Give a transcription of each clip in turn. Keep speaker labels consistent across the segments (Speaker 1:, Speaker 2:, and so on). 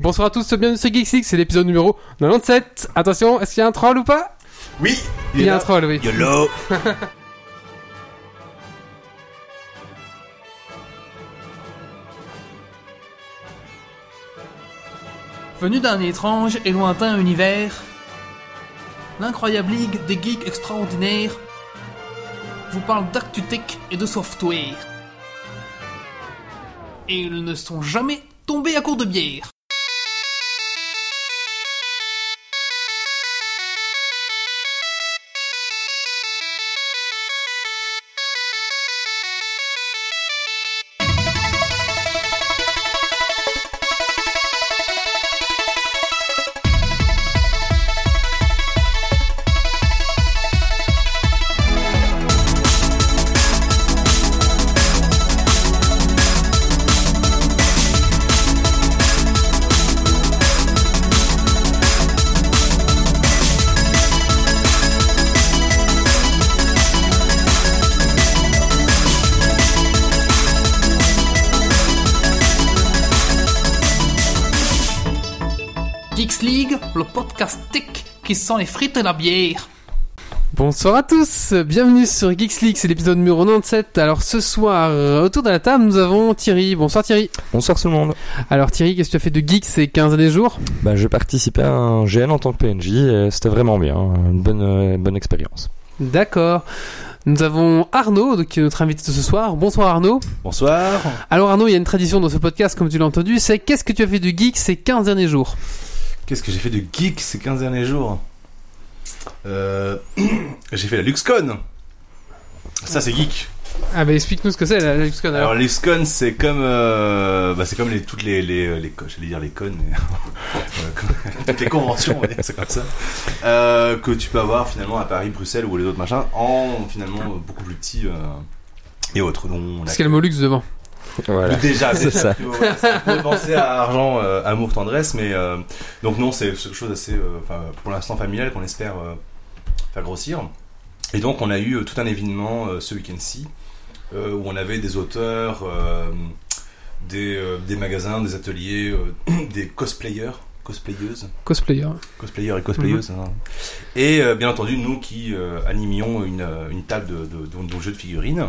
Speaker 1: Bonsoir à tous, bienvenue sur Geeks League, c'est l'épisode numéro 97. Attention, est-ce qu'il y a un troll ou pas
Speaker 2: Oui
Speaker 1: Il y a un troll, oui.
Speaker 2: YOLO
Speaker 3: Venu d'un étrange et lointain univers, l'incroyable ligue des geeks extraordinaires vous parle d'actu tech et de software. Et ils ne sont jamais tombés à court de bière. Geeks League, le podcast tech qui sent les frites et la bière.
Speaker 1: Bonsoir à tous, bienvenue sur Geeks League, c'est l'épisode numéro 97. Alors ce soir, euh, autour de la table, nous avons Thierry. Bonsoir Thierry.
Speaker 4: Bonsoir tout le monde.
Speaker 1: Alors Thierry, qu'est-ce que tu as fait de geek ces 15 derniers jours
Speaker 4: Bah, je participais à un GN en tant que PNJ et c'était vraiment bien, une bonne, euh, une bonne expérience.
Speaker 1: D'accord. Nous avons Arnaud, donc, qui est notre invité de ce soir. Bonsoir Arnaud.
Speaker 2: Bonsoir
Speaker 1: Alors Arnaud, il y a une tradition dans ce podcast, comme tu l'as entendu, c'est qu'est-ce que tu as fait de geek ces 15 derniers jours
Speaker 2: Qu'est-ce que j'ai fait de geek ces 15 derniers jours Euh, J'ai fait la LuxCon Ça c'est geek
Speaker 1: Ah bah explique-nous ce que c'est la la LuxCon alors.
Speaker 2: Alors LuxCon c'est comme euh, bah, c'est comme les, toutes les, les, les co- j'allais dire les connes mais, euh, comme- toutes les conventions on va dire c'est comme ça euh, que tu peux avoir finalement à Paris, Bruxelles ou les autres machins en finalement beaucoup plus petit euh, et autres Donc, on a-
Speaker 1: Parce qu'il y a le mot luxe devant.
Speaker 4: Voilà.
Speaker 2: Déjà,
Speaker 4: C'est
Speaker 2: déjà,
Speaker 4: ça.
Speaker 2: tu vois, voilà, ça pourrait penser à argent, euh, amour, tendresse, mais euh, donc non, c'est quelque chose assez, euh, enfin, pour l'instant familial qu'on espère euh, faire grossir. Et donc on a eu euh, tout un événement euh, ce week-end-ci euh, où on avait des auteurs, euh, des, euh, des magasins, des ateliers, euh, des cosplayers, cosplayeuses,
Speaker 1: Cosplayer.
Speaker 2: cosplayers et cosplayeuses.
Speaker 1: Mhm.
Speaker 2: hein. Et euh, bien entendu, nous qui euh, animions une, euh, une table de, de, de- de jeux de figurines.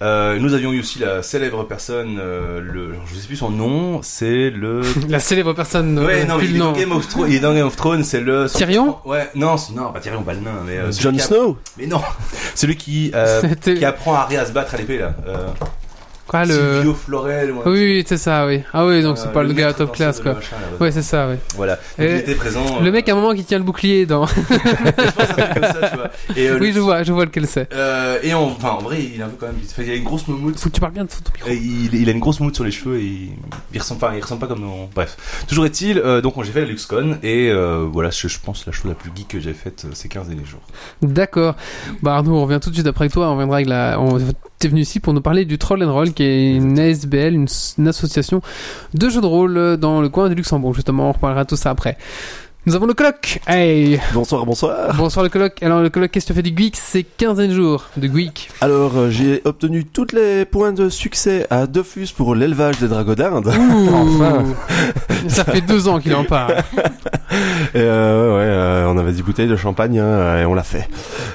Speaker 2: Euh, nous avions eu aussi la célèbre personne, euh, le, je ne sais plus son nom, c'est le.
Speaker 1: La célèbre personne.
Speaker 2: Ouais,
Speaker 1: euh,
Speaker 2: non, mais
Speaker 1: plus
Speaker 2: il
Speaker 1: le
Speaker 2: est,
Speaker 1: nom.
Speaker 2: dans Game of Thrones, il est dans Game of Thrones, c'est le.
Speaker 1: Tyrion
Speaker 2: Ouais, non, c'est- non, pas Tyrion, pas le nain, mais. euh, celui
Speaker 5: Jon
Speaker 2: qui a-
Speaker 5: Snow
Speaker 2: Mais non, celui qui, euh,
Speaker 1: C'était-
Speaker 2: qui apprend Harry à se battre à l'épée là. Euh,
Speaker 1: Quoi Ah, le
Speaker 2: Silvio Florel. ou un-
Speaker 1: Ah Oui, oui, c'est ça, oui. Ah oui, donc
Speaker 2: hein. euh,
Speaker 1: c'est pas le gars
Speaker 2: maître
Speaker 1: top
Speaker 2: danseur
Speaker 1: class
Speaker 2: de
Speaker 1: quoi.
Speaker 2: machin, là,
Speaker 1: Ouais, c'est ça, ouais.
Speaker 2: Voilà. Donc,
Speaker 1: Et-
Speaker 2: il était présent.
Speaker 1: Le
Speaker 2: euh,
Speaker 1: mec à un moment qui tient le bouclier dans.
Speaker 2: je pense à un truc comme ça, tu vois. Et, euh,
Speaker 1: Oui,
Speaker 2: le-
Speaker 1: je vois, je vois lequel c'est.
Speaker 2: Euh, et en- enfin, en vrai, il a un peu quand même. enfin, il a une grosse moumoute.
Speaker 1: Faut que tu parles bien de ton micro.
Speaker 2: Et il, il a une grosse moumoute sur les cheveux et il, il ressemble pas, il ressemble pas comme nos- Bref. Toujours est-il, euh, donc j'ai fait la LuxCon et euh, voilà, je, je pense la chose la plus geek que j'ai faite euh, ces 15 derniers jours.
Speaker 1: D'accord. Bah Arnaud, on revient tout de suite après toi. On reviendra avec la. On... T'es venu ici pour nous parler du Troll and Roll, qui est une ASBL, une, s- une association de jeux de rôle dans le coin de Luxembourg. Justement, on reparlera de tout ça après. Nous avons le colloque. Hey,
Speaker 5: Bonsoir, bonsoir.
Speaker 1: bonsoir le colloque. Alors le colloque, qu'est-ce que tu fais du geek C'est 15 jours de geek.
Speaker 5: Alors, euh, j'ai obtenu tous les points de succès à Dofus pour l'élevage des dragons d'Inde.
Speaker 1: Ouh.
Speaker 4: Enfin.
Speaker 1: Ça fait deux ans qu'il en parle.
Speaker 5: Et, euh, ouais, ouais, euh, on avait 10 bouteilles de champagne hein, et on l'a fait.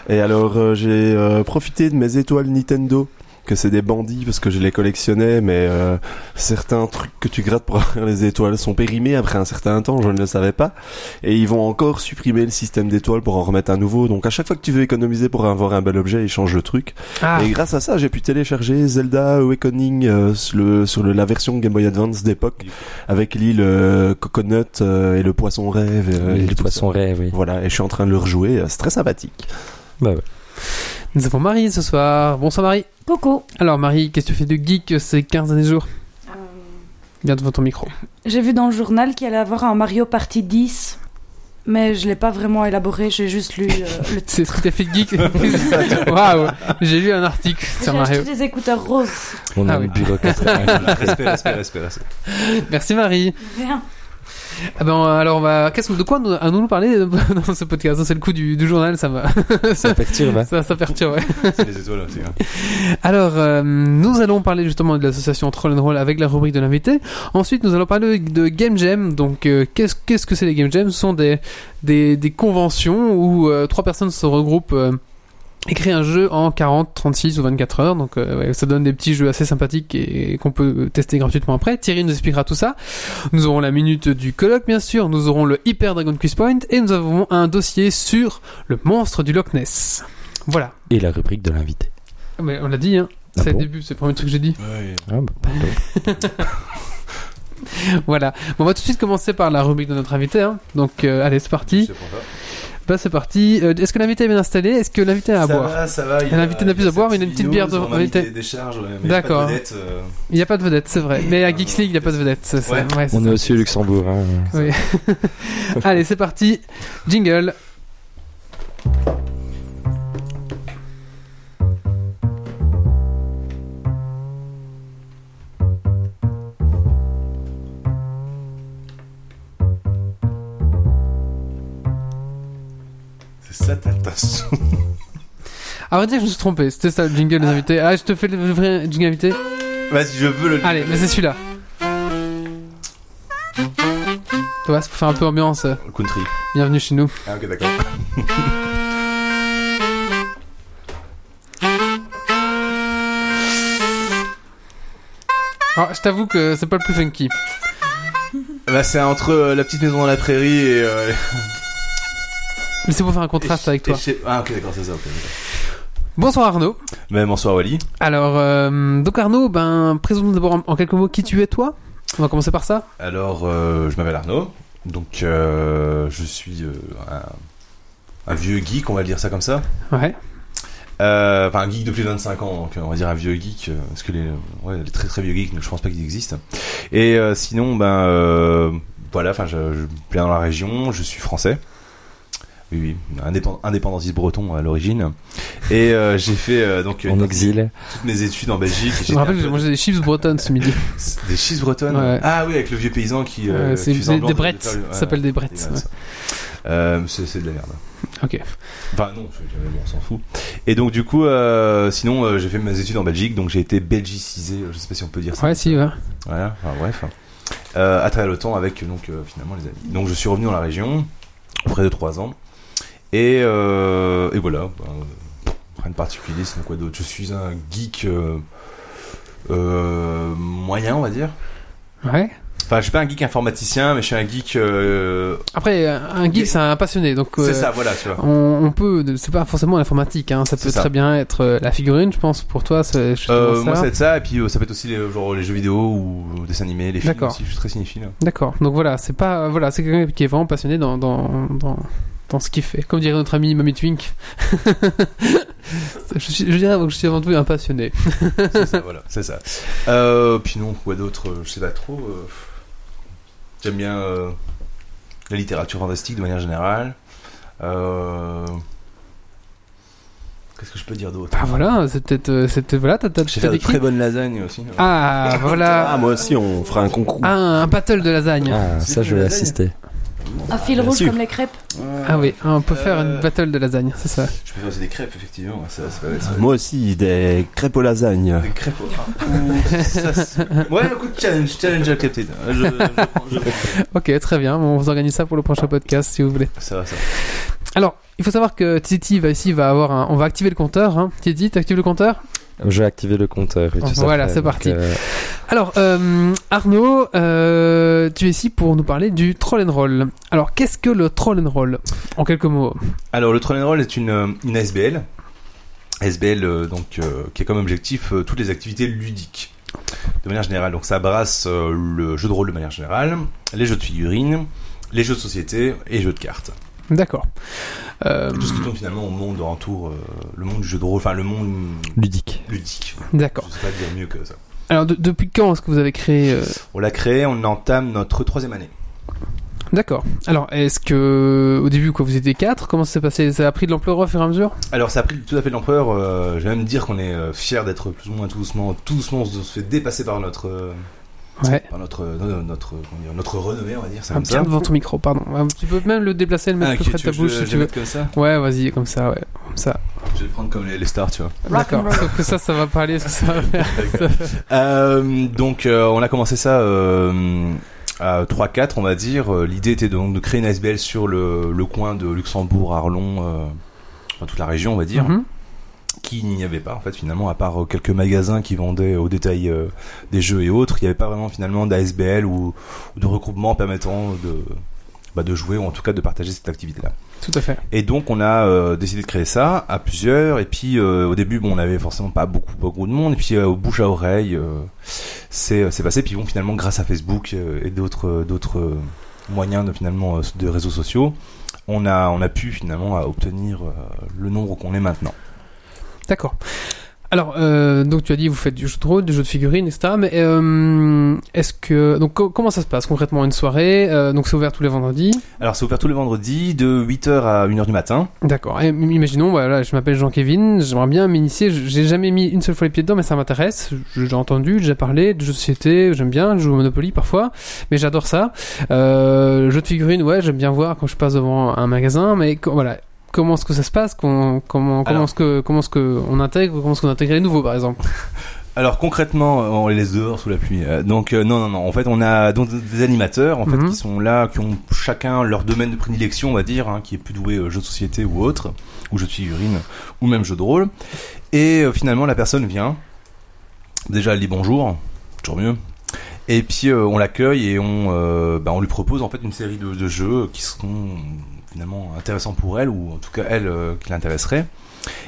Speaker 5: Et alors, euh, j'ai euh, profité de mes étoiles Nintendo que c'est des bandits parce que je les collectionnais mais euh, certains trucs que tu grattes pour avoir les étoiles sont périmés après un certain temps je ne le savais pas et ils vont encore supprimer le système d'étoiles pour en remettre un nouveau donc à chaque fois que tu veux économiser pour avoir un bel objet ils changent le truc
Speaker 1: Ah.
Speaker 5: Et grâce à ça, j'ai pu télécharger Zelda Awakening euh, sur, le, sur le- la version Game Boy Advance d'époque, avec l'île euh, Coconut euh, et le poisson rêve. et, euh, et
Speaker 4: les
Speaker 5: tout
Speaker 4: poissons rêves, oui.
Speaker 5: ça. Voilà, et je suis en train de le rejouer, euh, c'est très sympathique.
Speaker 4: Bah ouais.
Speaker 1: Nous avons Marie ce soir. Bonsoir Marie.
Speaker 6: Coucou.
Speaker 1: Alors Marie, qu'est-ce que tu fais de geek ces 15 derniers jours
Speaker 6: Euh.
Speaker 1: Bien devant ton micro.
Speaker 6: J'ai vu dans le journal qu'il allait avoir un Mario Party 10, mais je l'ai pas vraiment élaboré, j'ai juste lu euh, le titre.
Speaker 1: C'est ce que t'as fait de geek Waouh J'ai lu un article
Speaker 6: J'ai
Speaker 1: sur
Speaker 6: acheté
Speaker 1: Mario.
Speaker 6: des écouteurs roses.
Speaker 4: On
Speaker 1: Ah
Speaker 4: a
Speaker 1: oui.
Speaker 4: une bureaucratie.
Speaker 2: Voilà, respect, respect, respect, respect.
Speaker 1: Merci Marie.
Speaker 6: Rien.
Speaker 1: Ah ben, alors, on va... qu'est-ce de quoi nous- allons-nous parler dans ce podcast C'est le coup du, du journal, ça va.
Speaker 4: Ça perturbe. hein.
Speaker 1: ça, ça perturbe. ouais.
Speaker 2: C'est les étoiles aussi. hein.
Speaker 1: Alors, euh, nous allons parler justement de l'association Troll and Roll avec la rubrique de l'invité. Ensuite, nous allons parler de Game Jam. Donc, euh, qu'est-ce qu'est-ce que c'est les Game Jams Ce sont des, des, des conventions où euh, trois personnes se regroupent euh, et créent un jeu en 40, 36 ou 24 heures. Donc, euh, ouais, ça donne des petits jeux assez sympathiques et, et qu'on peut euh, tester gratuitement après. Thierry nous expliquera tout ça. Nous aurons la minute du colloque, bien sûr. Nous aurons le Hyper Dragon Quiz Point. Et nous avons un dossier sur le monstre du Loch Ness. Voilà.
Speaker 4: Et la rubrique de l'invité.
Speaker 1: Mais on l'a dit, hein.
Speaker 4: Ah
Speaker 1: c'est
Speaker 4: bon
Speaker 1: le début, c'est le premier truc que j'ai dit.
Speaker 2: Ouais,
Speaker 4: Ah, bah, pardon.
Speaker 1: Voilà. Bon, on va tout de suite commencer par la rubrique de notre invité. hein. Donc, euh, allez, c'est parti.
Speaker 2: c'est pour ça.
Speaker 1: Bah, c'est parti. Euh, Est-ce que l'invité est bien installé Est-ce que l'invité a à
Speaker 2: ça
Speaker 1: boire
Speaker 2: va, ça va.
Speaker 1: Elle a invité
Speaker 2: il
Speaker 1: n'a plus à
Speaker 2: sa
Speaker 1: boire, mais il a une petite bière
Speaker 2: nose,
Speaker 1: devant-
Speaker 2: on m'a mis
Speaker 1: invité.
Speaker 2: des- des charges, ouais, mais
Speaker 1: D'accord.
Speaker 2: pas de vedette, euh,
Speaker 1: Il n'y a pas de vedette, c'est vrai. Mais à Geeks League, il n'y a pas de vedette. c'est ça.
Speaker 2: Ouais.
Speaker 1: Ouais, c'est
Speaker 4: On est aussi au Luxembourg. hein.
Speaker 1: ça. Allez, c'est parti. Jingle.
Speaker 2: C'est ça ta tasse.
Speaker 1: À vrai dire, je me suis trompé. C'était ça le jingle des invités. Ah, je te fais le vrai jingle invité.
Speaker 2: Vas-y, je veux le.
Speaker 1: Allez, mais c'est celui-là. Tu vois, c'est pour faire un peu ambiance. euh,
Speaker 2: Country.
Speaker 1: Bienvenue chez nous.
Speaker 2: Ah, ok, d'accord.
Speaker 1: Alors, Ah, je t'avoue que c'est pas le plus funky.
Speaker 2: Bah, c'est entre euh, la petite maison dans la prairie et. euh,
Speaker 1: Mais c'est pour faire un contraste
Speaker 2: et-
Speaker 1: avec
Speaker 2: et
Speaker 1: toi.
Speaker 2: chez- Ah, ok, d'accord, c'est ça. ok, d'accord.
Speaker 1: Bonsoir Arnaud.
Speaker 2: Mais bonsoir, Wally.
Speaker 1: Alors, euh, donc Arnaud, ben, présente-nous d'abord en, en quelques mots qui tu es toi. On va commencer par ça.
Speaker 2: Alors, euh, je m'appelle Arnaud. Donc, euh, je suis euh, un, un vieux geek, on va dire ça comme ça.
Speaker 1: Ouais.
Speaker 2: Euh, Enfin, un geek de plus de 25 ans, donc euh, on va dire un vieux geek, euh, parce que les, ouais, les très très vieux geeks, donc je pense pas qu'ils existent. Et euh, sinon, ben euh, voilà, enfin, je, je viens dans la région, je suis français. Oui, oui, indépend- indépendantiste breton à l'origine. Et euh, j'ai fait euh, donc euh,
Speaker 4: En exil.
Speaker 2: toutes mes études en Belgique.
Speaker 1: Je
Speaker 2: J'ai
Speaker 1: me rappelle que
Speaker 2: fait
Speaker 1: j'ai mangé des chips bretonnes ce midi.
Speaker 2: des chips bretonnes.
Speaker 1: Ouais.
Speaker 2: Ah oui, avec le vieux paysan qui. euh,
Speaker 1: Euh, c'est
Speaker 2: qui
Speaker 1: des,
Speaker 2: faisait semblant
Speaker 1: des
Speaker 2: de-
Speaker 1: brettes.
Speaker 2: de faire le- ouais,
Speaker 1: Ça s'appelle des
Speaker 2: des
Speaker 1: brettes.
Speaker 2: brettes, Euh, c'est c'est de la merde.
Speaker 1: Ok.
Speaker 2: Enfin non, je- je- bon, on s'en fout. Et donc du coup, euh, sinon euh, j'ai fait mes études en Belgique, donc j'ai été belgicisé, euh, je sais pas si on peut dire ça.
Speaker 1: Ouais, si, ouais.
Speaker 2: Voilà, enfin, bref. Euh, à travers le temps avec donc euh, finalement les amis. Donc je suis revenu dans la région, près de 3 ans. Et, euh, et voilà, ben, euh, rien de particulier, sinon quoi d'autre. Je suis un geek euh, euh, moyen, on va dire.
Speaker 1: Ouais.
Speaker 2: Enfin, je suis pas un geek informaticien, mais je suis un geek... euh,
Speaker 1: Après, un geek, c'est un passionné, donc. euh,
Speaker 2: C'est ça, voilà, tu vois.
Speaker 1: On, on peut, c'est pas forcément l'informatique, hein. ça peut
Speaker 2: C'est ça.
Speaker 1: très bien être euh, la figurine, je pense, pour toi, c'est justement
Speaker 2: Euh,
Speaker 1: ça.
Speaker 2: moi, ça va être ça, et puis euh, ça peut être aussi les, genre, les jeux vidéo ou dessins animés, les films
Speaker 1: D'accord.
Speaker 2: aussi. Je suis très cinéphile.
Speaker 1: D'accord, donc voilà, c'est pas, voilà, c'est quelqu'un qui est vraiment passionné dans, dans, dans, dans ce qu'il fait. Comme dirait notre ami Mamie Twink. je, suis- je dirais que je suis avant tout un passionné.
Speaker 2: C'est ça, voilà, c'est ça. Euh, puis non, quoi d'autre euh, Je sais pas trop. euh, J'aime bien euh, la littérature fantastique de manière générale. Euh, Qu'est-ce que je peux dire d'autre
Speaker 1: Bah voilà, c'est peut-être, euh, c'est peut-être- voilà, t'as, t'as,
Speaker 2: Je sais
Speaker 1: t'as
Speaker 2: faire de
Speaker 1: décrit.
Speaker 2: très bonnes lasagnes aussi. hein.
Speaker 1: Ah,
Speaker 5: Ah,
Speaker 1: voilà.
Speaker 5: moi aussi, on fera un concours.
Speaker 1: Ah, un battle de lasagne. Ah,
Speaker 4: Ah, ça, je vais assister.
Speaker 6: Un fil
Speaker 5: Bien
Speaker 6: rouge
Speaker 5: sûr.
Speaker 6: comme les crêpes.
Speaker 1: Ah oui, on peut faire
Speaker 2: Euh.
Speaker 1: une battle de lasagne, c'est ça.
Speaker 2: Je peux faire aussi des crêpes, effectivement. Ça, ça va être- ça va être-
Speaker 5: Moi aussi, des crêpes aux lasagnes.
Speaker 2: Des crêpes au Ouh, ça, c'est- ouais, écoute, challenge, challenge accepted. Je, je, prends- je prends.
Speaker 1: Ok, très bien, on vous organise ça pour le prochain podcast si vous voulez.
Speaker 2: Ça va, ça va.
Speaker 1: Alors, il faut savoir que Titi va ici, va avoir un... on va activer le compteur. Hein. Titi, t'actives le compteur
Speaker 4: Je vais activer le compteur. et tout ça
Speaker 1: Voilà,
Speaker 4: après,
Speaker 1: c'est
Speaker 4: donc,
Speaker 1: parti.
Speaker 4: euh,
Speaker 1: Alors, euh, Arnaud, euh, tu es ici pour nous parler du troll and roll. Alors, qu'est-ce que le troll and roll En quelques mots.
Speaker 2: Alors, le Troll and Roll est une, euh, une SBL. SBL, euh, donc, euh, qui a comme objectif euh, toutes les activités ludiques. De manière générale. Donc, ça brasse euh, le jeu de rôle de manière générale, les jeux de figurines, les jeux de société et jeux de cartes.
Speaker 1: D'accord. Euh,
Speaker 2: Tout ce qui tourne finalement au monde entoure euh, le monde du jeu de rôle, enfin, le monde
Speaker 4: ludique.
Speaker 2: ludique.
Speaker 1: D'accord.
Speaker 2: Je sais pas dire mieux que ça.
Speaker 1: Alors, de- depuis quand est-ce que vous avez créé euh,
Speaker 2: On l'a créé, on entame notre troisième année.
Speaker 1: D'accord. Alors, est-ce que au début, quoi, vous étiez quatre Comment ça s'est passé Ça a pris de l'ampleur au fur et à mesure
Speaker 2: Alors ça a pris tout à fait de l'ampleur. euh, je vais même dire qu'on est euh, fiers d'être plus ou moins tout doucement, tout doucement, on se fait dépasser par notre euh,
Speaker 1: Ouais.
Speaker 2: Enfin, notre, euh, notre, comment dire, notre renommée, on va dire, c'est
Speaker 1: Un
Speaker 2: comme
Speaker 1: petit
Speaker 2: ça.
Speaker 1: peu devant ton micro, pardon. Un- Tu peux même le déplacer, le mettre
Speaker 2: Ah,
Speaker 1: plus
Speaker 2: ok,
Speaker 1: près de ta
Speaker 2: veux que je
Speaker 1: bouche
Speaker 2: le-
Speaker 1: si
Speaker 2: je
Speaker 1: tu
Speaker 2: le
Speaker 1: veux.
Speaker 2: mette comme ça
Speaker 1: Ouais, vas-y, comme ça, ouais. Comme ça.
Speaker 2: Je vais le prendre comme les, les stars, tu vois.
Speaker 1: D'accord.
Speaker 6: roll.
Speaker 1: Sauf que ça, ça va pas aller, parce que ça va faire.
Speaker 2: Euh, donc, euh, on a commencé ça euh, à 3-4, on va dire. Euh, L'idée était donc de créer une ASBL sur le, le coin de Luxembourg, Arlon, euh, enfin, toute la région, on va dire.
Speaker 1: Mhm.
Speaker 2: qui n'y avait pas en fait finalement à part euh, quelques magasins qui vendaient au détail euh, des jeux et autres il n'y avait pas vraiment finalement d'ASBL ou, ou de regroupement permettant de bah, de jouer ou en tout cas de partager cette activité là
Speaker 1: Tout à fait.
Speaker 2: et donc on a euh, décidé de créer ça à plusieurs et puis euh, au début bon on avait forcément pas beaucoup beaucoup de monde et puis euh, au bouche à oreille euh, c'est euh, c'est passé puis bon finalement grâce à Facebook euh, et d'autres euh, d'autres euh, moyens de finalement euh, de réseaux sociaux on a on a pu finalement euh, obtenir euh, le nombre qu'on est maintenant
Speaker 1: D'accord. Alors, euh, donc tu as dit vous faites du jeu de rôle, du jeu de figurines, etc. Mais euh, est-ce que donc co- comment ça se passe concrètement une soirée euh, Donc c'est ouvert tous les vendredis.
Speaker 2: Alors c'est ouvert tous les vendredis de 8h à 1h du matin.
Speaker 1: D'accord. Et im- imaginons, voilà, je m'appelle Jean-Kévin, j'aimerais bien m'initier. Je- J'ai jamais mis une seule fois les pieds dedans, mais ça m'intéresse. Je- J'ai entendu, j'ai déjà parlé de jeux de société, j'aime bien, je joue au Monopoly parfois, mais j'adore ça. Euh, jeux de figurines, ouais, j'aime bien voir quand je passe devant un magasin, mais co- voilà. Comment est-ce que ça se passe Qu'on- Comment, comment
Speaker 2: Alors.
Speaker 1: est-ce que comment est-ce que on intègre Comment est-ce qu'on intègre les nouveaux, par exemple
Speaker 2: Alors concrètement, euh, on les laisse dehors sous la pluie. Euh, donc euh, non non non, en fait on a donc des animateurs en fait
Speaker 1: Mhm.
Speaker 2: qui sont là qui ont chacun leur domaine de prédilection, on va dire, hein, qui est plus doué euh, jeu de société ou autre ou jeu de figurines ou même jeu de rôle et euh, finalement la personne vient déjà elle dit bonjour, toujours mieux. Et puis euh, on l'accueille et on, euh, bah, on lui propose en fait une série de, de jeux qui seront finalement intéressants pour elle ou en tout cas elle euh, qui l'intéresserait.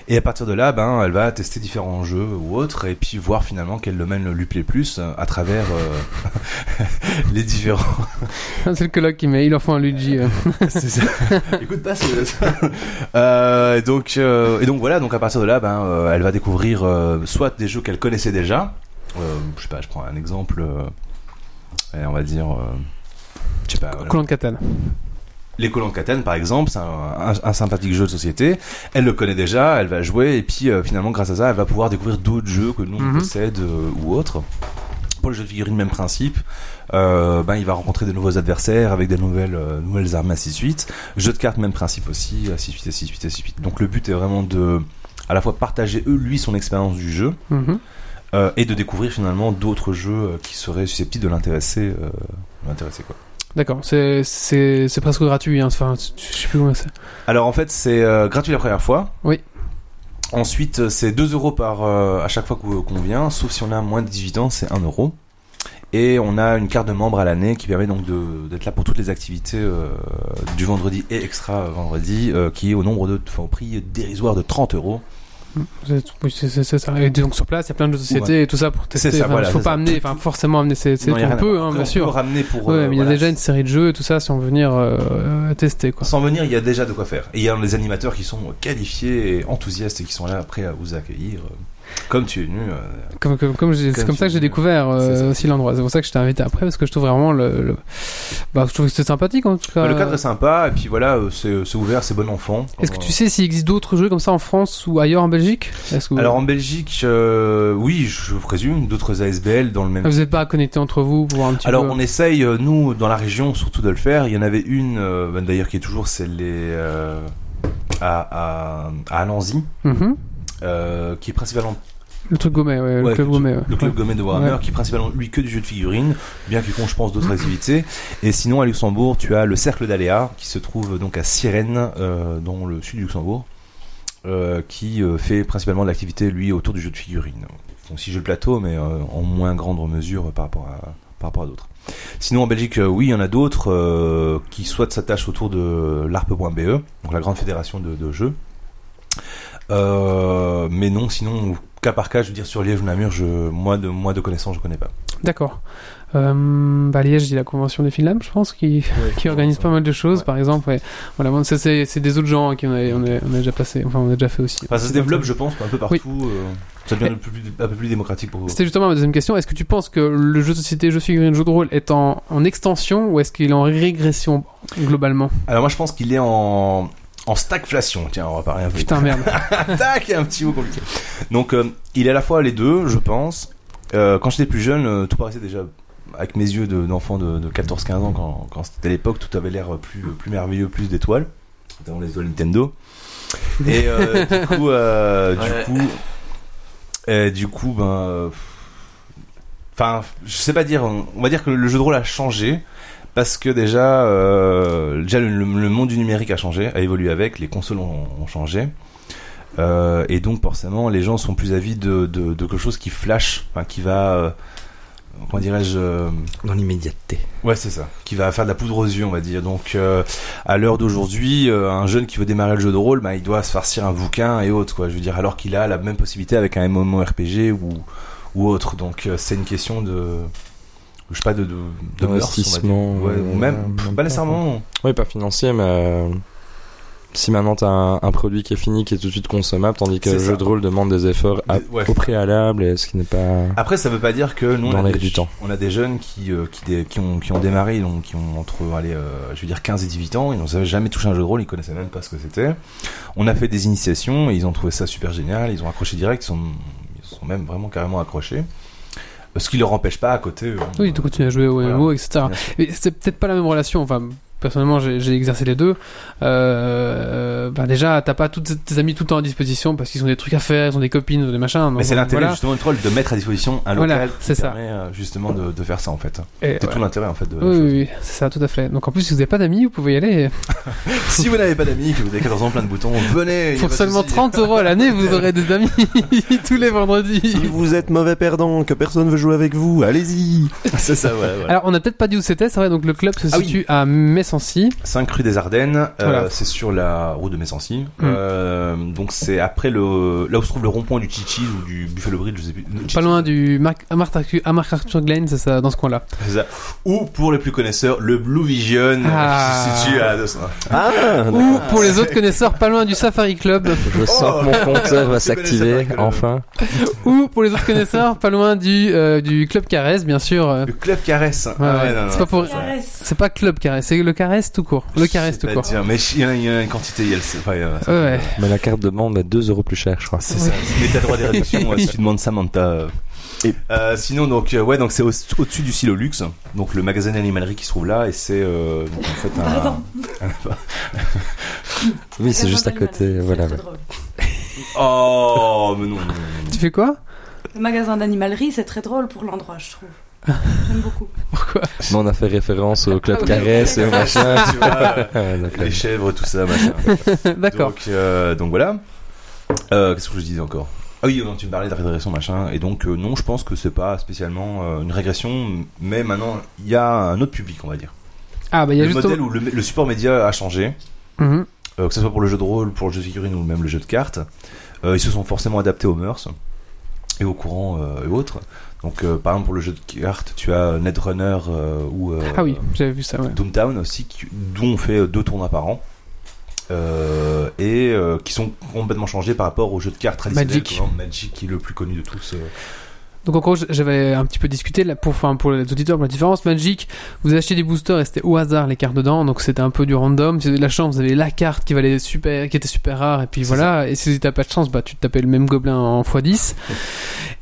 Speaker 2: Et à partir de là, ben, elle va tester différents jeux ou autres et puis voir finalement quel domaine lui plaît plus euh, à travers euh, les différents.
Speaker 1: C'est le colloque qui met, il leur faut un Luigi. euh.
Speaker 2: C'est ça. Écoute pas ce- Euh, et donc euh, et donc voilà, donc à partir de là, ben, euh, elle va découvrir euh, soit des jeux qu'elle connaissait déjà. Euh, je sais pas, je prends un exemple. euh, allez, on va dire. euh, je sais pas, voilà.
Speaker 1: Collant de Catane.
Speaker 2: Les Colons de Catane, par exemple, c'est un, un- un sympathique jeu de société. Elle le connaît déjà, elle va jouer, et puis euh, finalement, grâce à ça, elle va pouvoir découvrir d'autres jeux que nous on
Speaker 1: Mhm.
Speaker 2: possède euh, ou autres. Pour le jeu de figurines, même principe. Euh, ben, il va rencontrer de nouveaux adversaires avec des nouvelles, euh, nouvelles armes, ainsi de suite. Jeu de cartes, même principe aussi, ainsi de suite, ainsi de suite, ainsi de suite. Donc le but est vraiment de à la fois partager eux, lui, son expérience du jeu,
Speaker 1: Mhm.
Speaker 2: euh, et de découvrir finalement d'autres jeux euh, qui seraient susceptibles de l'intéresser, euh, de l'intéresser quoi.
Speaker 1: D'accord, c'est- c'est c'est presque gratuit. Hein. Enfin, je sais plus comment c'est.
Speaker 2: Alors en fait, c'est euh, gratuit la première fois.
Speaker 1: Oui.
Speaker 2: Ensuite, euh, c'est 2 euros par, euh, à chaque fois qu'on qu'on vient, sauf si on a moins de 18 ans, c'est 1 euro. Et on a une carte de membre à l'année qui permet donc de- d'être là pour toutes les activités euh, du vendredi et extra vendredi, euh, qui est au nombre de, enfin, au prix dérisoire de 30 euros.
Speaker 1: C'est- oui, c'est- c'est- c'est ça. Et donc sur place, il y a plein de jeux de société et tout ça pour tester.
Speaker 2: C'est ça,
Speaker 1: Enfin,
Speaker 2: voilà,
Speaker 1: faut
Speaker 2: c'est
Speaker 1: pas
Speaker 2: ça.
Speaker 1: amener, enfin forcément amener. C'est c'est-
Speaker 2: Non, y a rien
Speaker 1: on
Speaker 2: à
Speaker 1: peut,
Speaker 2: voir.
Speaker 1: hein,
Speaker 2: Après,
Speaker 1: bien
Speaker 2: on peut
Speaker 1: sûr.
Speaker 2: ramener pour.
Speaker 1: Ouais,
Speaker 2: euh,
Speaker 1: mais il y a
Speaker 2: voilà,
Speaker 1: déjà une série de jeux et tout ça si on veut venir euh, tester quoi.
Speaker 2: Sans venir, il y a déjà de quoi faire. Et il y a les animateurs qui sont qualifiés et enthousiastes et qui sont là après à vous accueillir. euh, Comme tu es venu, euh,
Speaker 1: Comme comme comme j'ai- c'est
Speaker 2: Comme
Speaker 1: comme
Speaker 2: tu
Speaker 1: ça que j'ai
Speaker 2: dis.
Speaker 1: découvert euh,
Speaker 2: C'est ça.
Speaker 1: aussi l'endroit. C'est pour ça que je t'ai invité après parce que je trouve vraiment le, le- bah je trouve que c'était sympathique en tout cas.
Speaker 2: Bah, le cadre est sympa, et puis voilà, euh, c'est c'est ouvert, c'est Oh. bon enfant.
Speaker 1: Est-ce que tu sais s'il existe d'autres jeux comme ça en France ou ailleurs en Belgique Est-ce que vous...
Speaker 2: Alors en Belgique, euh, oui, je présume, d'autres ASBL dans le même.
Speaker 1: Ah, vous n'êtes pas connecté entre vous pour voir un petit
Speaker 2: Alors
Speaker 1: peu.
Speaker 2: on essaye, euh, nous, dans la région, surtout de le faire. Il y en avait une, euh, bah, d'ailleurs, qui est toujours, c'est les. euh, à, à, à Alanzy,
Speaker 1: Mhm.
Speaker 2: euh, qui est principalement.
Speaker 1: Le truc Gomet, ouais, le
Speaker 2: ouais,
Speaker 1: club
Speaker 2: le-
Speaker 1: Gomet. ouais.
Speaker 2: Le club
Speaker 1: Ouais.
Speaker 2: Gomet de Warhammer,
Speaker 1: Ouais. Mmh.
Speaker 2: qui est principalement, lui, que du jeu de figurines, bien qu'ils font, je pense, d'autres activités. Et sinon, à Luxembourg, tu as le Cercle d'Aléa, qui se trouve donc à Sirène, euh, dans le sud du Luxembourg, euh, qui euh, fait principalement de l'activité, lui, autour du jeu de figurines. Ils font aussi jeu de plateau, mais euh, en moins grande mesure euh, par rapport à, par rapport à d'autres. Sinon, en Belgique, euh, oui, il y en a d'autres euh, qui soit s'attachent autour de l'ARP.be, E, donc la grande fédération de, de jeux. Euh, mais non, sinon, cas par cas, je veux dire, sur Liège ou Namur, je, moi, de, moi de connaissance, je connais pas.
Speaker 1: D'accord. Euh, bah, Liège, il y a la convention des films, je pense, qui, qui organise pas mal de choses,
Speaker 2: Ouais.
Speaker 1: par exemple. ouais. Voilà, bon, ça, c'est c'est des autres gens hein, qui on a, on a, on a déjà passé, enfin, on a déjà fait aussi.
Speaker 2: Enfin, ça se développe, je pense, un peu partout. euh, ça devient
Speaker 1: Mais-
Speaker 2: un peu, plus, un peu plus démocratique pour vous.
Speaker 1: C'était justement ma deuxième question. Est-ce que tu penses que le jeu de société, jeu de figurine, jeu de rôle est en, en extension ou est-ce qu'il est en régression globalement
Speaker 2: Alors, moi, je pense qu'il est en, en stagflation. Tiens, on va parler un peu.
Speaker 1: Putain, merde.
Speaker 2: Tac, un petit mot compliqué. Donc, euh, il est à la fois les deux, je pense. Euh, quand j'étais plus jeune, euh, tout paraissait déjà avec mes yeux de- d'enfant de, de 14-15 ans, quand, quand c'était l'époque, tout avait l'air plus, plus merveilleux, plus d'étoiles, notamment les étoiles Nintendo. Et euh, du coup, euh, du
Speaker 3: Ouais.
Speaker 2: coup, et du coup, ben, euh, enfin, je sais pas dire. On, on va dire que le jeu de rôle a changé parce que déjà, euh, déjà le, le- le monde du numérique a changé, a évolué avec, les consoles ont, ont changé. Euh, et donc forcément, les gens sont plus avides de, de- de quelque chose qui flash, enfin, qui va, euh, comment dirais-je, euh,
Speaker 4: Dans l'immédiateté.
Speaker 2: Ouais, c'est ça. Qui va faire de la poudre aux yeux, on va dire. Donc, euh, à l'heure d'aujourd'hui, euh, un jeune qui veut démarrer le jeu de rôle, bah, il doit se farcir un bouquin et autres, quoi. Je veux dire, alors qu'il a la même possibilité avec un MMORPG ou, ou autre. Donc, euh, c'est une question de. Je sais pas, de. de, de mœurs, on va dire.
Speaker 4: D'investissement.
Speaker 2: Ouais, ou euh, même. pff, pas nécessairement.
Speaker 4: Oui, pas financier, mais euh, si maintenant t'as un, un produit qui est fini, qui est tout de suite consommable, tandis que
Speaker 2: C'est
Speaker 4: le
Speaker 2: ça.
Speaker 4: jeu de rôle demande des efforts à-
Speaker 2: Des- ouais.
Speaker 4: au préalable, et ce qui n'est pas.
Speaker 2: Après, ça veut pas dire que nous, on
Speaker 4: Dans
Speaker 2: a,
Speaker 4: l'air
Speaker 2: des,
Speaker 4: du temps.
Speaker 2: on a des jeunes qui, euh, qui, dé- qui, ont, qui ont démarré, donc qui ont entre allez, euh, je veux dire 15 et 18 ans, ils n'ont jamais touché un jeu de rôle, ils connaissaient même pas ce que c'était. On a fait des initiations, et ils ont trouvé ça super génial, ils ont accroché direct, ils sont, ils sont même vraiment carrément accrochés. Euh, Ce qui leur empêche pas à côté. euh,
Speaker 1: Oui, tu continues à jouer au
Speaker 2: Voilà.
Speaker 1: MMO, etc.
Speaker 2: Bien sûr.
Speaker 1: Mais c'est peut-être pas la même relation. Enfin, personnellement, j'ai j'ai exercé les deux. Euh, bah déjà, t'as pas toutes tes amis tout le temps à disposition parce qu'ils ont des trucs à faire, ils ont des copines, ils ont des machins. donc
Speaker 2: Mais c'est l'intérêt
Speaker 1: voilà.
Speaker 2: justement du troll de mettre à disposition un local
Speaker 1: Voilà,
Speaker 2: qui
Speaker 1: c'est ça.
Speaker 2: permet euh, justement de, de faire ça en fait.
Speaker 1: Et
Speaker 2: C'est
Speaker 1: ouais.
Speaker 2: tout l'intérêt en fait de la
Speaker 1: Oui,
Speaker 2: chose.
Speaker 1: oui, oui, c'est ça, tout à fait. Donc en plus, si vous n'avez pas d'amis, vous pouvez y aller.
Speaker 2: Si vous n'avez pas d'amis, que vous avez 14 ans plein de boutons, venez. y a
Speaker 1: Pour
Speaker 2: pas de
Speaker 1: seulement
Speaker 2: souci.
Speaker 1: 30 euros à l'année, vous aurez des amis tous les vendredis.
Speaker 5: Si vous êtes mauvais perdant, que personne veut jouer avec vous, allez-y.
Speaker 2: C'est ça, ouais. voilà.
Speaker 1: Alors, on n'a peut-être pas dit où c'était, c'est vrai, donc le club se
Speaker 2: Ah oui.
Speaker 1: situe à Messancy.
Speaker 2: 5 rue des Ardennes, euh,
Speaker 1: Voilà.
Speaker 2: c'est sur la route de Messancy.
Speaker 1: Mm.
Speaker 2: Euh, donc c'est après le là où se trouve le rond-point du Chichis ou du Buffalo Bridge, je sais plus. Non,
Speaker 1: Pas
Speaker 2: Chi-Chi's,
Speaker 1: loin du Marc, à Marc Arthur- à Marc Arthur Glen, c'est ça, dans ce coin-là.
Speaker 2: c'est ça. Ou pour les plus connaisseurs, le Blue Vision
Speaker 1: Ah.
Speaker 2: qui se situe à 200.
Speaker 5: Ah,
Speaker 1: Ou pour les autres connaisseurs, pas loin du Safari Club.
Speaker 2: Oh.
Speaker 4: Je sens que mon compteur va
Speaker 2: Tu connais
Speaker 4: s'activer,
Speaker 2: ça, Marc,
Speaker 4: enfin.
Speaker 1: Ou pour les autres connaisseurs, pas loin du, euh, du Club Caresse, bien sûr. euh.
Speaker 2: Le club caresse. Ah
Speaker 1: Ouais, ouais. c'est pas pour.
Speaker 6: Yes.
Speaker 1: C'est pas Club Caresse, c'est le Caresse tout court. Le Caresse Euh, tout court.
Speaker 2: Dire, mais il y, en a- il y en a une quantité, il y a le. Enfin, il y en a-
Speaker 1: Ouais, ouais.
Speaker 4: Mais la carte de membre est 2 euros plus chère, je crois.
Speaker 2: C'est ça. Mais t'as droit à des réductions euh, si tu demandes Samantha. euh.
Speaker 5: Et-
Speaker 2: Euh, sinon, donc, euh, ouais, donc c'est au- au-dessus du Silo Luxe, donc le magasin d'animalerie qui se trouve là, et c'est euh, donc, en fait un.
Speaker 6: Pardon.
Speaker 4: Oui, c'est juste à
Speaker 6: Carnaval
Speaker 4: côté,
Speaker 6: d'animalerie,
Speaker 4: voilà.
Speaker 6: c'est très drôle.
Speaker 2: Oh, mais non. non, non, non.
Speaker 1: Tu fais quoi
Speaker 6: Le magasin d'animalerie, c'est très drôle pour l'endroit, je trouve. J'aime beaucoup.
Speaker 4: Mais on a fait référence au club
Speaker 6: Ah oui.
Speaker 4: Caresse et au machin.
Speaker 2: Tu vois, euh,
Speaker 4: Ah, donc,
Speaker 2: les chèvres, tout ça, machin.
Speaker 1: D'accord.
Speaker 2: Donc, euh, donc voilà. Euh, Qu'est-ce que je disais encore Ah oui, non, tu me parlais de la régression, machin. Et donc, euh, non, je pense que c'est pas spécialement euh, une régression, mais maintenant, il y a un autre public, on va dire.
Speaker 1: Ah, bah il y a
Speaker 2: Le
Speaker 1: juste.
Speaker 2: modèle ou le, le support média a changé.
Speaker 1: Mhm.
Speaker 2: Euh, que ce soit pour le jeu de rôle, pour le jeu de figurines ou même le jeu de cartes, euh, ils se sont forcément adaptés aux mœurs et aux courants euh, et autres. Donc, euh, par exemple, pour le jeu de cartes, tu as Netrunner euh, ou euh,
Speaker 1: Ah oui, j'avais vu ça, ouais.
Speaker 2: Doomtown aussi, qui- d'où on fait euh, deux tournois par an. Euh, et euh, qui sont complètement changés par rapport au jeu de cartes traditionnel.
Speaker 1: Magic.
Speaker 2: par exemple, Magic qui est le plus connu de tous. euh.
Speaker 1: Donc en gros, j- j'avais un petit peu discuté là, pour, enfin, pour les auditeurs, pour la différence. Magic, vous achetez des boosters et c'était au hasard les cartes dedans, donc c'était un peu du random. Si vous avez de la chance, vous avez la carte qui valait super, qui était super rare, et puis
Speaker 2: C'est
Speaker 1: voilà. Et si t'as pas de chance, bah tu te tapais le même gobelin en x10.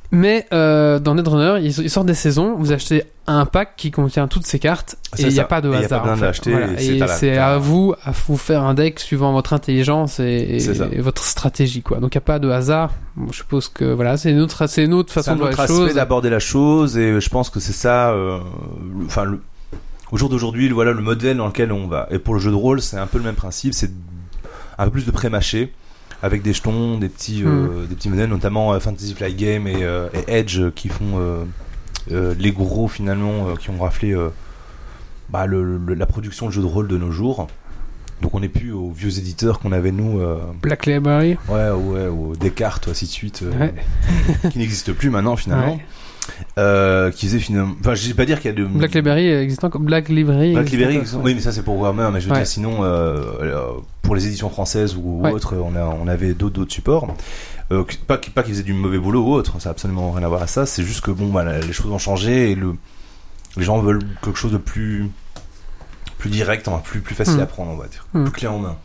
Speaker 1: Mais euh, dans Netrunner, ils, ils sortent des saisons, vous achetez un pack qui contient toutes ces cartes, et
Speaker 2: Ah, C'est
Speaker 1: il n'y a
Speaker 2: ça.
Speaker 1: pas de
Speaker 2: Et y a pas
Speaker 1: hasard.
Speaker 2: besoin
Speaker 1: en
Speaker 2: de
Speaker 1: fait.
Speaker 2: l'acheter,
Speaker 1: Voilà.
Speaker 2: et c'est
Speaker 1: Et
Speaker 2: à la-
Speaker 1: c'est
Speaker 2: t'as-
Speaker 1: à vous à vous faire un deck suivant votre intelligence et,
Speaker 2: C'est ça.
Speaker 1: et votre stratégie. quoi. Donc il n'y a pas de hasard. Bon, je suppose que voilà, c'est une autre, c'est une autre
Speaker 2: C'est
Speaker 1: façon
Speaker 2: un
Speaker 1: de voir
Speaker 2: autre
Speaker 1: les
Speaker 2: aspect
Speaker 1: choses.
Speaker 2: d'aborder la chose et je pense que c'est ça. euh, le- Enfin, le- au jour d'aujourd'hui, le- voilà le modèle dans lequel on va. Et pour le jeu de rôle, c'est un peu le même principe. C'est un peu plus de pré-mâché avec des jetons, des petits, euh,
Speaker 1: Hmm.
Speaker 2: des petits modèles, notamment euh, Fantasy Flight Game et, euh, et Edge euh, qui font euh, euh, les gros finalement euh, qui ont raflé euh, bah, le- le- la production de jeux de rôle de nos jours. Donc on n'est plus aux vieux éditeurs qu'on avait nous. euh,
Speaker 1: Black Library.
Speaker 2: Ouais, ouais, ou Descartes, ou ainsi de suite, euh,
Speaker 1: Ouais.
Speaker 2: qui n'existe plus maintenant finalement.
Speaker 1: Ouais.
Speaker 2: Euh, qui faisait finalement. Enfin, je vais pas dire qu'il y a de.
Speaker 1: Black Library existe encore. Black Library.
Speaker 2: Black
Speaker 1: existe
Speaker 2: Library,
Speaker 1: encore.
Speaker 2: ils sont- oui, mais ça c'est pour Warhammer, mais je veux
Speaker 1: Ouais.
Speaker 2: dire, sinon, euh, euh, pour les éditions françaises ou
Speaker 1: Ouais.
Speaker 2: autres, on, a, on avait d'autres, d'autres supports. Euh, que- pas, qu'ils- pas qu'ils faisaient du mauvais boulot ou autre, ça n'a absolument rien à voir à ça, c'est juste que bon, bah, la- les choses ont changé et le, les gens veulent quelque chose de plus, plus direct, hein, plus, plus facile
Speaker 1: Mm.
Speaker 2: à prendre, on va dire,
Speaker 1: Mm.
Speaker 2: plus clé en main.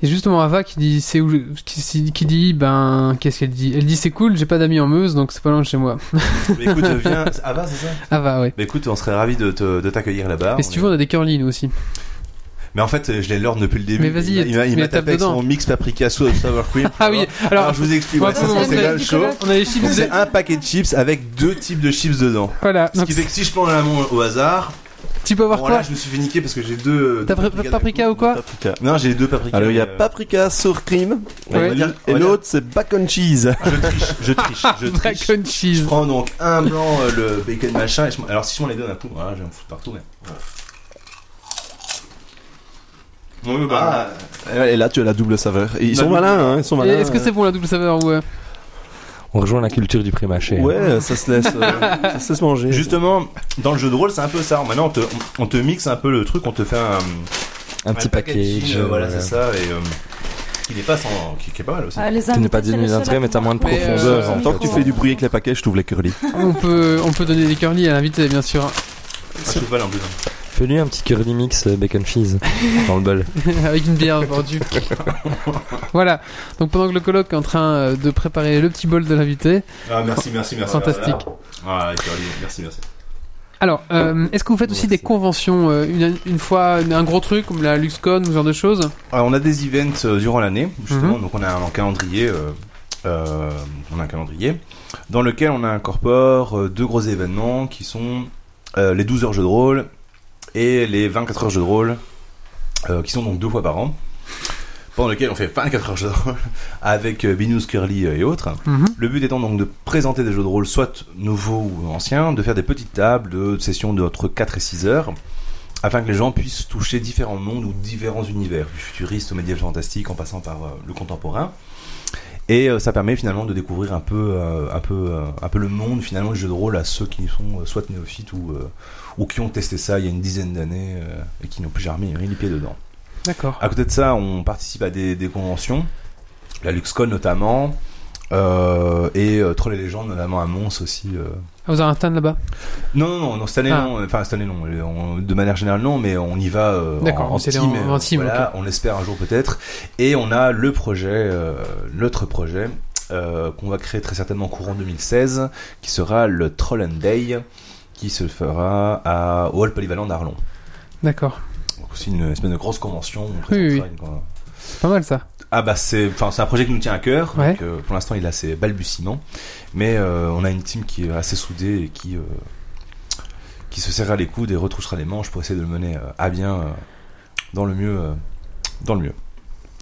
Speaker 1: Et justement, Ava qui dit c'est où, je- qui, qui dit ben qu'est-ce qu'elle dit Elle dit c'est cool, j'ai pas d'amis en Meuse, donc c'est pas loin de chez moi.
Speaker 2: Mais écoute, viens. Ah bah, c'est ça
Speaker 1: Ava, ouais.
Speaker 2: Bah écoute, on serait ravis de, te- de t'accueillir là-bas.
Speaker 1: Mais si
Speaker 2: Ah, On
Speaker 1: tu
Speaker 2: est-
Speaker 1: veux, on a des curly nous aussi.
Speaker 2: Mais en fait, euh, je l'ai l'ordre depuis le début.
Speaker 1: Mais vas-y,
Speaker 2: il m'a- il m'a- il
Speaker 1: mais
Speaker 2: m'a
Speaker 1: tape
Speaker 2: tapé avec
Speaker 1: dedans.
Speaker 2: son mix paprika sau- sour cream.
Speaker 1: Ah oui.
Speaker 2: Alors,
Speaker 1: Alors,
Speaker 2: je vous explique.
Speaker 1: on va
Speaker 2: Ouais, ça,
Speaker 1: prendre
Speaker 2: c'est
Speaker 1: le
Speaker 2: quand même
Speaker 6: du
Speaker 2: chaud.
Speaker 6: colloque.
Speaker 1: on a les chips.
Speaker 2: Donc,
Speaker 1: de-
Speaker 2: C'est un paquet de chips avec deux types de chips dedans.
Speaker 1: Voilà.
Speaker 2: Ce
Speaker 1: Donc,
Speaker 2: qui fait que si je prends la main au hasard,
Speaker 1: tu peux avoir
Speaker 2: bon, là,
Speaker 1: quoi
Speaker 2: je me suis fait niquer parce que j'ai deux. euh,
Speaker 1: T'as
Speaker 2: deux
Speaker 1: pris-
Speaker 2: paprikas
Speaker 1: paprika
Speaker 2: d'un
Speaker 1: ou quoi
Speaker 5: Paprika.
Speaker 2: coup. Non, j'ai deux paprikas.
Speaker 5: Alors il y a
Speaker 2: euh,
Speaker 5: paprika sour cream
Speaker 2: on va
Speaker 1: Ouais.
Speaker 2: dire- on
Speaker 5: et
Speaker 2: va dire-
Speaker 5: l'autre c'est bacon cheese.
Speaker 2: Je triche, je triche, je triche.
Speaker 1: Mac and cheese.
Speaker 2: Je prends donc un blanc, euh, le bacon machin. Et je- Alors si je m'en les donne à coup, voilà, je vais me foutre partout. Mais... Oui, bah,
Speaker 5: Ah, et là tu as la double saveur. Et ils
Speaker 2: La
Speaker 5: sont
Speaker 2: double-
Speaker 5: malins, hein, ils sont
Speaker 1: Et
Speaker 5: malins.
Speaker 1: Est-ce que c'est bon la double saveur ou euh,
Speaker 4: On rejoint la culture du prémâché.
Speaker 5: Ouais, ça se laisse, euh, ça se laisse manger.
Speaker 2: Justement, dans le jeu de rôle, c'est un peu ça. Maintenant, on te, on te mixe un peu le truc, on te fait un,
Speaker 4: Un petit
Speaker 2: paquet.
Speaker 4: package.
Speaker 2: voilà,
Speaker 4: euh,
Speaker 2: c'est ça. Et euh, qui n'est pas sans, qui, qui est pas mal aussi.
Speaker 6: Ah, les
Speaker 4: n'es pas
Speaker 6: invités, c'est
Speaker 4: devenu
Speaker 6: les seuls
Speaker 4: d'intérêt,
Speaker 6: à
Speaker 4: mais t'as moins de
Speaker 1: Mais, euh,
Speaker 4: profondeur.
Speaker 5: Tant que tu fais du bruit avec les paquets, je t'ouvre les curly.
Speaker 1: On peut, on peut donner des curly à l'invité, bien sûr,
Speaker 2: Ah, je trouve pas en plus.
Speaker 4: Fais-lui un petit curly mix euh, bacon cheese dans le bol.
Speaker 1: avec une bière vendue. voilà. Donc pendant que le colloque est en train euh, de préparer le petit bol de l'invité.
Speaker 2: Ah, merci, merci, merci.
Speaker 1: Fantastique.
Speaker 2: Ah, voilà. Ah, Curly, merci, merci.
Speaker 1: Alors, euh, est-ce que vous faites aussi des conventions euh, une, une fois une- un gros truc comme la LuxCon ou ce genre de choses
Speaker 2: Alors, on a des events euh, durant l'année, justement.
Speaker 1: Mhm.
Speaker 2: Donc, on a un calendrier. euh, euh, on a un calendrier dans lequel on incorpore euh, deux gros événements qui sont euh, les 12 heures jeux de rôle et les 24 heures jeux de rôle, euh, qui sont donc deux fois par an. Pendant lequel on fait 24 heures jeux de rôle avec euh, Binous, Curly euh, et autres.
Speaker 1: Mhm.
Speaker 2: Le but étant donc de présenter des jeux de rôle, soit nouveaux ou anciens, de faire des petites tables de sessions de entre 4 et 6 heures, afin que les gens puissent toucher différents mondes ou différents univers, du futuriste au médiéval fantastique en passant par euh, le contemporain. Et euh, ça permet finalement de découvrir un peu, euh, un, peu, euh, un peu le monde finalement du jeu de rôle à ceux qui sont euh, soit néophytes ou, euh, ou qui ont testé ça il y a une dizaine d'années euh, et qui n'ont plus jamais mis les pieds dedans.
Speaker 1: D'accord.
Speaker 2: À côté de ça, on participe à des, des conventions, la LuxCon notamment, euh, et euh, Troll et Légende notamment à Mons aussi. euh.
Speaker 1: Ah, vous avez un stand là-bas
Speaker 2: Non, non, non, non, cette année
Speaker 1: Ah.
Speaker 2: non, enfin cette année non, On- de manière générale non, mais on y va euh,
Speaker 1: D'accord,
Speaker 2: en, en
Speaker 1: c'est
Speaker 2: team,
Speaker 1: en- en
Speaker 2: euh,
Speaker 1: team,
Speaker 2: voilà, on l'espère un jour peut-être, et on a le projet, euh, l'autre projet. euh, qu'on va créer très certainement courant 2016, qui sera le Troll and Day, qui se fera à, au Hall Polyvalent d'Arlon.
Speaker 1: D'accord.
Speaker 2: Donc aussi une espèce de grosse convention. où on
Speaker 1: Oui, oui,
Speaker 2: présentera une-
Speaker 1: C'est pas mal ça.
Speaker 2: ah bah c'est enfin c'est un projet qui nous tient à cœur.
Speaker 1: Ouais.
Speaker 2: Donc, euh, pour l'instant il a ses balbutiements, mais euh, on a une team qui est assez soudée et qui euh, qui se serra les coudes et retroussera les manches pour essayer de le mener euh, à bien euh, dans le mieux euh, dans le mieux.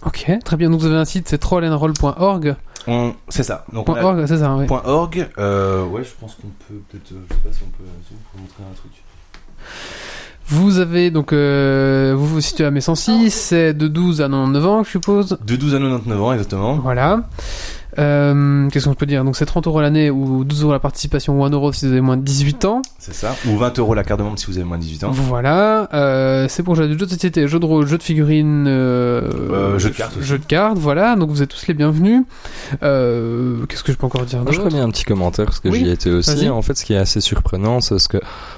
Speaker 1: Ok, très bien. Donc vous avez un site, c'est trollandroll.org.
Speaker 2: On c'est ça. Donc on a-
Speaker 1: .org, c'est ça, oui.
Speaker 2: point .org euh, ouais je pense qu'on peut peut-être euh, je sais pas si on peut si on peut montrer un truc.
Speaker 1: Vous avez donc, euh, vous vous situez à Messancy, c'est de 12 à 99 ans, je suppose.
Speaker 2: De 12 à 99 ans exactement.
Speaker 1: Voilà. Euh, Qu'est-ce qu'on peut dire Donc c'est 30 euros l'année ou 12 euros la participation ou 1 euro si vous avez moins de 18 ans.
Speaker 2: C'est ça. Ou 20 euros la carte de membre si vous avez moins de 18 ans.
Speaker 1: Voilà. Euh, c'est pour jouer à des jeux de société, jeux de rôle, jeux de figurines, euh,
Speaker 2: Euh, jeux de cartes aussi.
Speaker 1: jeux de cartes, Voilà. Donc vous êtes tous les bienvenus. Euh, Qu'est-ce que je peux encore dire
Speaker 4: Moi, je
Speaker 1: d'autre
Speaker 4: remets un petit commentaire parce que
Speaker 1: Oui,
Speaker 4: j'y étais
Speaker 1: vas-y.
Speaker 4: aussi. En fait, ce qui est assez surprenant, c'est ce que,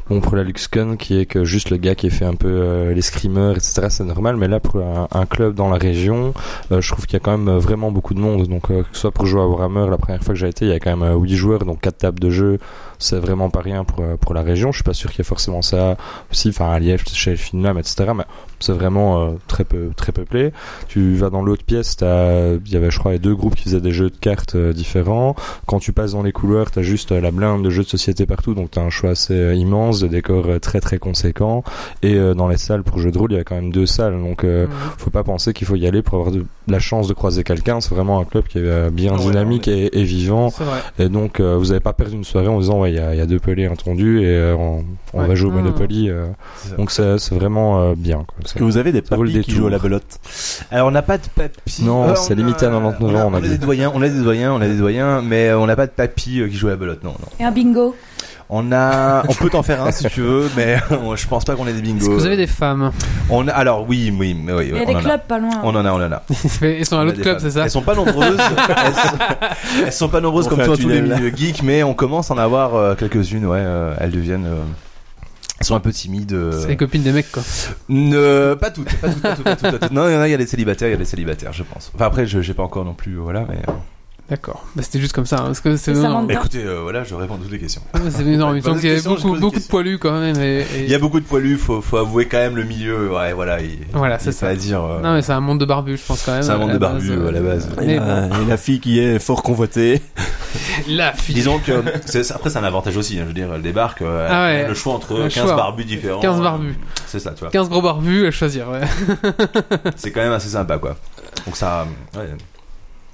Speaker 4: bon, pour la LuxCon, qui est que juste le gars qui fait un peu euh, les screamers, etc., c'est normal, mais là, pour un, un club dans la région, euh, je trouve qu'il y a quand même euh, vraiment beaucoup de monde. Donc, euh, que ce soit pour jouer à Warhammer, la première fois que j'ai été, il y a quand même 8 joueurs, donc 4 tables de jeu, c'est vraiment pas rien pour, euh, pour la région. Je suis pas sûr qu'il y ait forcément ça aussi, enfin, à Liège, chez Finlam, etc., mais c'est vraiment euh, très peu, très peuplé. Tu vas dans l'autre pièce, t'as- il y avait, je crois, deux groupes qui faisaient des jeux de cartes euh, différents quand tu passes dans les couloirs, t'as juste euh, la blinde de jeux de société partout, donc t'as un choix assez euh, immense, de décors euh, très très conséquents. Et euh, dans les salles pour jeux de rôle, il y a quand même deux salles, donc euh,
Speaker 2: Mm.
Speaker 4: faut pas penser qu'il faut y aller pour avoir de, la chance de croiser quelqu'un. C'est vraiment un club qui est euh, bien
Speaker 2: Ah Ouais,
Speaker 4: dynamique
Speaker 2: non,
Speaker 4: et, et vivant.
Speaker 1: C'est vrai.
Speaker 4: Et donc euh, vous avez pas perdu une soirée en disant ouais, il y a, il y a deux pelés entendus et euh, on, on
Speaker 1: Ouais.
Speaker 4: va jouer au
Speaker 1: Ah.
Speaker 4: Monopoly. euh.
Speaker 2: C'est ça.
Speaker 4: donc c'est c'est vraiment euh, bien. quoi. C'est-
Speaker 5: Que vous avez des
Speaker 4: Ça vaut le
Speaker 5: papis qui
Speaker 4: détour.
Speaker 5: jouent à la belote.
Speaker 2: Alors on n'a pas de papy.
Speaker 4: Non,
Speaker 2: Euh,
Speaker 4: c'est
Speaker 2: on
Speaker 4: limité à
Speaker 2: a-
Speaker 4: 99 ans,
Speaker 2: a-
Speaker 4: on a
Speaker 2: a
Speaker 4: dit.
Speaker 2: des doyens, on a des doyens, on a des doyens, mais euh, on n'a pas de papy euh, qui joue à la belote. Non, non.
Speaker 6: Et un bingo.
Speaker 2: On a, on peut t'en faire un si tu veux, mais je pense pas qu'on ait des bingos.
Speaker 1: Est-ce que vous avez des femmes
Speaker 2: On a- alors oui, oui, mais oui,
Speaker 6: Il y
Speaker 2: on
Speaker 6: a des
Speaker 2: en
Speaker 6: clubs hein. pas
Speaker 2: a.
Speaker 6: loin.
Speaker 2: On en a, on en a.
Speaker 1: Elles sont
Speaker 2: On
Speaker 1: à
Speaker 2: a
Speaker 1: l'autre
Speaker 2: des
Speaker 1: club,
Speaker 2: femmes.
Speaker 1: c'est ça
Speaker 2: Elles sont pas nombreuses. elles, sont, elles sont pas nombreuses
Speaker 5: On
Speaker 2: comme
Speaker 5: fait un
Speaker 2: toi tous les
Speaker 5: tunnel.
Speaker 2: milieux geeks, mais on commence à en avoir euh, quelques-unes. Ouais, euh, elles deviennent. euh, Elles sont un peu timides. euh,
Speaker 1: C'est les copines des mecs, quoi.
Speaker 2: Ne, pas toutes, pas toutes, pas toutes, pas toutes, pas toutes. Non, il y en a, il y a des célibataires, il y a des célibataires, je pense. Enfin, après, je j'ai pas encore non plus, euh, voilà, mais. euh,
Speaker 1: D'accord. Bah, c'était juste comme ça. hein, parce que c'est
Speaker 6: Et ça
Speaker 1: non,
Speaker 6: rentre-
Speaker 2: Écoutez, euh, voilà, je réponds à toutes les questions.
Speaker 1: non, c'est énorme. Il me
Speaker 2: Bonne
Speaker 1: semble qu'il y avait
Speaker 2: question, Bah, je
Speaker 1: beaucoup,
Speaker 2: pose
Speaker 1: beaucoup de
Speaker 2: question.
Speaker 1: poilus quand même. Et, et-
Speaker 2: Il y a beaucoup de poilus, faut, faut avouer quand même le milieu, ouais, voilà. il-
Speaker 1: Voilà,
Speaker 2: il
Speaker 1: c'est
Speaker 2: est
Speaker 1: ça.
Speaker 2: pas à dire. euh,
Speaker 1: Non, mais c'est un monde de barbus, je pense quand même.
Speaker 2: C'est
Speaker 1: à
Speaker 2: un monde
Speaker 1: la
Speaker 2: de
Speaker 1: base.
Speaker 2: barbus, euh, à la base.
Speaker 5: Et,
Speaker 1: Mais Ah
Speaker 5: la, et la fille qui est fort convoitée.
Speaker 1: La fille.
Speaker 2: Disons que c'est- c'est- après c'est un avantage aussi, hein, je veux dire, elle débarque, euh,
Speaker 1: Ah
Speaker 2: elle a
Speaker 1: ouais.
Speaker 2: le choix entre
Speaker 1: Le
Speaker 2: 15
Speaker 1: choix.
Speaker 2: barbus différents.
Speaker 1: 15
Speaker 2: euh,
Speaker 1: barbus.
Speaker 2: C'est ça, tu vois.
Speaker 1: 15 gros barbus à choisir, ouais.
Speaker 2: C'est quand même assez sympa, quoi. Donc ça, ouais,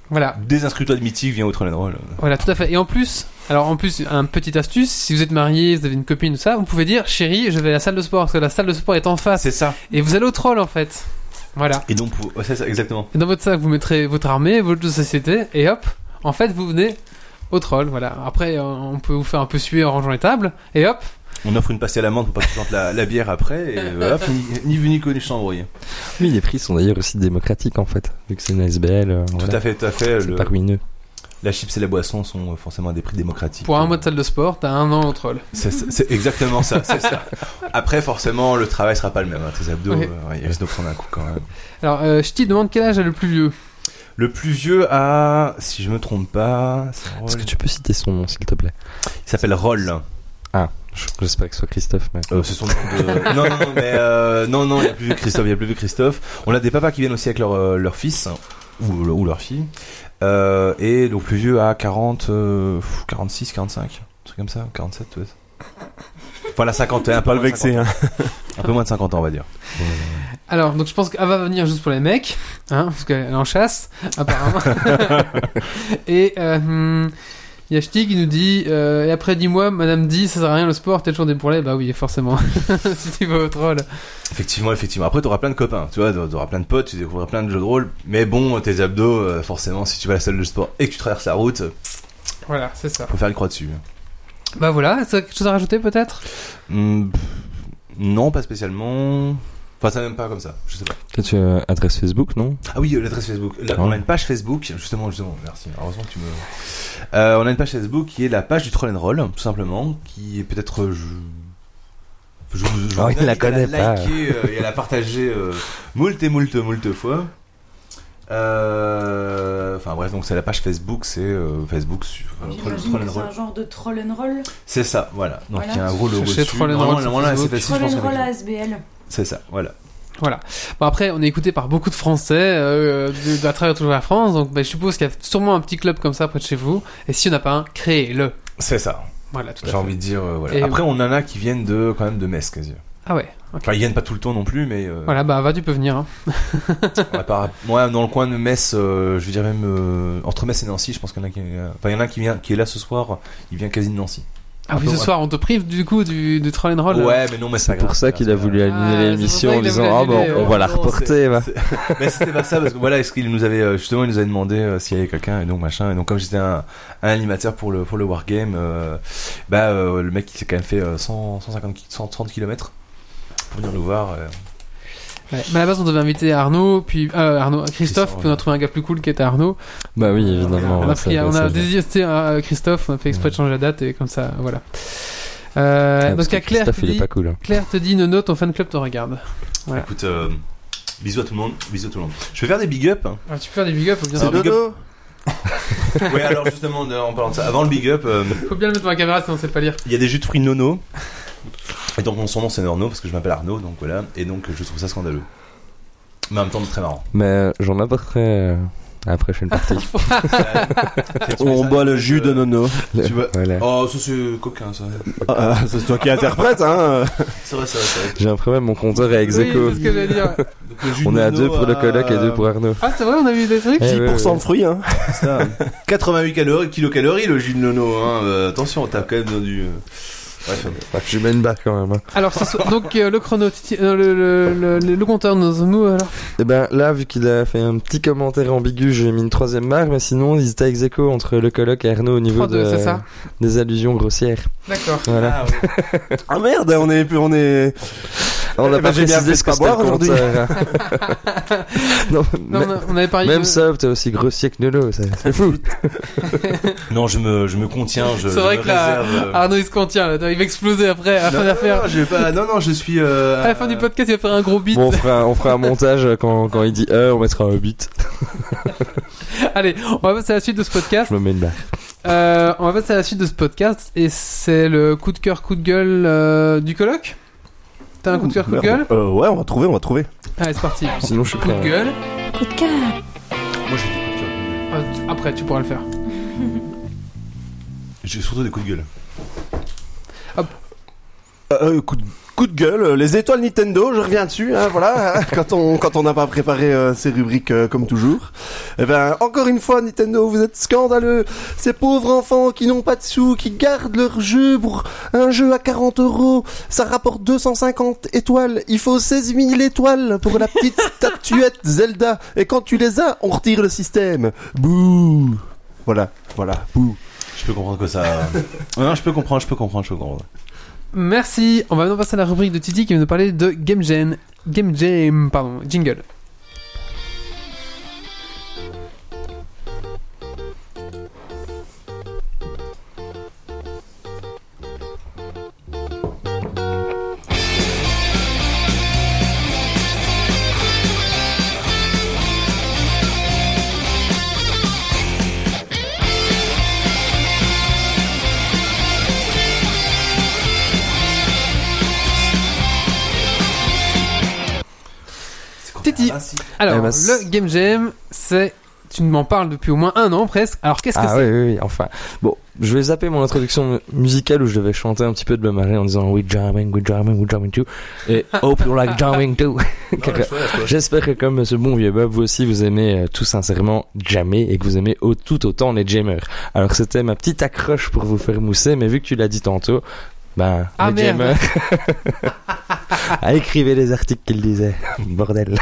Speaker 1: Voilà.
Speaker 2: désinscris-toi de mythique, viens au Troll and Roll.
Speaker 1: Voilà, tout à fait. Et en plus, alors en plus, un petit astuce, si vous êtes marié, vous avez une copine, tout ça, vous pouvez dire, chérie, je vais à la salle de sport, parce que la salle de sport est en face.
Speaker 2: C'est ça.
Speaker 1: Et vous allez au troll, en fait. Voilà.
Speaker 2: Et donc, pour- ouais, c'est ça, exactement.
Speaker 1: Et dans votre sac, vous mettrez votre armée, votre jeu de société, et hop, en fait, vous venez au troll, voilà. Après, euh, on peut vous faire un peu suer en rangeant les tables, et hop,
Speaker 2: On offre une pastille à l'amande pour pas que tu plantes la, la bière après, et voilà, ni, ni vu ni connu, chambrouille.
Speaker 4: Oui, les prix sont d'ailleurs aussi démocratiques en fait, vu que c'est une SBL. euh,
Speaker 2: Tout
Speaker 4: voilà.
Speaker 2: à fait, tout à fait.
Speaker 4: C'est
Speaker 2: le-
Speaker 4: pas ruineux.
Speaker 2: la chips et la boisson sont euh, forcément à des prix démocratiques.
Speaker 1: pour un mois de salle de sport, t'as un an au troll.
Speaker 2: C'est- C'est c'est exactement ça, c'est ça. Après, forcément, le travail sera pas le même. hein. Tes abdos,
Speaker 1: Ok.
Speaker 2: euh, ils risquent de prendre un coup quand même.
Speaker 1: Alors, euh, je te demande quel âge a le plus vieux
Speaker 2: Le plus vieux a, si je me trompe pas, c'est Roll.
Speaker 4: Est-ce que tu peux citer son nom s'il te plaît
Speaker 2: il s'appelle Roll.
Speaker 4: Je- J'espère que ce soit Christophe. Mais...
Speaker 2: Euh, c'est son nom de... non, non, non, mais euh, non, non, il y a plus vu Christophe, il y a plus vu Christophe. On a des papas qui viennent aussi avec leur, euh, leur fils ou, le- ou leur fille. Euh, et donc plus vieux à 40, euh, pff, 46, 45, un truc comme ça, 47 peut-être. Enfin la cinquantaine, un peu
Speaker 5: Pas le
Speaker 2: moins de
Speaker 5: vexer, hein.
Speaker 2: cinquante- un peu moins de 50 ans on va dire.
Speaker 1: Alors, donc je pense qu'Ava va venir juste pour les mecs, hein, parce qu'elle en chasse, apparemment. et euh, hmm, il y a Ch'ti qui nous dit euh, Et après 10 mois, madame dit, ça sert à rien le sport, t'es toujours des bourrelets Bah oui, forcément, si tu vas au troll.
Speaker 2: Effectivement, effectivement. Après, t'auras plein de copains, tu vois, t'auras plein de potes, tu découvriras plein de jeux de rôle. Mais bon, tes abdos, euh, forcément, si tu vas à la salle de sport et que tu traverses la route,
Speaker 1: Voilà, c'est ça.
Speaker 2: faut faire une croix dessus.
Speaker 1: Bah voilà, t'as quelque chose à rajouter peut-être
Speaker 2: Hmm, pff, non, pas spécialement. Enfin, ça même pas comme ça, je sais pas.
Speaker 4: Toi, tu as euh, adresse Facebook, non
Speaker 2: Ah oui, euh, l'adresse Facebook. Là,
Speaker 4: Ouais.
Speaker 2: On a une page Facebook, justement, justement, merci. Heureusement que tu me. Euh, on a une page Facebook qui est la page du Troll and Roll, tout simplement, qui est peut-être. euh, Je... Je, je- je-
Speaker 4: Oh, il la
Speaker 2: qu'à
Speaker 4: connaît pas.
Speaker 2: liker, euh, et à la partager euh, moult et moult, moult fois. Euh, Enfin bref, donc c'est la page Facebook, c'est euh, Facebook sur euh, Troll,
Speaker 6: J'imagine
Speaker 2: Troll
Speaker 6: que
Speaker 2: and
Speaker 6: c'est
Speaker 2: Roll.
Speaker 6: un genre de troll and roll.
Speaker 2: C'est ça, voilà. Donc il y a
Speaker 6: Voilà.
Speaker 2: un gros logo
Speaker 1: Cherchez
Speaker 2: dessus.
Speaker 1: Troll and Roll sur
Speaker 2: Normalement, là, c'est
Speaker 1: Facebook.
Speaker 2: facile,
Speaker 6: Troll
Speaker 2: je pense
Speaker 6: and
Speaker 2: qu'on
Speaker 6: roll à
Speaker 2: est-
Speaker 6: SBL.
Speaker 2: C'est ça, voilà.
Speaker 1: Voilà. Bon après, on est écouté par beaucoup de Français euh, de, de- à travers toute la France, donc bah, je suppose qu'il y a sûrement un petit club comme ça près de chez vous. Et si on n'a pas un, créez-le.
Speaker 2: C'est ça.
Speaker 1: Voilà, tout à
Speaker 2: J'ai
Speaker 1: fait.
Speaker 2: envie de dire, euh,
Speaker 1: Et-
Speaker 2: voilà. Après, on en a qui viennent de quand même de Metz, quasi.
Speaker 1: Ah ouais, ok.
Speaker 2: Enfin, ils viennent pas tout le temps non plus, mais euh,
Speaker 1: Voilà, bah Ava, tu peux venir. hein.
Speaker 2: Ouais, par- moi, dans le coin de Metz, euh, je veux dire même euh, entre Metz et Nancy, je pense qu'il y en a qui, euh, enfin, il y en a un qui vient, qui est là ce soir. Il vient quasi de Nancy.
Speaker 1: Ah oui,
Speaker 2: peu,
Speaker 1: ce
Speaker 2: ouais.
Speaker 1: soir, on te prive du coup du, du troll and roll.
Speaker 2: ouais, mais non, mais c'est
Speaker 4: C'est
Speaker 2: pas grave,
Speaker 4: pour ça
Speaker 2: c'est
Speaker 4: qu'il
Speaker 2: pas
Speaker 4: a voulu
Speaker 1: grave. Ah,
Speaker 4: annuler
Speaker 1: c'est pour
Speaker 4: l'émission
Speaker 1: ça
Speaker 4: en
Speaker 1: qu'il a
Speaker 4: disant
Speaker 1: voulu
Speaker 4: ah bon,
Speaker 1: annuler,
Speaker 4: on va la
Speaker 2: ouais. Non,
Speaker 4: reporter. va.
Speaker 2: grave. Mais c'était pas ça parce que voilà, est-ce qu'il nous avait euh, justement, il nous avait demandé euh, s'il y avait quelqu'un et donc machin. Et donc comme j'étais un, un animateur pour le pour le wargame, euh, bah euh, le mec il s'est quand même fait euh, 100, 150, ki- 130 km pour venir nous voir. euh.
Speaker 1: Ouais. Mais à la base, on devait inviter Arnaud, puis euh, Arnaud, Christophe,
Speaker 2: Christophe,
Speaker 1: puis on a
Speaker 2: ouais.
Speaker 1: trouvé un gars plus cool qui était Arnaud.
Speaker 4: Bah oui, évidemment.
Speaker 1: on
Speaker 4: ouais,
Speaker 1: a,
Speaker 4: ça
Speaker 1: pris,
Speaker 4: va,
Speaker 1: on
Speaker 4: ça
Speaker 1: a
Speaker 4: va.
Speaker 1: désisté à Christophe, on a fait exprès de changer la date et comme ça, voilà. Euh,
Speaker 4: Ah,
Speaker 1: donc,
Speaker 4: parce
Speaker 1: il y a
Speaker 4: que
Speaker 1: Claire
Speaker 4: Christophe,
Speaker 1: qui
Speaker 4: il est
Speaker 1: dit,
Speaker 4: pas cool. hein.
Speaker 1: Claire te dit, Nono, ton fan club te regarde. Ouais.
Speaker 2: Écoute, euh, bisous à tout le monde, bisous à tout le monde. Je vais faire des big up. hein.
Speaker 1: Alors, Ah, tu peux faire des big up, faut bien,
Speaker 2: C'est
Speaker 1: faut
Speaker 2: big up. ouais, alors justement, en parlant de ça, avant le big up. euh,
Speaker 1: bien le mettre dans la caméra sinon on sait pas lire.
Speaker 2: Il y a des jus de fruits nono. Et donc mon surnom c'est Norno parce que je m'appelle Arnaud, donc voilà. Et donc je trouve ça scandaleux. Mais en même temps très marrant.
Speaker 4: Mais euh, j'en apporterai euh, à la prochaine partie.
Speaker 5: On boit le jus de nono.
Speaker 2: Tu vois-
Speaker 4: Voilà.
Speaker 2: Oh ça c'est coquin ça.
Speaker 5: Ah, ah, c'est toi qui interprète, hein.
Speaker 2: C'est vrai, c'est vrai, c'est vrai.
Speaker 4: J'ai un problème, mon compteur est ex
Speaker 1: Oui,
Speaker 4: aequo.
Speaker 1: c'est ce que j'allais dire.
Speaker 2: Donc, le jus de
Speaker 4: On est à
Speaker 2: nono
Speaker 4: deux pour le coloc et deux pour Arnaud.
Speaker 1: Ah, c'est vrai, on a vu des trucs
Speaker 4: Eh,
Speaker 5: 10% de fruits, hein.
Speaker 2: Putain, 88 euh, calories, kilocalories le jus de nono. Hein. Euh, attention, on tape quand même dans du. euh, Bref,
Speaker 4: Enfin, Je mets une barre quand même. hein.
Speaker 1: Alors, ce soir- donc, euh, le chrono, Titi- euh, le, le, le, le- le compteur, nous, nous, alors.
Speaker 4: Et ben là, vu qu'il a fait un petit commentaire ambigu, j'ai mis une troisième barre, mais sinon, ils étaient ex aequo entre le coloc et Arnaud au niveau
Speaker 1: 3-2,
Speaker 4: de,
Speaker 1: c'est ça
Speaker 4: des allusions grossières.
Speaker 2: Ah,
Speaker 1: D'accord.
Speaker 4: Voilà.
Speaker 5: Ah merde, on est, on est,
Speaker 4: On
Speaker 5: Eh
Speaker 4: n'a
Speaker 5: ben,
Speaker 4: pas
Speaker 5: j'ai bien fait
Speaker 4: précisé
Speaker 5: de
Speaker 4: ce
Speaker 5: pas
Speaker 4: que c'était le
Speaker 5: boire aujourd'hui.
Speaker 4: concert. non,
Speaker 1: Non,
Speaker 4: mais-
Speaker 1: on a- on avait parlé
Speaker 4: même
Speaker 1: que-
Speaker 4: ça, t'es aussi grossier que Nolo, c'est c'est fou.
Speaker 2: Non, je me, je me contiens, je,
Speaker 1: C'est
Speaker 2: je
Speaker 1: vrai
Speaker 2: me
Speaker 1: que là,
Speaker 2: réserve, euh,
Speaker 1: Arnaud il se contient, là, Attends, il va exploser après, à la fin de l'affaire.
Speaker 2: je vais pas. Non, non, je suis. euh,
Speaker 1: À la fin du podcast, il va faire un gros beat.
Speaker 4: Bon, on fera, on fera un montage euh, quand, quand il dit euh, on mettra un beat.
Speaker 1: Allez, on va passer à la suite de ce podcast.
Speaker 4: Je me mets une barre.
Speaker 1: Euh, on va passer à la suite de ce podcast et c'est le coup de cœur, coup de gueule euh, du coloc. T'as un coup de cœur, coup de gueule
Speaker 5: Euh, Ouais, on va trouver, on va trouver.
Speaker 1: Allez, c'est parti.
Speaker 4: Sinon, je suis
Speaker 3: Coup de
Speaker 4: prêt. hein.
Speaker 3: gueule.
Speaker 6: Coup de cœur.
Speaker 2: Moi, j'ai des coups de gueule.
Speaker 1: Euh, tu- Après, tu pourras le faire.
Speaker 2: J'ai surtout des coups de gueule.
Speaker 5: Euh, euh, coup, de, coup de gueule, euh, les étoiles Nintendo, je reviens dessus, hein, voilà, hein, quand on quand on n'a pas préparé euh, ces rubriques euh, comme toujours. Eh ben, encore une fois, Nintendo, vous êtes scandaleux. Ces pauvres enfants qui n'ont pas de sous, qui gardent leur jeu pour un jeu à 40 euros, ça rapporte 250 étoiles. Il faut 16 000 étoiles pour la petite statuette Zelda. Et quand tu les as, on retire le système. Bouh. Voilà, voilà, bouh.
Speaker 2: Je peux comprendre que ça. euh, non, je peux comprendre, je peux comprendre, je peux comprendre.
Speaker 1: Merci. On va maintenant passer à la rubrique de Titi qui va nous parler de Game Jam. Game Jam, pardon, jingle. Titi. Alors,
Speaker 4: Eh ben, c'est-
Speaker 1: le Game Jam, c'est. Tu m'en parles depuis au moins un an presque. Alors, qu'est-ce que
Speaker 4: Ah
Speaker 1: c'est
Speaker 4: oui, oui, oui, enfin. Bon, je vais zapper mon introduction mu- musicale où je devais chanter un petit peu de me marrer en disant We jamming, we jamming, we jamming too. Et Hope you like jamming too. Quelque- J'espère que comme ce bon vieux Bob, vous aussi vous aimez euh, tout sincèrement jammer et que vous aimez au- tout autant les jammers. Alors c'était ma petite accroche pour vous faire mousser, mais vu que tu l'as dit tantôt, ben,
Speaker 1: Ah,
Speaker 4: les
Speaker 1: merde.
Speaker 4: jammers... Ah, écrivez les articles qu'il disait. Bordel.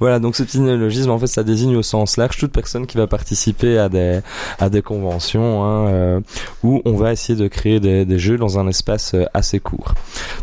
Speaker 4: voilà, donc ce petit néologisme, en fait, ça désigne au sens large toute personne qui va participer à des, à des conventions hein, euh, où on va essayer de créer des, des jeux dans un espace euh, assez court.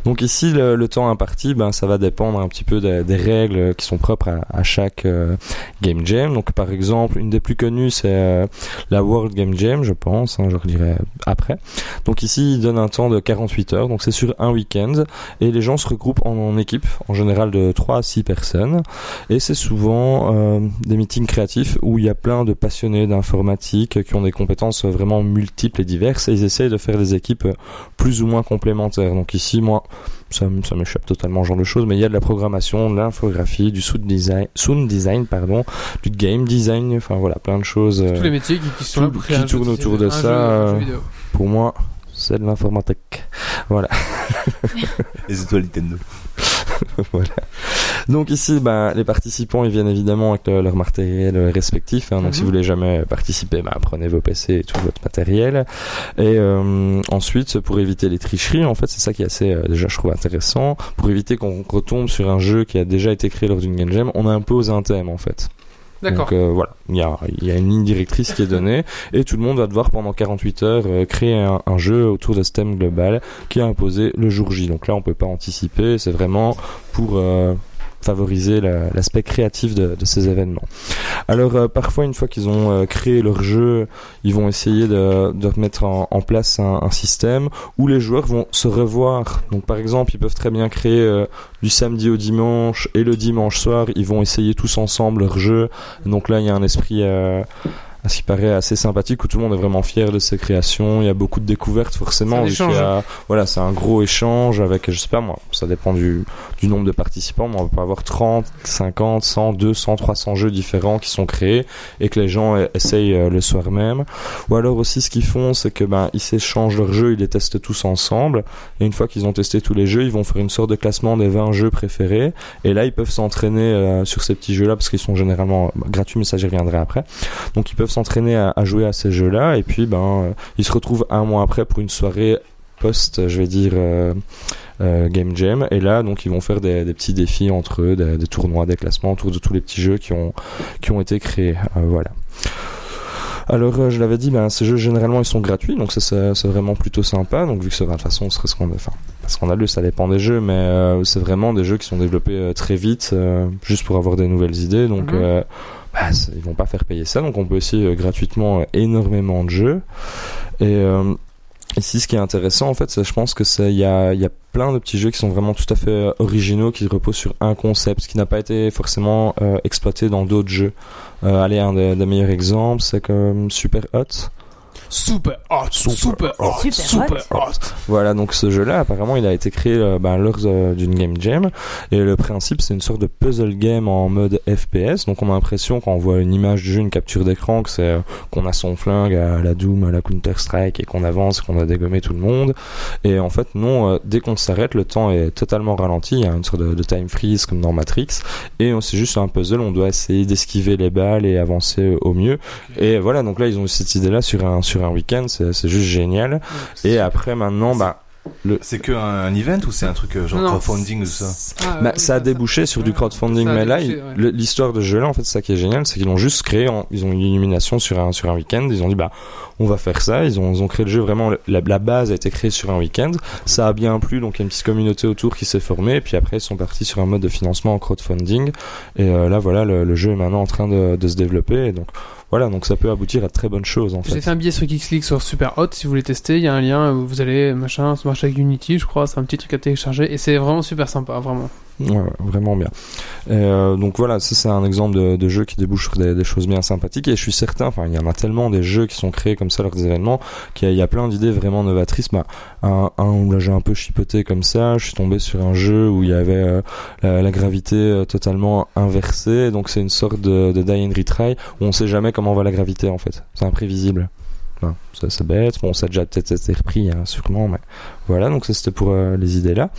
Speaker 4: Donc ici, le, le temps imparti, ben, ça va dépendre un petit peu des, des règles qui sont propres à, à chaque euh, game jam. Donc par exemple, une des plus connues, c'est euh, la World Game Jam, je pense, hein, je relirai après. Donc ici, il donne un temps de 48 heures, donc c'est sur un week-end, et les gens se regroupent en, en équipe, en général de 3 à 6 personnes, et c'est souvent euh, des meetings créatifs où il y a plein de passionnés d'informatique euh, qui ont des compétences euh, vraiment multiples et diverses, et ils essayent de faire des équipes euh, plus ou moins complémentaires. Donc ici, moi, ça, m- ça m'échappe totalement ce genre de choses, mais il y a de la programmation, de l'infographie, du sound design, sound design pardon, du game design, enfin voilà, plein de choses. euh,
Speaker 1: Tous les métiers qui, qui sont là
Speaker 4: tout-
Speaker 1: pour
Speaker 4: qui
Speaker 1: créer un jeu
Speaker 4: tournent
Speaker 1: de
Speaker 4: autour
Speaker 1: société,
Speaker 4: de
Speaker 1: un
Speaker 4: ça,
Speaker 1: jeu- un jeu
Speaker 4: euh,
Speaker 1: vidéo.
Speaker 4: Pour moi, c'est de l'informatique.
Speaker 2: Les étoiles Nintendo.
Speaker 4: voilà. Donc ici, ben, les participants, ils viennent évidemment avec le- leur matériel euh, respectif. hein. donc
Speaker 1: Mhm.
Speaker 4: si vous voulez jamais participer, ben, prenez vos PC et tout votre matériel. Et euh, ensuite, pour éviter les tricheries, en fait, c'est ça qui est assez, euh, déjà, je trouve intéressant. Pour éviter qu'on retombe sur un jeu qui a déjà été créé lors d'une game jam, on impose un thème, en fait.
Speaker 1: D'accord.
Speaker 4: Donc euh, voilà, il y a, il y a une ligne directrice qui est donnée et tout le monde va devoir pendant 48 heures euh, créer un, un jeu autour de ce thème global qui est imposé le jour J. Donc là, on peut pas anticiper, c'est vraiment pour euh, favoriser la- l'aspect créatif de, de ces événements. Alors euh, parfois, une fois qu'ils ont euh, créé leur jeu, ils vont essayer de, de mettre en, en place un, un système où les joueurs vont se revoir. Donc par exemple, ils peuvent très bien créer euh, du samedi au dimanche et le dimanche soir, ils vont essayer tous ensemble leur jeu. Donc là, il y a un esprit, euh, à ce qui paraît, assez sympathique où tout le monde est vraiment fier de ses créations. Il y a beaucoup de découvertes,
Speaker 1: C'est un hein.
Speaker 4: forcément. vu qu'il y a- voilà, c'est un gros échange avec, je sais pas moi, ça dépend du, du nombre de participants, mais on peut avoir 30, 50, 100, 200, 300 jeux différents qui sont créés et que les gens e- essayent euh, le soir même. Ou alors aussi, ce qu'ils font, c'est que ben, ils s'échangent leurs jeux, ils les testent tous ensemble. Et une fois qu'ils ont testé tous les jeux, ils vont faire une sorte de classement des 20 jeux préférés. Et là, ils peuvent s'entraîner euh, sur ces petits jeux-là parce qu'ils sont généralement euh, gratuits, mais ça, j'y reviendrai après. Donc, ils peuvent s'entraîner à, à jouer à ces jeux-là. Et puis, ben, euh, ils se retrouvent un mois après pour une soirée post, euh, je vais dire. euh, euh, game jam et là donc ils vont faire des, des petits défis entre eux des, des tournois des classements autour de tous les petits jeux qui ont qui ont été créés Euh, voilà alors euh, je l'avais dit ben ces jeux généralement ils sont gratuits donc ça c'est c'est vraiment plutôt sympa donc vu que ça va de toute façon on serait ce qu'on enfin scandaleux, ça dépend des jeux, mais euh, c'est vraiment des jeux qui sont développés euh, très vite, euh, juste pour avoir des nouvelles idées. Donc,
Speaker 1: Mhm.
Speaker 4: euh, bah, c'est- ils vont pas faire payer ça. Donc, on peut aussi euh, gratuitement euh, énormément de jeux. Et euh, ici, ce qui est intéressant, en fait, c'est je pense que c'est il y a, il y a plein de petits jeux qui sont vraiment tout à fait euh, originaux, qui reposent sur un concept, ce qui n'a pas été forcément euh, exploité dans d'autres jeux. Euh, allez, un des, des meilleurs exemples, c'est comme Super Hot.
Speaker 1: Super hot, super hot,
Speaker 6: Super
Speaker 1: super
Speaker 4: Oh,
Speaker 6: hot.
Speaker 1: hot.
Speaker 4: Voilà, donc ce jeu-là, apparemment, il a été créé euh, ben, lors euh, d'une game jam. Et le principe, c'est une sorte de puzzle game en mode FPS. Donc on a l'impression, quand on voit une image du jeu, une capture d'écran, que c'est euh, qu'on a son flingue à la Doom, à la Counter-Strike, et qu'on avance, qu'on a dégommé tout le monde. Et en fait, non, euh, dès qu'on s'arrête, le temps est totalement ralenti. Il y a une sorte de, de time freeze comme dans Matrix. Et euh, c'est juste un puzzle, on doit essayer d'esquiver les balles et avancer euh, au mieux. Et voilà, donc là, ils ont eu cette idée-là sur un, sur un week-end. C'est c'est juste génial. Et après, maintenant, bah,
Speaker 2: C'est que un, un event ou c'est un truc euh, genre
Speaker 1: Non,
Speaker 2: crowdfunding ou ça
Speaker 1: Ah,
Speaker 4: Bah,
Speaker 1: oui,
Speaker 4: ça a débouché sur du
Speaker 1: Ouais,
Speaker 4: crowdfunding,
Speaker 1: ça a
Speaker 4: mais là,
Speaker 1: débouché,
Speaker 4: il-
Speaker 1: ouais.
Speaker 4: le- l'histoire de ce jeu-là, en fait, ça qui est génial, c'est qu'ils l'ont juste créé, en- ils ont une illumination sur un, sur un week-end, ils ont dit, bah, on va faire ça, ils ont, ils ont créé le jeu vraiment, le- la, la base a été créée sur un week-end, ça a bien plu, donc il y a une petite communauté autour qui s'est formée, et puis après, ils sont partis sur un mode de financement en crowdfunding, et euh, là, voilà, le, le jeu est maintenant en train de, de se développer, et donc, voilà, donc ça peut aboutir à de très bonnes choses, en
Speaker 1: J'ai
Speaker 4: fait.
Speaker 1: fait un billet sur Geeksleague sur Super Hot. Si vous voulez tester, il y a un lien où vous allez, machin, ça marche avec Unity, je crois. C'est un petit truc à télécharger. Et c'est vraiment super sympa, vraiment.
Speaker 4: Ouais, ouais, vraiment bien. Et, euh, donc voilà, ça c'est un exemple de, de jeu qui débouche sur des, des choses bien sympathiques. Et je suis certain, enfin il y en a tellement des jeux qui sont créés comme ça lors des événements, qu'il y, a- il y a plein d'idées vraiment novatrices. Bah, un, un où là j'ai un peu chipoté comme ça, je suis tombé sur un jeu où il y avait euh, la, la gravité euh, totalement inversée. Donc c'est une sorte de, de die and retry où on sait jamais comment va la gravité en fait. C'est imprévisible. Enfin, ça c'est bête. Bon, ça a déjà peut-être été repris, hein, sûrement. Mais voilà, donc ça c'était pour euh, les idées là.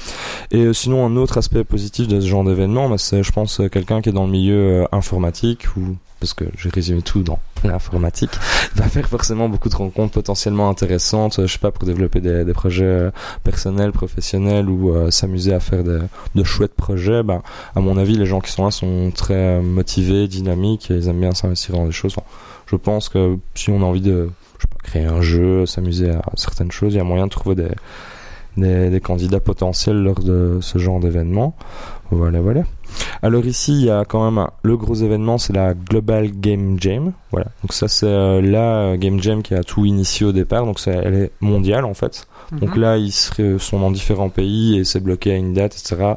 Speaker 4: Et euh, sinon, un autre aspect positif de ce genre d'événement, bah, c'est, je pense, euh, quelqu'un qui est dans le milieu euh, informatique ou parce que j'ai résumé tout dans l'informatique, il va faire forcément beaucoup de rencontres potentiellement intéressantes, euh, je sais pas, pour développer des, des projets euh, personnels, professionnels ou euh, s'amuser à faire de, de chouettes projets. Bah, à mon avis, les gens qui sont là sont très euh, motivés, dynamiques, et ils aiment bien s'investir dans des choses. Enfin, je pense que si on a envie de je sais pas, créer un jeu, s'amuser à certaines choses, il y a moyen de trouver des, des, des candidats potentiels lors de ce genre d'événement. Voilà, voilà. Alors ici, il y a quand même un- le gros événement, c'est la Global Game Jam. Voilà. Donc ça, c'est euh, la euh, Game Jam qui a tout initié au départ. Donc ça, elle est mondiale en fait. Donc
Speaker 1: Mhm.
Speaker 4: là, ils seraient- sont dans différents pays et c'est bloqué à une date, etc.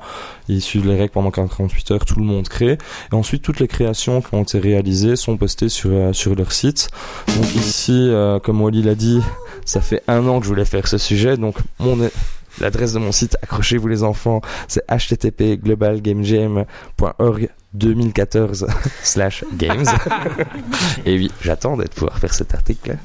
Speaker 4: Ils suivent les règles pendant 48 heures, tout le monde crée. Et ensuite, toutes les créations qui ont été réalisées sont postées sur, euh, sur leur site. Donc ici, euh, comme Wally l'a dit, ça fait un an que je voulais faire ce sujet. Donc mon... L'adresse de mon site, accrochez-vous les enfants, c'est http://globalgamejam.org 2014 slash games. Et Eh oui, j'attends d'être pouvoir faire cet article.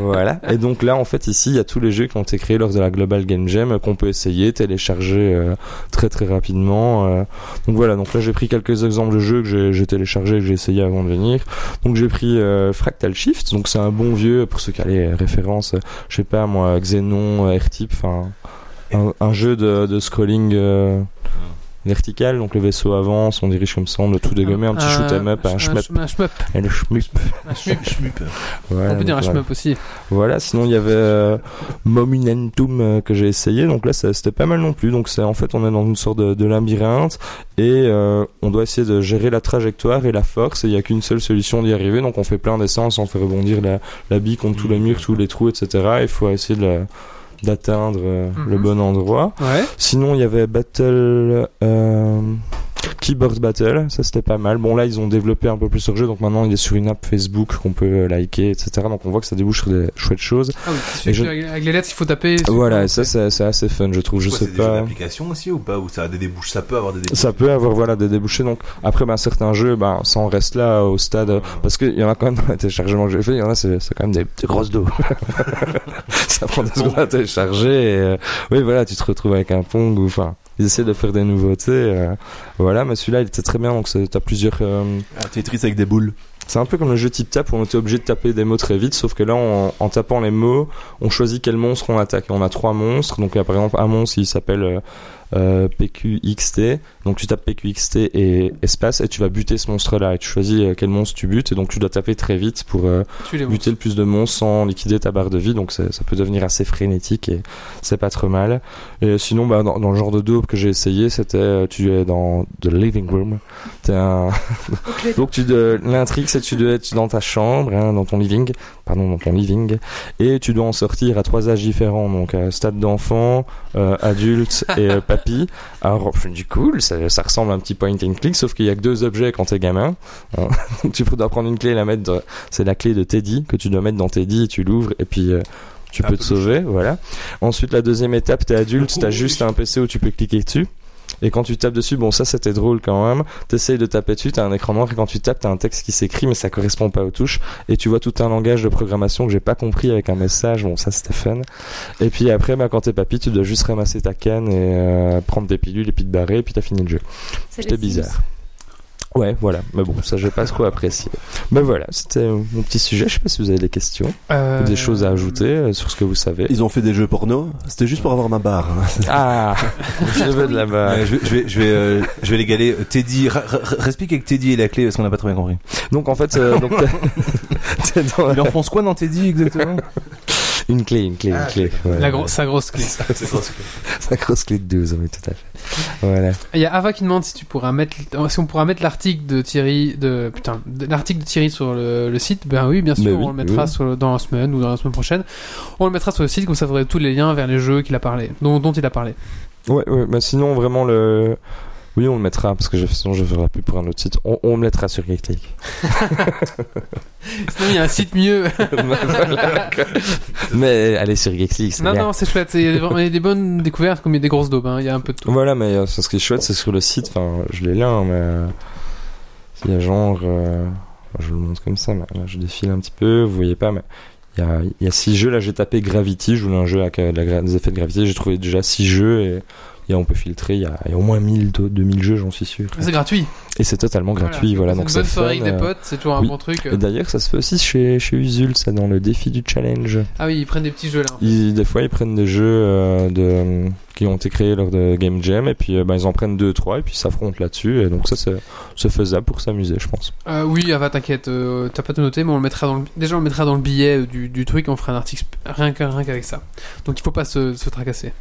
Speaker 4: voilà. Et donc là, en fait, ici, il y a tous les jeux qui ont été créés lors de la Global Game Jam euh, qu'on peut essayer, télécharger euh, très très rapidement. euh. Donc voilà. Donc là, j'ai pris quelques exemples de jeux que j'ai- j'ai téléchargés, que j'ai essayé avant de venir. Donc j'ai pris euh, Fractal Shift. Donc c'est un bon vieux pour ceux qui allaient référence, euh, je sais pas moi, Xenon, euh, R-Type, enfin un, un jeu de, de scrolling. euh, vertical donc le vaisseau avance on dirige comme ça on le tout dégommé un petit
Speaker 1: Euh,
Speaker 4: shoot 'em up un shmup Ah,
Speaker 1: Un shmup.
Speaker 4: et le shmup
Speaker 1: Un shmup.
Speaker 2: Schmup.
Speaker 4: Voilà,
Speaker 1: On peut dire un
Speaker 4: donc voilà.
Speaker 1: shmup aussi.
Speaker 4: Voilà, sinon il y avait euh, Momentum euh, que j'ai essayé, donc là ça- c'était pas mal non plus. Donc c'est en fait on est dans une sorte de, de labyrinthe et euh, on doit essayer de gérer la trajectoire et la force et il y a qu'une seule solution d'y arriver. Donc on fait plein d'essence, on fait rebondir la, la bille contre tous les murs, tous les trous, etc. Il faut essayer de la- d'atteindre euh, le
Speaker 1: Mhm.
Speaker 4: bon endroit.
Speaker 1: Ouais.
Speaker 4: Sinon, il y avait Battle. euh, Keyboard Battle, ça c'était pas mal. Bon, là ils ont développé un peu plus sur jeu, donc maintenant il est sur une app Facebook qu'on peut euh, liker, etc. Donc on voit que ça débouche sur des chouettes choses.
Speaker 1: Ah oui, c'est
Speaker 4: Et
Speaker 1: celui avec les lettres, il faut taper.
Speaker 4: Voilà, et ça c'est c'est assez fun, je trouve. Je
Speaker 2: Quoi,
Speaker 4: sais
Speaker 2: c'est des jeux
Speaker 4: pas.
Speaker 2: d'application aussi ou pas Ou ça a des débouches Ça peut avoir des débouches.
Speaker 4: Ça peut avoir voilà des débouchés. Donc après, ben certains jeux, ben ça en reste là euh, au stade euh, parce qu'il y en a quand même dans les téléchargements que j'ai fait. Il y en a, c'est c'est quand même des, des grosses dos. ça prend des secondes à télécharger. Et, euh, oui, voilà, tu te retrouves avec un pong ou enfin. Ils essaient de faire des nouveautés, euh, voilà. Mais celui-là, il était très bien. Donc c'est- t'as plusieurs. euh,
Speaker 2: Ah,
Speaker 5: Un Tetris avec des boules.
Speaker 4: C'est un peu comme le jeu type tap où on était obligé de taper des mots très vite, sauf que là, en, en tapant les mots, on choisit quel monstre on attaque. Et on a trois monstres, donc il y a par exemple un monstre qui s'appelle euh, euh, PQXT. Donc tu tapes PQXT et espace et tu vas buter ce monstre-là. Et tu choisis euh, quel monstre tu butes et donc tu dois taper très vite pour euh,
Speaker 1: Tu les
Speaker 4: buter le plus de monstres sans liquider ta barre de vie. Donc ça ça peut devenir assez frénétique et c'est pas trop mal. Et sinon, bah, dans, dans le genre de duo que j'ai essayé, c'était euh, tu es dans The Living Room. T'es un donc tu de- l'intrigue c'est que tu dois être dans ta chambre, hein, dans ton living, pardon, dans ton living, et tu dois en sortir à trois âges différents, donc euh, stade d'enfant, euh, adulte et euh, papy. Alors je me dis cool, ça, ça ressemble à un petit point and click, sauf qu'il y a que deux objets quand t'es gamin. Hein. Donc tu dois prendre une clé et la mettre, dans- c'est la clé de Teddy que tu dois mettre dans Teddy, tu l'ouvres et puis euh, tu
Speaker 2: Un
Speaker 4: peux
Speaker 2: peu
Speaker 4: te
Speaker 2: louche.
Speaker 4: sauver, voilà. Ensuite la deuxième étape, t'es adulte, t'as
Speaker 2: Oh,
Speaker 4: juste un PC où tu peux cliquer dessus. Et quand tu tapes dessus, bon ça c'était drôle quand même, t'essayes de taper dessus, t'as un écran noir et quand tu tapes, t'as un texte qui s'écrit mais ça correspond pas aux touches et tu vois tout un langage de programmation que j'ai pas compris avec un message, bon ça c'était fun. Et puis après, bah, quand t'es papy, tu dois juste ramasser ta canne et euh, prendre des pilules et puis te barrer et puis t'as fini le jeu. C'était bizarre. Ouais, voilà. Mais bon, ça j'ai pas trop apprécié. Mais voilà, c'était mon petit sujet. Je sais pas si vous avez des questions,
Speaker 1: Euh,
Speaker 4: ou des choses à ajouter euh, sur ce que vous savez.
Speaker 5: Ils ont fait des jeux porno. C'était juste pour avoir ma barre. hein.
Speaker 4: Ah, je veux de la barre.
Speaker 2: Euh, je, vais- je vais, je vais, euh, je vais les galer. Teddy, ra- ra- ra- explique avec Teddy et la clé parce qu'on n'a pas très bien compris.
Speaker 4: Donc en fait, euh, donc, t'es- t'es dans
Speaker 2: Il enfonce quoi dans Teddy exactement
Speaker 4: une clé, une clé, une clé. Voilà.
Speaker 1: La grosse, sa grosse clé.
Speaker 4: Sa grosse clé de 12, oui, tout à fait. Voilà.
Speaker 1: Il y a Ava qui demande si tu pourras mettre, si on pourra mettre l'article de Thierry, de putain, de- l'article de Thierry sur le, le site. Ben oui, bien sûr,
Speaker 4: Mais oui,
Speaker 1: on le mettra
Speaker 4: oui.
Speaker 1: sur le- dans la semaine ou dans la semaine prochaine. On le mettra sur le site comme ça, vous aurez tous les liens vers les jeux qu'il a parlé, dont, dont il a parlé.
Speaker 4: Ouais, ouais, bah sinon vraiment le. Oui, on le mettra parce que je- sinon je ferai plus pour un autre site. On, on le mettra sur Geeklick.
Speaker 1: Sinon, il y a un site mieux.
Speaker 4: Voilà, quoi. Mais allez sur Geeklick. c'est
Speaker 1: non,
Speaker 4: bien.
Speaker 1: non, c'est chouette. c'est- Il y a vraiment- il y a des bonnes découvertes comme il y a des grosses daubes. hein, Il y a un peu de tout.
Speaker 4: Voilà, mais euh, ce qui est chouette, c'est sur le site. Enfin, je l'ai là, hein, mais euh, il y a genre, euh, je le montre comme ça. Mais là, je défile un petit peu. Vous voyez pas, mais il y a, il y a six jeux. Là, j'ai tapé Gravity. Je voulais un jeu avec euh, de la gra- des effets de gravité. J'ai trouvé déjà six jeux et, et on peut filtrer. Il y, a, il y a au moins 1000, 2000 jeux, j'en suis sûr.
Speaker 1: C'est gratuit.
Speaker 4: Et c'est totalement gratuit. Voilà,
Speaker 1: C'est
Speaker 4: donc
Speaker 1: une
Speaker 4: c'est
Speaker 1: bonne soirée avec
Speaker 4: fun,
Speaker 1: des
Speaker 4: euh,
Speaker 1: potes, c'est toujours un
Speaker 4: oui.
Speaker 1: bon truc.
Speaker 4: Et d'ailleurs, ça se fait aussi chez, chez Usul, ça, dans le défi du challenge.
Speaker 1: Ah oui, ils prennent des petits jeux là.
Speaker 4: Ils- des fois, ils prennent des jeux euh, de, qui ont été créés lors de Game Jam, et puis euh, bah, ils en prennent deux, trois, et puis ils s'affrontent là-dessus. Et donc ça, c'est c'est faisable pour s'amuser, je pense.
Speaker 1: Euh, oui, Ava, t'inquiète, euh, t'as pas tout noté, mais on le mettra dans le... déjà on le mettra dans le billet euh, du, du truc, on fera un article sp- rien qu'un- rien qu'avec ça. Donc il faut pas se, se tracasser.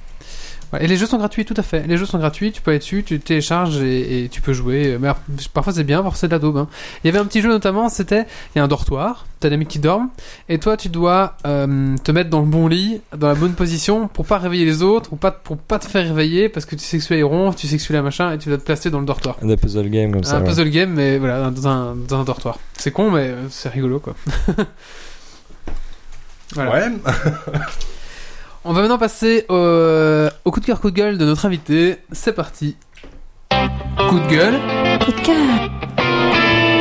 Speaker 1: Voilà. Et les jeux sont gratuits, tout à fait. Les jeux sont gratuits, tu peux aller dessus, tu télécharges et, et tu peux jouer. Euh, Mais alors, parfois c'est bien, parfois c'est de la daube. hein. Il y avait un petit jeu notamment, c'était il y a un dortoir, t'as des mecs qui dorment, et toi tu dois euh, te mettre dans le bon lit, dans la bonne position, pour pas réveiller les autres, pour pas, pour pas te faire réveiller, parce que tu sais que celui-là il ronfle, tu sais que celui-là machin, et tu dois te placer dans le dortoir
Speaker 4: Des puzzle games comme ça.
Speaker 1: un
Speaker 4: ouais.
Speaker 1: puzzle game, mais voilà, dans un, dans un dortoir. C'est con, mais euh, c'est rigolo, quoi. Voilà.
Speaker 2: Ouais.
Speaker 1: On va maintenant passer au, euh, au coup de cœur, coup de gueule de notre invité. C'est parti. Coup de gueule.
Speaker 6: Coup de cœur.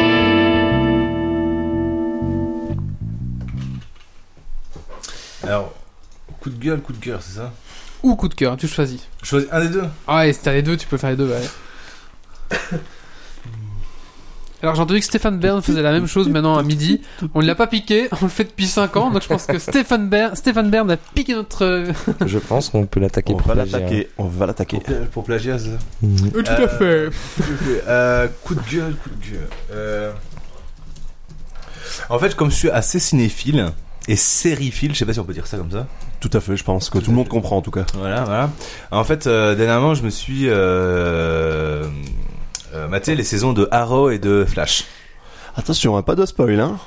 Speaker 2: Alors, coup de gueule, coup de cœur, c'est ça
Speaker 1: Ou coup de cœur, tu choisis.
Speaker 2: Je choisis un des deux.
Speaker 1: Ah, et si t'as les deux, tu peux faire les deux, ouais. Alors j'ai entendu que Stéphane Bern faisait la même chose maintenant à midi. On ne l'a pas piqué, on le fait depuis 5 ans, donc je pense que Stéphane Bern, Stéphane Bern a piqué notre... euh,
Speaker 4: Je pense qu'on peut l'attaquer
Speaker 5: On
Speaker 4: pour
Speaker 5: va
Speaker 4: plagiat.
Speaker 5: l'attaquer. On va l'attaquer.
Speaker 2: Pour, pla- pour plagiat, c'est ça
Speaker 4: Mhm.
Speaker 1: Tout
Speaker 2: à fait. Euh, coup de gueule, coup de gueule. Euh, En fait, comme je suis assez cinéphile et sériephile, je sais pas si on peut dire ça comme ça.
Speaker 5: Tout à fait, je pense que tout le monde comprend en tout cas.
Speaker 2: Voilà, voilà. En fait, euh, dernièrement, je me suis euh, euh, maté les saisons de Arrow et de Flash.
Speaker 5: Attention, hein, pas de spoil, hein.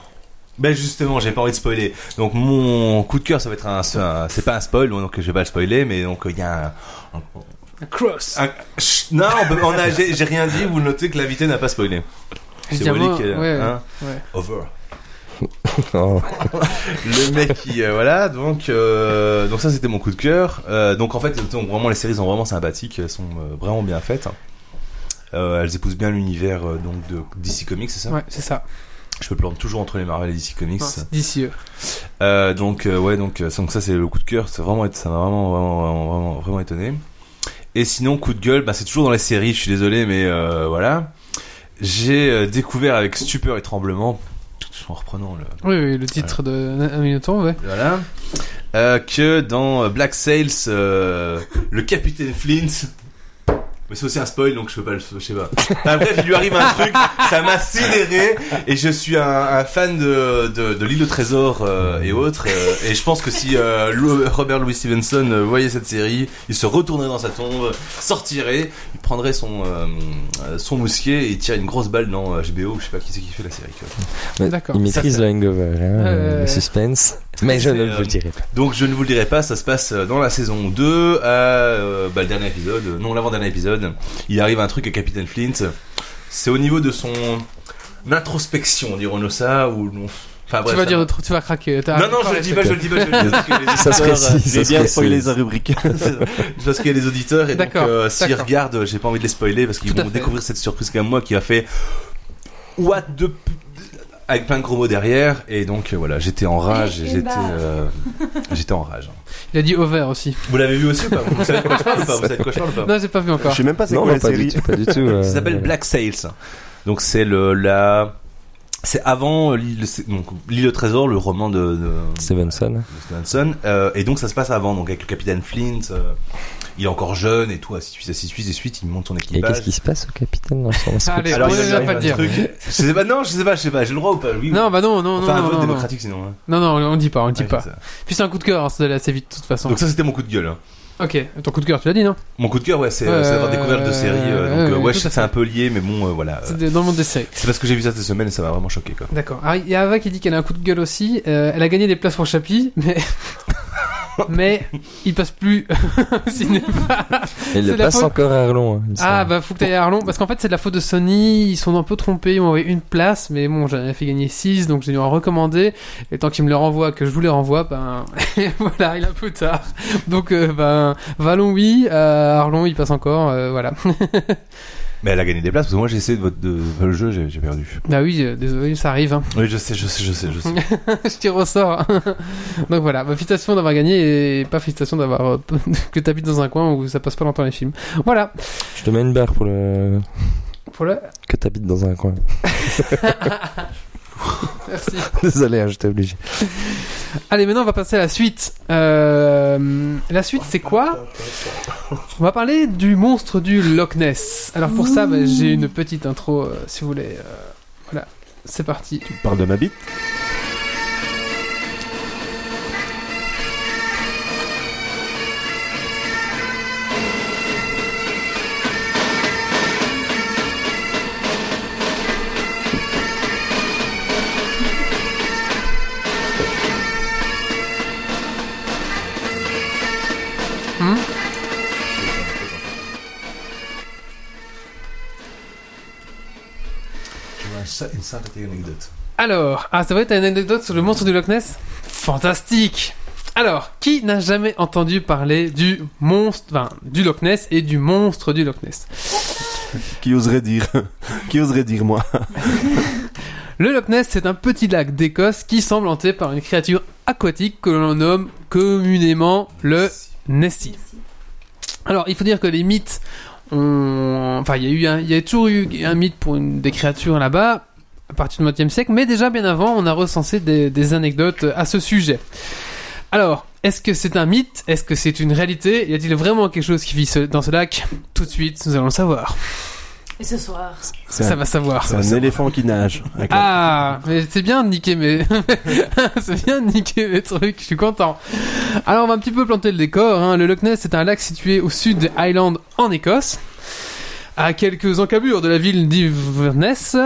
Speaker 2: Ben justement, j'ai pas envie de spoiler. Donc mon coup de cœur, ça va être un, un- c'est pas un spoil, donc je vais pas le spoiler, mais donc il y a un, un-
Speaker 1: Cross.
Speaker 2: un- chut, non, on peut- on a- j'ai j'ai rien dit. Vous notez que l'invité n'a pas spoilé.
Speaker 1: Je
Speaker 2: C'est
Speaker 1: dis à
Speaker 2: Wally
Speaker 1: moi,
Speaker 2: qui est-
Speaker 1: ouais,
Speaker 2: hein,
Speaker 1: ouais.
Speaker 2: over.
Speaker 4: Oh.
Speaker 2: le mec qui euh, voilà donc euh, donc ça c'était mon coup de cœur Euh, donc en fait donc, vraiment les séries sont vraiment sympathiques elles sont euh, vraiment bien faites Euh, elles épousent bien l'univers euh, donc de DC Comics c'est ça
Speaker 1: Ouais, c'est ça.
Speaker 2: je me plante toujours entre les Marvel et DC Comics
Speaker 1: D'ici eux.
Speaker 2: euh, donc euh, ouais donc, euh, donc ça c'est le coup de cœur c'est vraiment ça m'a vraiment vraiment, vraiment vraiment vraiment étonné et sinon coup de gueule bah, c'est toujours dans les séries je suis désolé mais euh, voilà j'ai euh, découvert avec stupeur et tremblement en reprenant le
Speaker 1: Oui, oui, le titre de Un minute ouais.
Speaker 2: Voilà. Euh, que dans euh, Black Sails, euh, le capitaine Flint Mais c'est aussi un spoil, donc je peux pas le. Je sais pas. Enfin, bref, il lui arrive un truc, ça m'a sidéré, et je suis un, un fan de, de, de l'île au trésor euh, et autres, euh, et je pense que si euh, Lo- Robert Louis Stevenson euh, voyait cette série, il se retournerait dans sa tombe, sortirait, il prendrait son, euh, euh, son mousquet et tirait une grosse balle dans euh, HBO, ou je sais pas qui c'est qui fait la série. tu vois.
Speaker 4: Mais
Speaker 1: D'accord.
Speaker 4: Il maîtrise
Speaker 2: Ça,
Speaker 4: le hangover, hein,
Speaker 1: Euh,
Speaker 4: le suspense. Mais je
Speaker 2: c'est,
Speaker 4: ne
Speaker 2: euh,
Speaker 4: vous dirai pas.
Speaker 2: Donc je ne vous le dirai pas, ça se passe euh, dans la saison 2, à, euh, bah, le dernier épisode, euh, non l'avant-dernier épisode, il arrive un truc à Capitaine Flint, c'est au niveau de son introspection, dirons-nous ça, ou non. Enfin, bref,
Speaker 1: Ah, tu vas
Speaker 2: ça
Speaker 1: dire
Speaker 2: va.
Speaker 1: autre- tu vas craquer. t'as-
Speaker 2: Non, non, je le dis pas, je le dis pas, je le dis pas, parce que les
Speaker 4: Ça se
Speaker 2: auditeurs,
Speaker 4: précise,
Speaker 2: euh,
Speaker 4: ça se précise.
Speaker 5: sa rubrique.
Speaker 2: parce qu'il y a les auditeurs, et donc
Speaker 1: D'accord,
Speaker 2: euh, s'ils
Speaker 1: d'accord.
Speaker 2: regardent, j'ai pas envie de les spoiler, parce qu'ils
Speaker 1: Tout à
Speaker 2: vont
Speaker 1: fait.
Speaker 2: découvrir cette surprise comme moi qui a fait... What the... p- Avec plein de gros mots derrière, et donc euh, voilà, j'étais en rage,
Speaker 6: Et-
Speaker 2: et
Speaker 6: et
Speaker 2: j'étais...
Speaker 6: bah.
Speaker 2: euh, J'étais en rage.
Speaker 1: Il a dit over aussi.
Speaker 2: Vous l'avez vu aussi ou pas Vous savez de quoi je parle ou pas Vous savez de quoi je parle ou pas
Speaker 1: Non, j'ai pas vu
Speaker 5: Je
Speaker 1: encore.
Speaker 5: sais même pas c'est
Speaker 4: Non,
Speaker 5: quoi
Speaker 4: non,
Speaker 5: la
Speaker 4: pas du
Speaker 5: série.
Speaker 4: tout, pas du tout. euh,
Speaker 2: Ça s'appelle Black Sails. Donc c'est le la c'est avant euh, l'île c'est- donc, l'île au trésor, le roman de, de-
Speaker 4: Stevenson.
Speaker 2: de Stevenson. Euh, et donc ça se passe avant, donc avec le capitaine Flint. euh, il est encore jeune et tout, ainsi de suite, ainsi de suite, et suite, il monte son
Speaker 4: Et
Speaker 2: équipage.
Speaker 4: qu'est-ce qui se passe au capitaine dans son
Speaker 1: Allez,
Speaker 2: Alors,
Speaker 1: on
Speaker 2: il
Speaker 1: ne
Speaker 2: va
Speaker 1: va pas le dire.
Speaker 2: truc. Je sais pas, non, je sais pas, je sais pas, j'ai le droit ou pas oui,
Speaker 1: Non,
Speaker 2: oui.
Speaker 1: bah non, non, non,
Speaker 2: Enfin, un
Speaker 1: non,
Speaker 2: vote
Speaker 1: non, non,
Speaker 2: démocratique sinon. hein.
Speaker 1: non, non, on le dit pas, on le dit
Speaker 2: Ouais,
Speaker 1: pas.
Speaker 2: c'est ça.
Speaker 1: Puis c'est un coup de cœur, hein, ça doit aller assez vite de toute façon.
Speaker 2: Donc ça, c'était mon coup de gueule. hein.
Speaker 1: ok, ton coup de cœur, tu l'as dit, non
Speaker 2: Mon coup de cœur, ouais, c'est
Speaker 1: Euh,
Speaker 2: c'est d'avoir découvert deux séries. euh,
Speaker 1: ouais,
Speaker 2: donc, euh,
Speaker 1: ouais,
Speaker 2: ouais,
Speaker 1: tout
Speaker 2: je sais
Speaker 1: à
Speaker 2: que c'est
Speaker 1: fait.
Speaker 2: un peu lié, mais bon, euh, voilà. euh,
Speaker 1: C'est dans le monde des séries.
Speaker 2: C'est parce que j'ai vu ça cette semaine et ça m'a vraiment choqué, quoi.
Speaker 1: D'accord. Alors, il y a Ava qui dit qu'elle a un coup de gueule aussi. Euh, elle a gagné des places pour Chapi, mais. mais il passe plus au cinéma.
Speaker 4: Il
Speaker 1: C'est
Speaker 4: le
Speaker 1: la
Speaker 4: passe
Speaker 1: faute.
Speaker 4: encore à Arlon. hein, il me
Speaker 1: Ah
Speaker 4: semble.
Speaker 1: bah faut que t'ailles à Arlon parce qu'en fait c'est de la faute de Sony, ils sont un peu trompés, ils m'ont envoyé une place mais bon j'en avais fait gagner 6 donc j'ai dû en recommander et tant qu'ils me les renvoient que je vous les renvoie ben voilà il est un peu tard donc euh, ben Vallon oui, euh, Arlon il passe encore euh, voilà
Speaker 2: Mais elle a gagné des places parce que moi j'ai essayé de votre de, de- le jeu, j'ai j'ai perdu.
Speaker 1: bah oui euh, désolé ça arrive hein.
Speaker 2: Oui, je sais, je sais, je sais, je sais.
Speaker 1: je t'y ressors donc voilà bah, félicitations d'avoir gagné et pas félicitations d'avoir euh, que t'habites dans un coin où ça passe pas longtemps les films voilà
Speaker 4: Je te mets une barre pour le.
Speaker 1: pour le
Speaker 4: Que t'habites dans un coin.
Speaker 1: merci
Speaker 4: Désolé, hein, j'étais obligé.
Speaker 1: Allez, maintenant on va passer à la suite. Euh, la suite, c'est quoi On va parler du monstre du Loch Ness. Alors pour ça, bah, j'ai une petite intro, euh, si vous voulez. euh, voilà, c'est parti.
Speaker 5: Tu parles de ma bite
Speaker 2: Une sympathique anecdote.
Speaker 1: Alors, ah, c'est vrai, t'as une anecdote sur le monstre du Loch Ness Fantastique Alors, qui n'a jamais entendu parler du monstre, enfin, du Loch Ness et du monstre du Loch Ness
Speaker 5: Qui oserait dire Qui oserait dire moi
Speaker 1: Le Loch Ness, c'est un petit lac d'Écosse qui semble hanté par une créature aquatique que l'on nomme communément le Nessie. Alors, il faut dire que les mythes, ont- enfin, il y a eu, un- il y a toujours eu un mythe pour une- des créatures là-bas à partir du XXe siècle, mais déjà bien avant, on a recensé des, des anecdotes à ce sujet. Alors, est-ce que c'est un mythe Est-ce que c'est une réalité Y a-t-il vraiment quelque chose qui vit ce- dans ce lac Tout de suite, nous allons le savoir.
Speaker 6: Et ce soir.
Speaker 5: C'est
Speaker 1: Ça
Speaker 5: un,
Speaker 1: va savoir.
Speaker 5: c'est un éléphant qui nage. Avec la-
Speaker 1: Ah, mais c'est bien de niquer mes, c'est bien de niquer mes trucs. Je suis content. Alors on va un petit peu planter le décor. hein. Le Loch Ness est un lac situé au sud des Highlands en Écosse, à quelques encablures de la ville d'Iverness.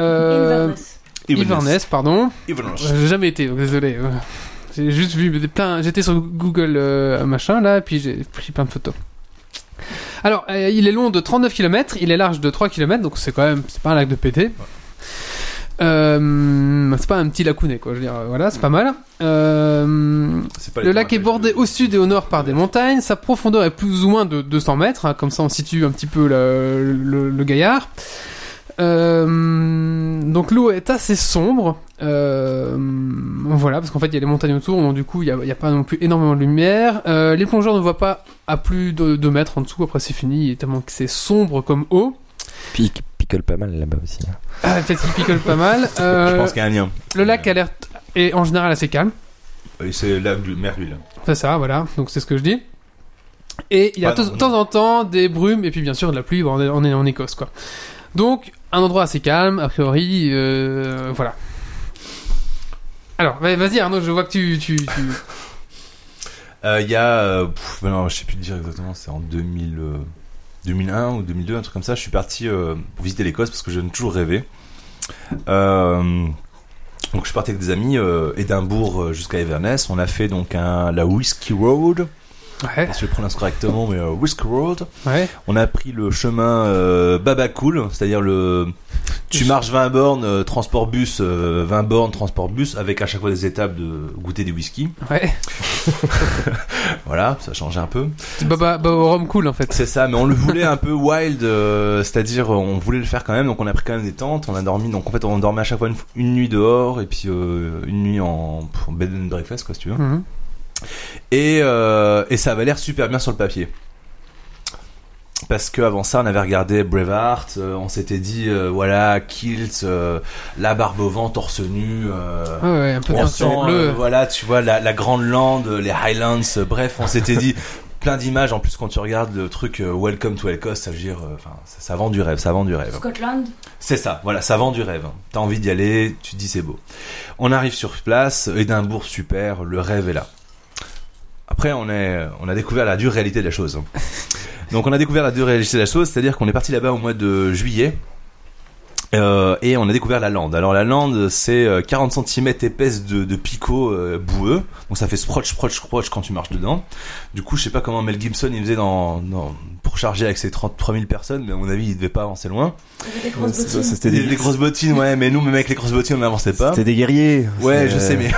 Speaker 1: Euh,
Speaker 6: Inverness.
Speaker 2: Eh
Speaker 1: Iverness, pardon.
Speaker 2: Iverness.
Speaker 1: Euh, J'ai jamais été, donc désolé. Euh, J'ai juste vu des- plein. J'étais sur Google euh, machin là, puis j'ai pris plein de photos. Alors, euh, il est long de 39 km, il est large de 3 km, donc c'est quand même. C'est pas un lac de pété. Euh, c'est pas un petit lacounet quoi, je veux dire, euh, voilà, c'est pas mal. Euh,
Speaker 2: C'est pas les euh,
Speaker 1: le lac est
Speaker 2: termes
Speaker 1: bordé
Speaker 2: que-
Speaker 1: au sud et au nord par des montagnes. Sa profondeur est plus ou moins de 200 mètres. hein, comme ça, on situe un petit peu le, le- le gaillard. Euh, donc l'eau est assez sombre, Euh, voilà, parce qu'en fait il y a les montagnes autour, donc du coup il n'y a, il y a pas non plus énormément de lumière. Euh, les plongeurs ne voient pas à plus de 2 mètres en dessous, après c'est fini, tellement que c'est sombre comme eau.
Speaker 4: Puis il picole pas mal là-bas aussi. hein.
Speaker 1: Ah, Peut-être qu'ils picolent pas mal. Euh,
Speaker 2: Je pense qu'il y a un lien.
Speaker 1: le lac a l'air t- est en général assez calme.
Speaker 2: Et C'est le lac du Merville.
Speaker 1: C'est ça, voilà. Donc c'est ce que je dis. Et il y a
Speaker 2: Ouais,
Speaker 1: de
Speaker 2: non,
Speaker 1: temps en temps des brumes et puis bien sûr de la pluie. Bon, on est- on est en Écosse quoi. Donc un endroit assez calme a priori. euh, voilà. Alors va- vas-y Arnaud, je vois que tu tu, tu-
Speaker 2: Euh, Il y a. euh, pff, ben non, je sais plus te dire exactement, c'est en 2000, euh, 2001 ou 2002, un truc comme ça. Je suis parti euh, pour visiter l'Écosse parce que j'aime toujours rêver. Euh, donc, je suis parti avec des amis, euh, Édimbourg euh, jusqu'à Everness. On a fait donc un, la Whiskey Road.
Speaker 1: ouais
Speaker 2: Ah, Je le prononce correctement, mais euh, Whiskey Road.
Speaker 1: ouais.
Speaker 2: On a pris le chemin euh, Babacool, c'est-à-dire le. Tu marches 20 bornes, euh, transport bus, euh, 20 bornes, transport bus, avec à chaque fois des étapes de goûter des whisky.
Speaker 1: Ouais,
Speaker 2: Voilà, ça changeait un peu.
Speaker 1: c'est Baba, Baba Rome cool en fait.
Speaker 2: C'est ça, mais on le voulait un peu wild, euh, c'est-à-dire euh, on voulait le faire quand même, donc on a pris quand même des tentes, on a dormi, donc en fait on dormait à chaque fois une, f- une nuit dehors et puis euh, une nuit en, pff, en bed and breakfast quoi si tu veux.
Speaker 1: Mhm.
Speaker 2: Et, euh, et ça avait l'air super bien sur le papier. Parce qu'avant ça, on avait regardé Braveheart, euh, on s'était dit, euh, voilà, Kilt, euh, la barbe au vent, torse nu, euh,
Speaker 1: Ouais, ouais, un peu
Speaker 2: on
Speaker 1: de
Speaker 2: sent,
Speaker 1: bleu.
Speaker 2: euh, voilà, tu vois, la, la Grande Lande, les Highlands, euh, bref, on s'était dit plein d'images. En plus, quand tu regardes le truc euh, Welcome to Elcos, ça veut dire, euh, enfin, ça, ça vend du rêve, ça vend du rêve.
Speaker 6: Scotland
Speaker 2: C'est ça, voilà, ça vend du rêve. hein. T'as envie d'y aller, tu te dis c'est beau. On arrive sur place, Édimbourg, super, le rêve est là. Après, on, est, on a découvert la dure réalité de la chose. hein. Donc, on a découvert la dure réalité de la chose, c'est-à-dire qu'on est parti là-bas au mois de juillet. euh, et on a découvert la lande. Alors la lande, c'est euh, 40 cm épaisse de, de picots euh, boueux. Donc ça fait sprotch, sprotch, sprotch quand tu marches dedans. Du coup, je sais pas comment Mel Gibson il faisait dans, dans- pour charger avec ses 33 000 personnes, mais à mon avis, il devait pas avancer loin.
Speaker 6: des
Speaker 5: Ouais,
Speaker 6: grosses
Speaker 5: c'est-
Speaker 6: bottines.
Speaker 5: C'était
Speaker 2: Les,
Speaker 5: des,
Speaker 2: les grosses bottines, ouais, mais nous, même avec les grosses bottines, on n'avançait pas.
Speaker 5: c'était des guerriers.
Speaker 2: Ouais,
Speaker 5: C'est-
Speaker 2: je sais, mais.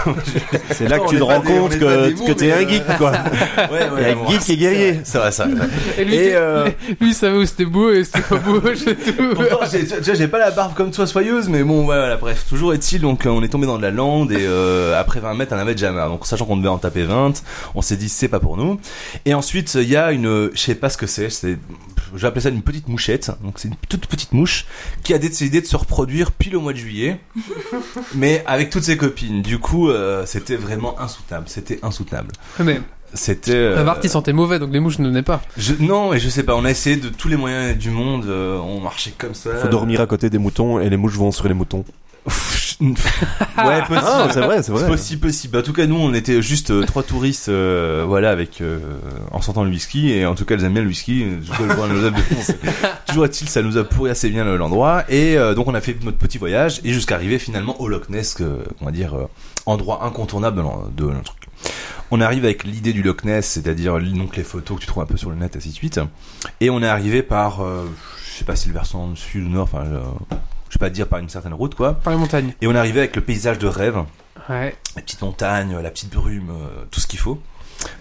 Speaker 5: C'est là
Speaker 2: Attends, on
Speaker 5: que tu te
Speaker 2: est pas
Speaker 5: rends
Speaker 2: des- on
Speaker 5: compte
Speaker 2: est pas des
Speaker 5: que,
Speaker 2: mots,
Speaker 5: que t'es
Speaker 2: mais,
Speaker 5: un
Speaker 2: euh,
Speaker 5: geek, quoi.
Speaker 2: ouais,
Speaker 5: Il y a
Speaker 2: bon,
Speaker 5: geek
Speaker 2: c'est
Speaker 5: et guerrier.
Speaker 2: vrai, C'est vrai, ça.
Speaker 1: Et lui,
Speaker 2: Et, euh,
Speaker 1: lui il savait où c'était beau et c'était pas beau, c'est tout.
Speaker 2: Pourtant, j'ai- tu vois, j'ai pas la barbe comme toi soyeuse, mais bon, ouais, voilà, bref. Toujours est-il, donc, euh, on est tombé dans de la lande et euh, après 20 mètres, on avait déjà marre. Donc, sachant qu'on devait en taper 20, on s'est dit, c'est pas pour nous. Et ensuite, il y a une, euh, je sais pas ce que c'est, c'est, je vais appeler ça une petite mouchette. Donc, c'est une toute petite mouche qui a décidé de se reproduire pile au mois de juillet, mais avec toutes ses copines. Du coup, euh, c'était vraiment insoutenable. C'était insoutenable.
Speaker 1: Mais
Speaker 2: C'était. euh,
Speaker 1: Bavard, il sentait mauvais donc les mouches ne venaient pas.
Speaker 2: Je- non, et je sais pas, on a essayé de tous les moyens du monde, euh, on marchait comme ça.
Speaker 5: Faut dormir à côté des moutons et les mouches vont sur les moutons.
Speaker 2: ouais, possible.
Speaker 5: Ah, c'est vrai, c'est
Speaker 2: C'est
Speaker 5: vrai.
Speaker 2: possible, possible. En tout cas, nous, on était juste euh, trois touristes, euh, voilà, avec euh, en sentant le whisky, et en tout cas, elles aiment bien le whisky. euh, du coup, elles boivent nos âmes de fond. Toujours est-il, ça nous a pourri assez bien le- l'endroit, et euh, donc on a fait notre petit voyage, et jusqu'à arriver finalement au Loch Ness, que, on va dire euh, endroit incontournable de l'en- de notre truc. On arrive avec l'idée du Loch Ness, c'est-à-dire donc les photos que tu trouves un peu sur le net, ainsi de suite, et on est arrivé par, euh, je sais pas si le versant sud ou nord, enfin, euh, je sais pas dire par une certaine route quoi,
Speaker 1: Par les montagnes.
Speaker 2: et on est arrivé avec le paysage de rêve
Speaker 1: Ouais.
Speaker 2: la petite montagne, la petite brume, euh, tout ce qu'il faut.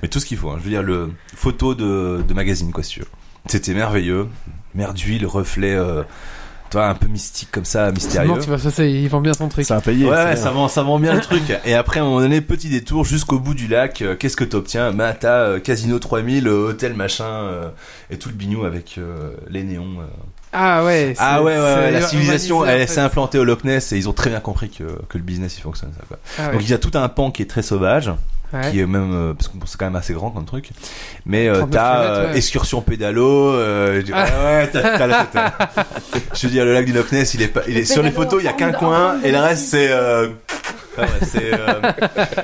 Speaker 2: Mais tout ce qu'il faut, hein. je veux dire, le photo de, de magazine, quoi, si tu veux. C'était merveilleux. Mer d'huile, reflet, euh, toi, un peu mystique comme ça,
Speaker 1: C'est
Speaker 2: mystérieux.
Speaker 1: mort, tu vas chasser, ils vend bien son truc.
Speaker 5: C'est un pays.
Speaker 2: Ouais, ouais,
Speaker 5: c'est
Speaker 2: ça vend, ça vend bien le truc. Et après, à un moment donné, petit détour jusqu'au bout du lac. euh, Qu'est-ce que t'obtiens Bah, t'as euh, Casino 3000, euh, hôtel machin, euh, et tout le bignou avec euh, les néons. euh.
Speaker 1: Ah ouais. c'est-
Speaker 2: Ah ouais, ouais,
Speaker 1: c'est
Speaker 2: ouais, la civilisation,
Speaker 1: urbanisé, en
Speaker 2: elle
Speaker 1: fait.
Speaker 2: s'est implantée au Loch Ness et ils ont très bien compris que, que le business, il fonctionne, ça, quoi.
Speaker 1: Ah ouais.
Speaker 2: Donc, il y a tout un pan qui est très sauvage
Speaker 1: Ouais.
Speaker 2: qui est même euh, parce que bon, c'est quand même assez grand comme truc mais euh,
Speaker 1: 39
Speaker 2: t'as
Speaker 1: kilomètres,
Speaker 2: euh,
Speaker 1: ouais.
Speaker 2: excursion pédalo euh, je dis, ouais, ouais, t'as- t'as la totale. je veux dire le lac du Loch Ness il est pas il est sur les
Speaker 6: pédalo
Speaker 2: photos il y a
Speaker 6: en
Speaker 2: qu'un
Speaker 6: forme
Speaker 2: coin
Speaker 6: d'enfant
Speaker 2: et le
Speaker 6: de
Speaker 2: reste
Speaker 6: Nice.
Speaker 2: c'est euh, ah ouais, c'est euh,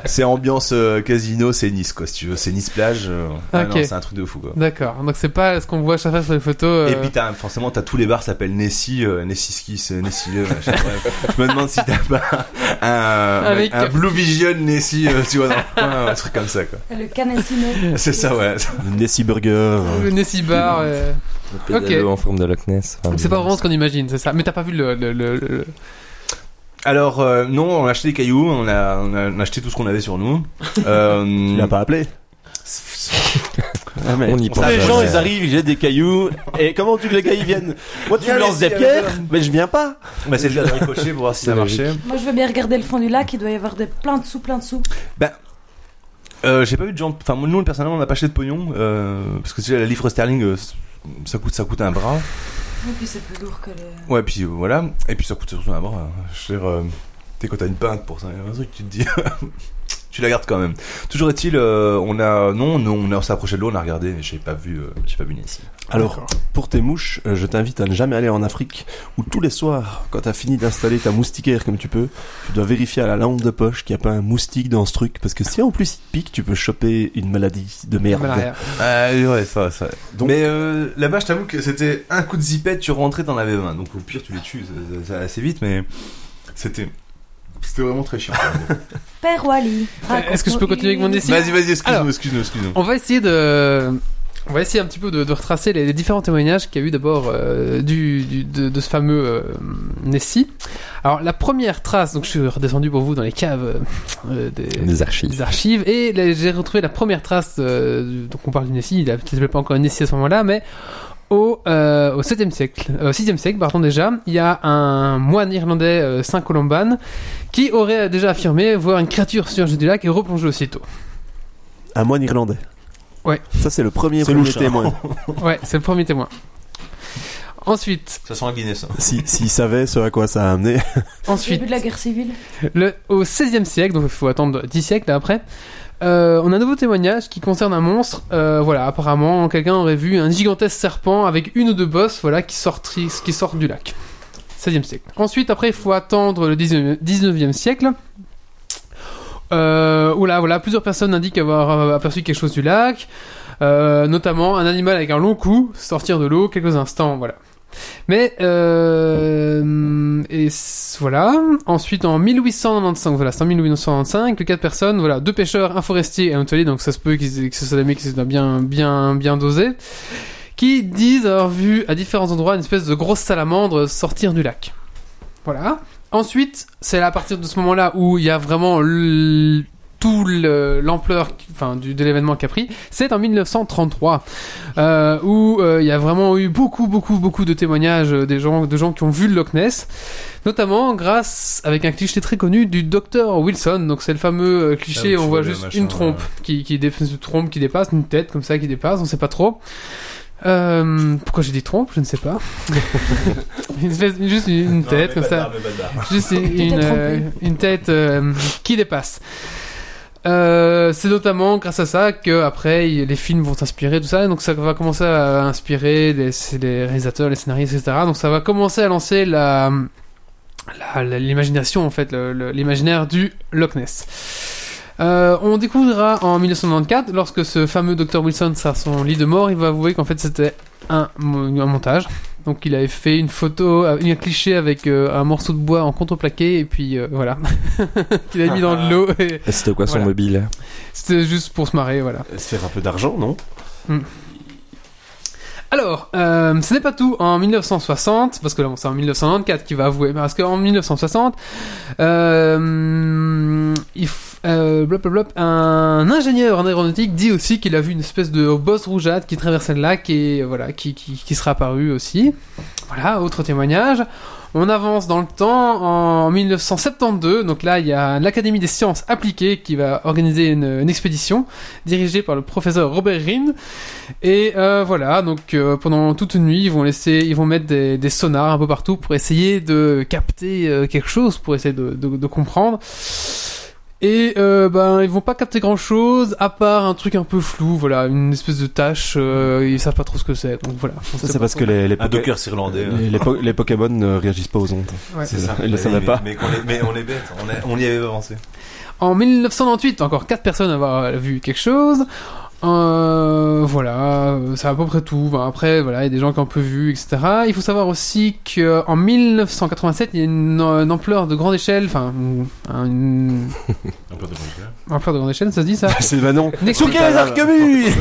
Speaker 2: c'est ambiance euh, casino c'est Nice quoi si tu veux c'est Nice plage euh, ah non,
Speaker 1: Ok.
Speaker 2: c'est un truc de fou quoi
Speaker 1: D'accord. Donc c'est pas ce qu'on voit chaque fois sur les photos.
Speaker 2: et
Speaker 1: euh,
Speaker 2: puis t'as, forcément t'as tous les bars s'appellent Nessie, euh, Nessie Ski, c'est Nessie. euh, machin, bref. Je me demande si t'as pas un,
Speaker 1: Avec-
Speaker 2: un Blue Vision Nessie, euh, tu vois, dans le coin, un truc comme ça quoi.
Speaker 6: Le Canessino.
Speaker 2: C'est ça ouais.
Speaker 5: Nessie Burger.
Speaker 1: le Nessie Bar. euh,
Speaker 2: Ah,
Speaker 4: Le pédalo en forme de Loch Ness. Enfin,
Speaker 1: Donc c'est
Speaker 4: bon.
Speaker 1: pas vraiment ce qu'on imagine, c'est ça. Mais t'as pas vu le. le, le, le-
Speaker 2: Alors euh, non, on a acheté des cailloux, on a, on a- on a acheté tout ce qu'on avait sur nous.
Speaker 5: Tu
Speaker 2: Euh,
Speaker 5: l'as pas appelé Ah,
Speaker 4: On y pense.
Speaker 5: Les gens,
Speaker 4: jamais.
Speaker 5: ils arrivent, ils jettent des cailloux. Et comment tu veux que les gars ils viennent Moi, tu
Speaker 2: Viens
Speaker 5: me lances
Speaker 2: ici,
Speaker 5: des pierres,
Speaker 2: euh,
Speaker 5: mais je viens pas.
Speaker 2: bah, c'est le cas de ricocher pour voir si ça
Speaker 4: C'est
Speaker 2: marchait.
Speaker 6: Moi, je veux bien regarder le fond du lac. Il doit y avoir des plein de sous, plein de sous.
Speaker 2: Euh, J'ai pas vu de gens. Enfin nous personnellement on n'a pas acheté de pognon euh, parce que tu sais, la livre sterling euh, ça coûte ça coûte un bras.
Speaker 6: Et puis, c'est plus lourd que les.
Speaker 2: Ouais puis euh, voilà et puis ça coûte surtout un bras. euh, Je veux dire, euh, tu sais, quand t'as une pinte pour ça, un truc tu te dis tu la gardes quand même. Toujours est-il, euh, on a non, non, on a- on s'est approché de l'eau, on a regardé, mais j'ai pas vu, euh, j'ai pas vu Nancy.
Speaker 5: Alors, pour tes mouches, euh, je t'invite à ne jamais aller en Afrique, où tous les soirs, quand t'as fini d'installer ta moustiquaire comme tu peux, tu dois vérifier à la lampe de poche qu'il n'y a pas un moustique dans ce truc, parce que si en plus il te pique, tu peux choper une maladie de merde.
Speaker 1: Malaria.
Speaker 2: Ah ouais, ça, ça.
Speaker 5: Donc-
Speaker 2: mais euh, là-bas, je t'avoue que c'était un coup de zipette, tu rentrais, t'en avais 20. Donc au pire, tu les tues, ça, ça- ça- assez vite, mais c'était. C'était vraiment très chiant.
Speaker 6: Père Wally.
Speaker 1: Euh, Est-ce que je peux continuer avec mon
Speaker 6: dessin
Speaker 1: dessin
Speaker 2: vas-y, vas-y,
Speaker 1: Alors-
Speaker 2: excuse-nous, excuse-nous, excuse-nous.
Speaker 1: On va essayer de. On va essayer un petit peu de, de retracer les, les différents témoignages qu'il y a eu d'abord euh, du, du- de, de ce fameux euh, Nessie. Alors la première trace, donc je suis redescendu pour vous dans les caves euh, des,
Speaker 4: Des archives.
Speaker 1: des archives et là, j'ai retrouvé la première trace, euh, donc on parle d'une Nessie, il ne s'appelait pas encore Nessie à ce moment-là, mais au, euh, au 7e siècle, euh, au 6e siècle, pardon déjà, il y a un moine irlandais euh, Saint Columban qui aurait déjà affirmé voir une créature surgir du lac et replonger aussitôt.
Speaker 5: Un moine irlandais.
Speaker 1: Ouais.
Speaker 5: Ça, c'est le premier,
Speaker 2: C'est
Speaker 5: premier
Speaker 2: louche, hein.
Speaker 5: témoin.
Speaker 1: Ouais, c'est le premier témoin. Ensuite,
Speaker 2: Ça sent la Guinness. hein.
Speaker 5: Si- S'il savait ce à quoi ça a amené.
Speaker 1: ensuite,
Speaker 6: Début de la guerre civile.
Speaker 1: le, au 16e siècle, donc il faut attendre 10 siècles après, euh, on a un nouveau témoignage qui concerne un monstre. Euh, voilà, apparemment, quelqu'un aurait vu un gigantesque serpent avec une ou deux bosses voilà, qui, sortent, qui sortent du lac. 16e siècle. Ensuite, après, il faut attendre le 19e 19e siècle. Euh, où là, voilà, plusieurs personnes indiquent avoir euh, aperçu quelque chose du lac, euh, notamment un animal avec un long cou sortir de l'eau quelques instants, voilà. Mais euh, et c- voilà. Ensuite, en 1895, voilà, c'est en 1895 que quatre personnes, voilà, deux pêcheurs, un forestier et un hôtelier, donc ça se peut qu'ils- que ce soit des mecs qui soient bien, bien, bien dosés, qui disent avoir vu à différents endroits une espèce de grosse salamandre sortir du lac. Voilà. Ensuite, c'est à partir de ce moment-là où il y a vraiment l- tout le- l'ampleur qui- enfin, du- de l'événement qu'a pris. C'est en 1933 euh, où euh, il y a vraiment eu beaucoup, beaucoup, beaucoup de témoignages euh, des gens, de gens qui ont vu le Loch Ness, notamment grâce avec un cliché très connu du docteur Wilson. Donc c'est le fameux euh,
Speaker 2: Ah oui,
Speaker 1: cliché,
Speaker 2: tu
Speaker 1: on
Speaker 2: vois
Speaker 1: voit
Speaker 2: le
Speaker 1: juste
Speaker 2: machin,
Speaker 1: une trompe qui, qui, dé- une trompe qui dépasse, une tête comme ça qui dépasse, on sait pas trop. Euh, pourquoi j'ai dit trompe, je ne sais pas. une espèce- juste une, une tête
Speaker 2: Non, mais
Speaker 1: comme ça
Speaker 2: bâtard, mais bâtard.
Speaker 1: juste une,
Speaker 6: T'étais
Speaker 1: une,
Speaker 6: trompé.
Speaker 1: euh, une tête euh, qui dépasse. Euh, c'est notamment grâce à ça que après y- les films vont s'inspirer tout ça donc ça va commencer à inspirer les, c'est les réalisateurs les scénaristes etc donc ça va commencer à lancer la la- la- l'imagination en fait le- le- l'imaginaire du Loch Ness Euh, on découvrira en 1994 lorsque ce fameux Dr Wilson sera sur son lit de mort il va avouer qu'en fait c'était un, mo- un montage donc il avait fait une photo, euh, un cliché avec euh, un morceau de bois en contreplaqué et puis euh, voilà, qu'il a mis dans de l'eau. et
Speaker 4: Et C'était quoi son
Speaker 1: Voilà.
Speaker 4: mobile
Speaker 1: C'était juste pour se marrer, voilà.
Speaker 5: C'est un peu d'argent, non
Speaker 1: Alors, euh, ce n'est pas tout. En 1960, parce que là bon, c'est en 1994 qu'il va avouer, mais parce qu'en 1960, euh, il f- euh, blop, blop, blop, un ingénieur en aéronautique dit aussi qu'il a vu une espèce de bosse rougeâtre qui traversait le lac et euh, voilà, qui, qui, qui sera apparu aussi. Voilà, autre témoignage. On avance dans le temps en 1972, donc là il y a l'Académie des sciences appliquées qui va organiser une, une expédition dirigée par le professeur Robert Rhin et euh, voilà, donc euh, pendant toute une nuit, ils vont laisser, ils vont mettre des, des sonars un peu partout pour essayer de capter euh, quelque chose, pour essayer de, de- de comprendre. Et euh, ben ils vont pas capter grand chose à part un truc un peu flou, voilà, une espèce de tâche, euh, ils savent pas trop ce que c'est. Donc voilà. On
Speaker 5: Ça,
Speaker 1: sait
Speaker 5: c'est
Speaker 1: pas
Speaker 5: parce
Speaker 1: trop.
Speaker 5: que les, les,
Speaker 2: Un
Speaker 5: Poké-
Speaker 2: docker irlandais. hein.
Speaker 5: les, les po- les Pokémon ne réagissent pas aux ondes.
Speaker 1: Ouais.
Speaker 2: C'est ça.
Speaker 5: Ils le savaient
Speaker 2: Mais-
Speaker 5: pas.
Speaker 2: Mais, qu'on est- mais on est bête, on, est- on y avait pas pensé.
Speaker 1: En 1998, encore quatre personnes avoir euh, vu quelque chose. Euh, voilà, euh, c'est à peu près tout. Bon, après, voilà, il y a des gens qui ont peu vu, etc. Il faut savoir aussi qu'en 1987, il y a une, euh, une ampleur de grande échelle, enfin, un- une
Speaker 2: Un peu de bonheur.
Speaker 1: ampleur de grande échelle, ça se dit ça
Speaker 5: C'est bah non.
Speaker 1: Une expédition-
Speaker 5: les Arquebuses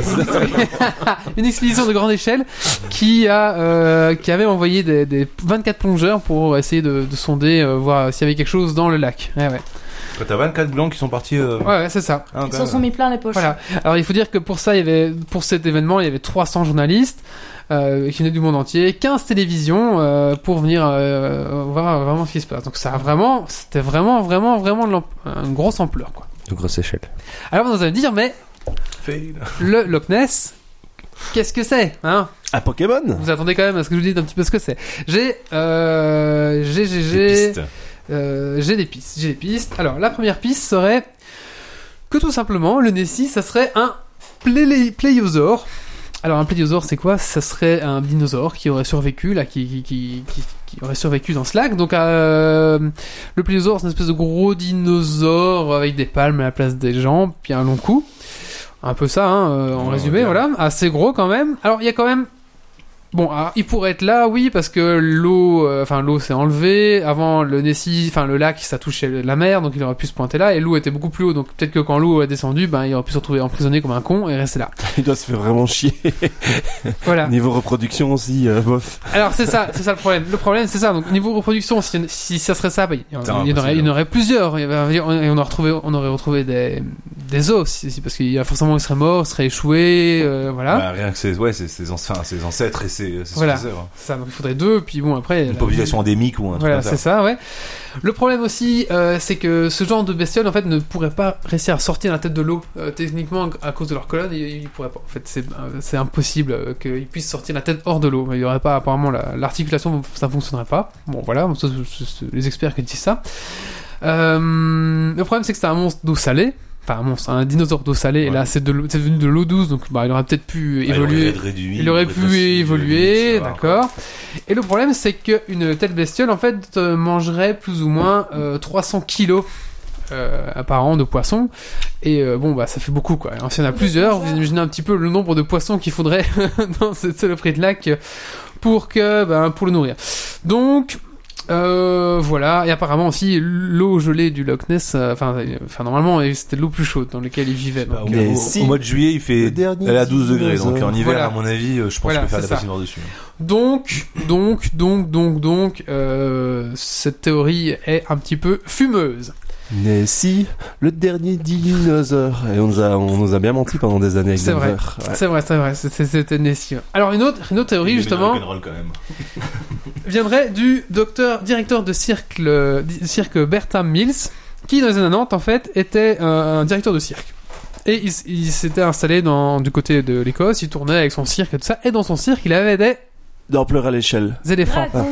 Speaker 1: une expédition de grande échelle qui a euh, qui avait envoyé des, des 24 plongeurs pour essayer de, de sonder, euh, voir s'il y avait quelque chose dans le lac. Ouais, ouais,
Speaker 2: Quand t'as 24 blancs qui sont partis. euh,
Speaker 1: ouais, ouais c'est ça.
Speaker 2: ah, quand
Speaker 6: Ils s'en
Speaker 2: même.
Speaker 6: sont mis plein les poches.
Speaker 1: Voilà. Alors il faut dire que pour ça, il y avait, pour cet événement, il y avait 300 journalistes euh, qui venaient du monde entier, 15 télévisions euh, pour venir euh, voir vraiment ce qui se passe. Donc ça a vraiment, c'était vraiment, vraiment, vraiment de l'amp- une grosse ampleur. Quoi.
Speaker 4: De grosse échelle.
Speaker 1: Alors vous allez me dire, mais
Speaker 2: Fail.
Speaker 1: le Loch Ness, qu'est-ce que c'est hein
Speaker 5: Un Pokémon
Speaker 1: Vous attendez quand même à ce que je vous dise un petit peu ce que c'est. J'ai, euh, j'ai, j'ai,
Speaker 2: Des
Speaker 1: j'ai-
Speaker 2: pistes.
Speaker 1: euh, j'ai des pistes, j'ai des pistes. Alors la première piste serait que tout simplement, le Nessie, ça serait un plélé- pléiosaure. Alors, un pléiosaure, c'est quoi Ça serait un dinosaure qui aurait survécu, là, qui, qui, qui, qui- qui aurait survécu dans ce lac. Donc, euh, le pléiosaure, c'est une espèce de gros dinosaure avec des palmes à la place des jambes, puis un long cou. Un peu ça, hein, euh, en
Speaker 2: Ouais,
Speaker 1: résumé,
Speaker 2: bien.
Speaker 1: voilà. Assez gros quand même. Alors, il y a quand même. Bon, alors, il pourrait être là, oui, parce que l'eau, euh, enfin l'eau s'est enlevée. Avant, le Nessie, enfin le lac, ça touchait la mer, donc il aurait pu se pointer là. Et l'eau était beaucoup plus haut, donc peut-être que quand l'eau a descendu, ben il aurait pu se retrouver emprisonné comme un con et rester là.
Speaker 5: Il doit se faire vraiment chier.
Speaker 1: Voilà.
Speaker 5: Niveau reproduction aussi, euh, bof.
Speaker 1: Alors c'est ça, c'est ça le problème. Le problème c'est ça. Donc niveau reproduction, si, si ça serait ça, bah, il, y en,
Speaker 2: Ah, C'est
Speaker 1: il y en aurait, il
Speaker 2: impossible.
Speaker 1: y en aurait plusieurs. Il y avait- et on aurait retrouvé, on aurait retrouvé des des os, si- si- parce qu'il y a forcément, ils seraient morts, ils seraient échoués, euh, voilà.
Speaker 2: Bah, rien que ses, ouais, ses, ses, anci- enfin, ses ancêtres et ses, ses
Speaker 1: Voilà.
Speaker 2: successeurs. hein.
Speaker 1: Ça, donc il faudrait deux. Puis bon après.
Speaker 2: Une
Speaker 1: la-
Speaker 2: population endémique ou un truc
Speaker 1: Voilà,
Speaker 2: comme
Speaker 1: c'est
Speaker 2: ça.
Speaker 1: ça, ouais. Le problème aussi, euh, c'est que ce genre de bestioles, en fait, ne pourraient pas réussir à sortir la tête de l'eau. Euh, techniquement, à cause de leur colonne, ils, ils pourraient pas. En fait, c'est euh, c'est impossible euh, qu'ils puissent sortir la tête hors de l'eau. Il y aurait pas, apparemment, la- l'articulation, ça fonctionnerait pas. Bon, voilà, ça, c'est- c'est les experts qui disent ça. Euh, le problème, c'est que c'est un monstre d'eau salée. Enfin, un monstre, un dinosaure d'eau salée. Et
Speaker 2: Ouais.
Speaker 1: là, c'est de l'eau- c'est devenu de l'eau douce, donc bah, il aurait peut-être pu
Speaker 2: Ah, il aurait
Speaker 1: évoluer.
Speaker 2: peut-être réduit,
Speaker 1: Il aurait
Speaker 2: peut-être
Speaker 1: pu
Speaker 2: aussi,
Speaker 1: évoluer,
Speaker 2: limite, ça va.
Speaker 1: d'accord. Et le problème, c'est qu'une telle bestiole, en fait, euh, mangerait plus ou moins euh, 300 kilos euh, par an de poissons. Et euh, bon, bah, ça fait beaucoup, quoi. Alors, s'il y en a plusieurs, vous imaginez un petit peu le nombre de poissons qu'il faudrait dans cette saloperie de lac pour que, ben, pour le nourrir. Donc, euh, voilà. Et apparemment aussi, l'eau gelée du Loch Ness, euh, enfin, euh, enfin, normalement, euh, c'était de l'eau plus chaude dans laquelle il vivait.
Speaker 2: Bah,
Speaker 1: donc,
Speaker 2: au-
Speaker 5: Mais
Speaker 2: au,
Speaker 5: si.
Speaker 2: au mois de juillet, il
Speaker 5: Le
Speaker 2: fait
Speaker 5: dernier
Speaker 2: elle a 12 degrés,
Speaker 5: dinosaure.
Speaker 2: donc en hiver,
Speaker 1: Voilà.
Speaker 2: à mon avis, euh, je pense
Speaker 1: Voilà,
Speaker 2: que faire
Speaker 1: c'est
Speaker 2: la hein.
Speaker 1: ça.
Speaker 2: patinoire dessus.
Speaker 1: Donc, donc, donc, donc, donc, euh, cette théorie est un petit peu fumeuse.
Speaker 5: Mais si, le dernier dinosaure. Et on nous a, on nous a bien menti pendant des années avec
Speaker 1: C'est vrai.
Speaker 5: Denver. Ouais.
Speaker 1: C'est vrai, c'est vrai, c'est- c'est- c'était Nessie. Alors une autre, une autre
Speaker 2: Il
Speaker 1: théorie
Speaker 2: aimait le
Speaker 1: justement
Speaker 2: rock'n'roll, quand même.
Speaker 1: viendrait du docteur, directeur de cirque, le- di- cirque Bertram Mills, qui dans les années 90 en fait était euh, un directeur de cirque. Et il, s- il s'était installé dans, du côté de l'Écosse, il tournait avec son cirque et tout ça, et dans son cirque il avait des
Speaker 5: D'ampleur à l'échelle.
Speaker 1: éléphants.
Speaker 6: Dragon.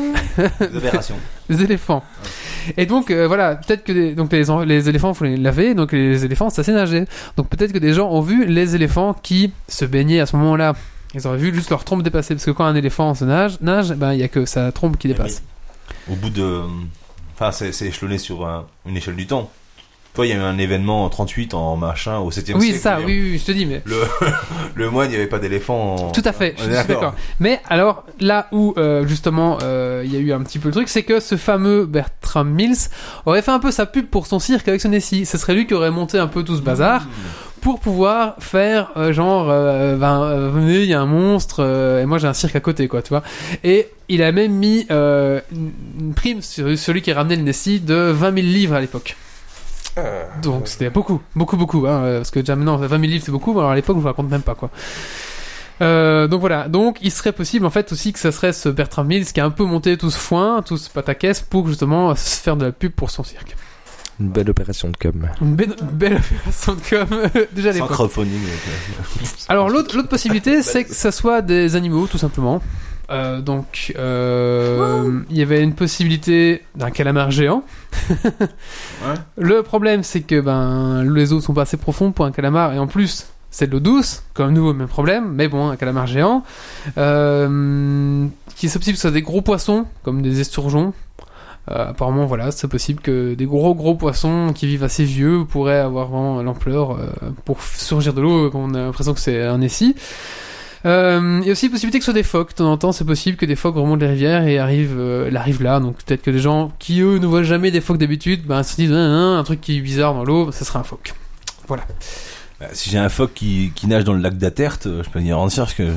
Speaker 2: Les aberrations.
Speaker 1: Les éléphants. Et donc euh, voilà, peut-être que des- donc les, en- les éléphants faut les laver, donc les éléphants ça sait nager. Donc peut-être que des gens ont vu les éléphants qui se baignaient à ce moment-là. Ils auraient vu juste leur trompe dépasser parce que quand un éléphant se nage, nage, ben il y a que sa trompe qui dépasse.
Speaker 2: Au bout de. Enfin, c'est c'est échelonné sur un- une échelle du temps. Toi, il y a eu un événement en 38 en machin au 7 e
Speaker 1: Oui,
Speaker 2: siècle.
Speaker 1: ça,
Speaker 2: et
Speaker 1: oui, oui, oui, je te dis mais
Speaker 2: Le moine, il n'y avait pas d'éléphant. en-
Speaker 1: tout à fait, je
Speaker 2: On est
Speaker 1: suis d'accord. Mais alors là où euh, justement euh, il y a eu un petit peu le truc, c'est que ce fameux Bertram Mills aurait fait un peu sa pub pour son cirque avec son Nessie. Ce serait lui qui aurait monté un peu tout ce bazar. pour pouvoir faire euh, genre euh, ben euh, venez il y a un monstre euh, et moi j'ai un cirque à côté quoi tu vois et il a même mis euh, une une prime sur celui qui ramenait le Nessie de 20 000 livres à l'époque Ah, donc c'était beaucoup beaucoup beaucoup hein, euh, parce que déjà maintenant 20 000 livres c'est beaucoup mais alors à l'époque je vous raconte même pas quoi euh, donc voilà, donc il serait possible en fait aussi que ça serait ce Bertram Mills qui a un peu monté tout ce foin, tout ce pataquès pour justement se faire de la pub pour son cirque.
Speaker 4: Une belle opération de com.
Speaker 1: Une belle, belle opération de com déjà à
Speaker 2: Sans
Speaker 1: l'époque.
Speaker 2: crowdfunding. donc,
Speaker 1: Alors l'autre l'autre possibilité, c'est que ça soit des animaux, tout simplement. Euh, donc euh, il y avait une possibilité d'un calamar géant.
Speaker 2: euh, ouais.
Speaker 1: Le problème, c'est que ben les eaux sont pas assez profondes pour un calamar, et en plus c'est de l'eau douce, comme nouveau même problème. Mais bon, un calamar géant. Euh, qui c'est possible que ce soit des gros poissons, comme des esturgeons. Euh, apparemment, voilà, c'est possible que des gros gros poissons qui vivent assez vieux pourraient avoir vraiment l'ampleur euh, pour f- surgir de l'eau, qu'on a l'impression que c'est un essie. Euh, Il y a aussi la possibilité que ce soit des phoques. De temps en temps, c'est possible que des phoques remontent les rivières et arrivent, euh, elles arrivent là. Donc peut-être que des gens qui eux ne voient jamais des phoques d'habitude, ben se disent Hein, hein, un truc qui est bizarre dans l'eau, ça sera un phoque.
Speaker 2: Bah, Si j'ai un phoque qui, qui nage dans le lac d'Aterte, euh, je peux dire en cirque. que-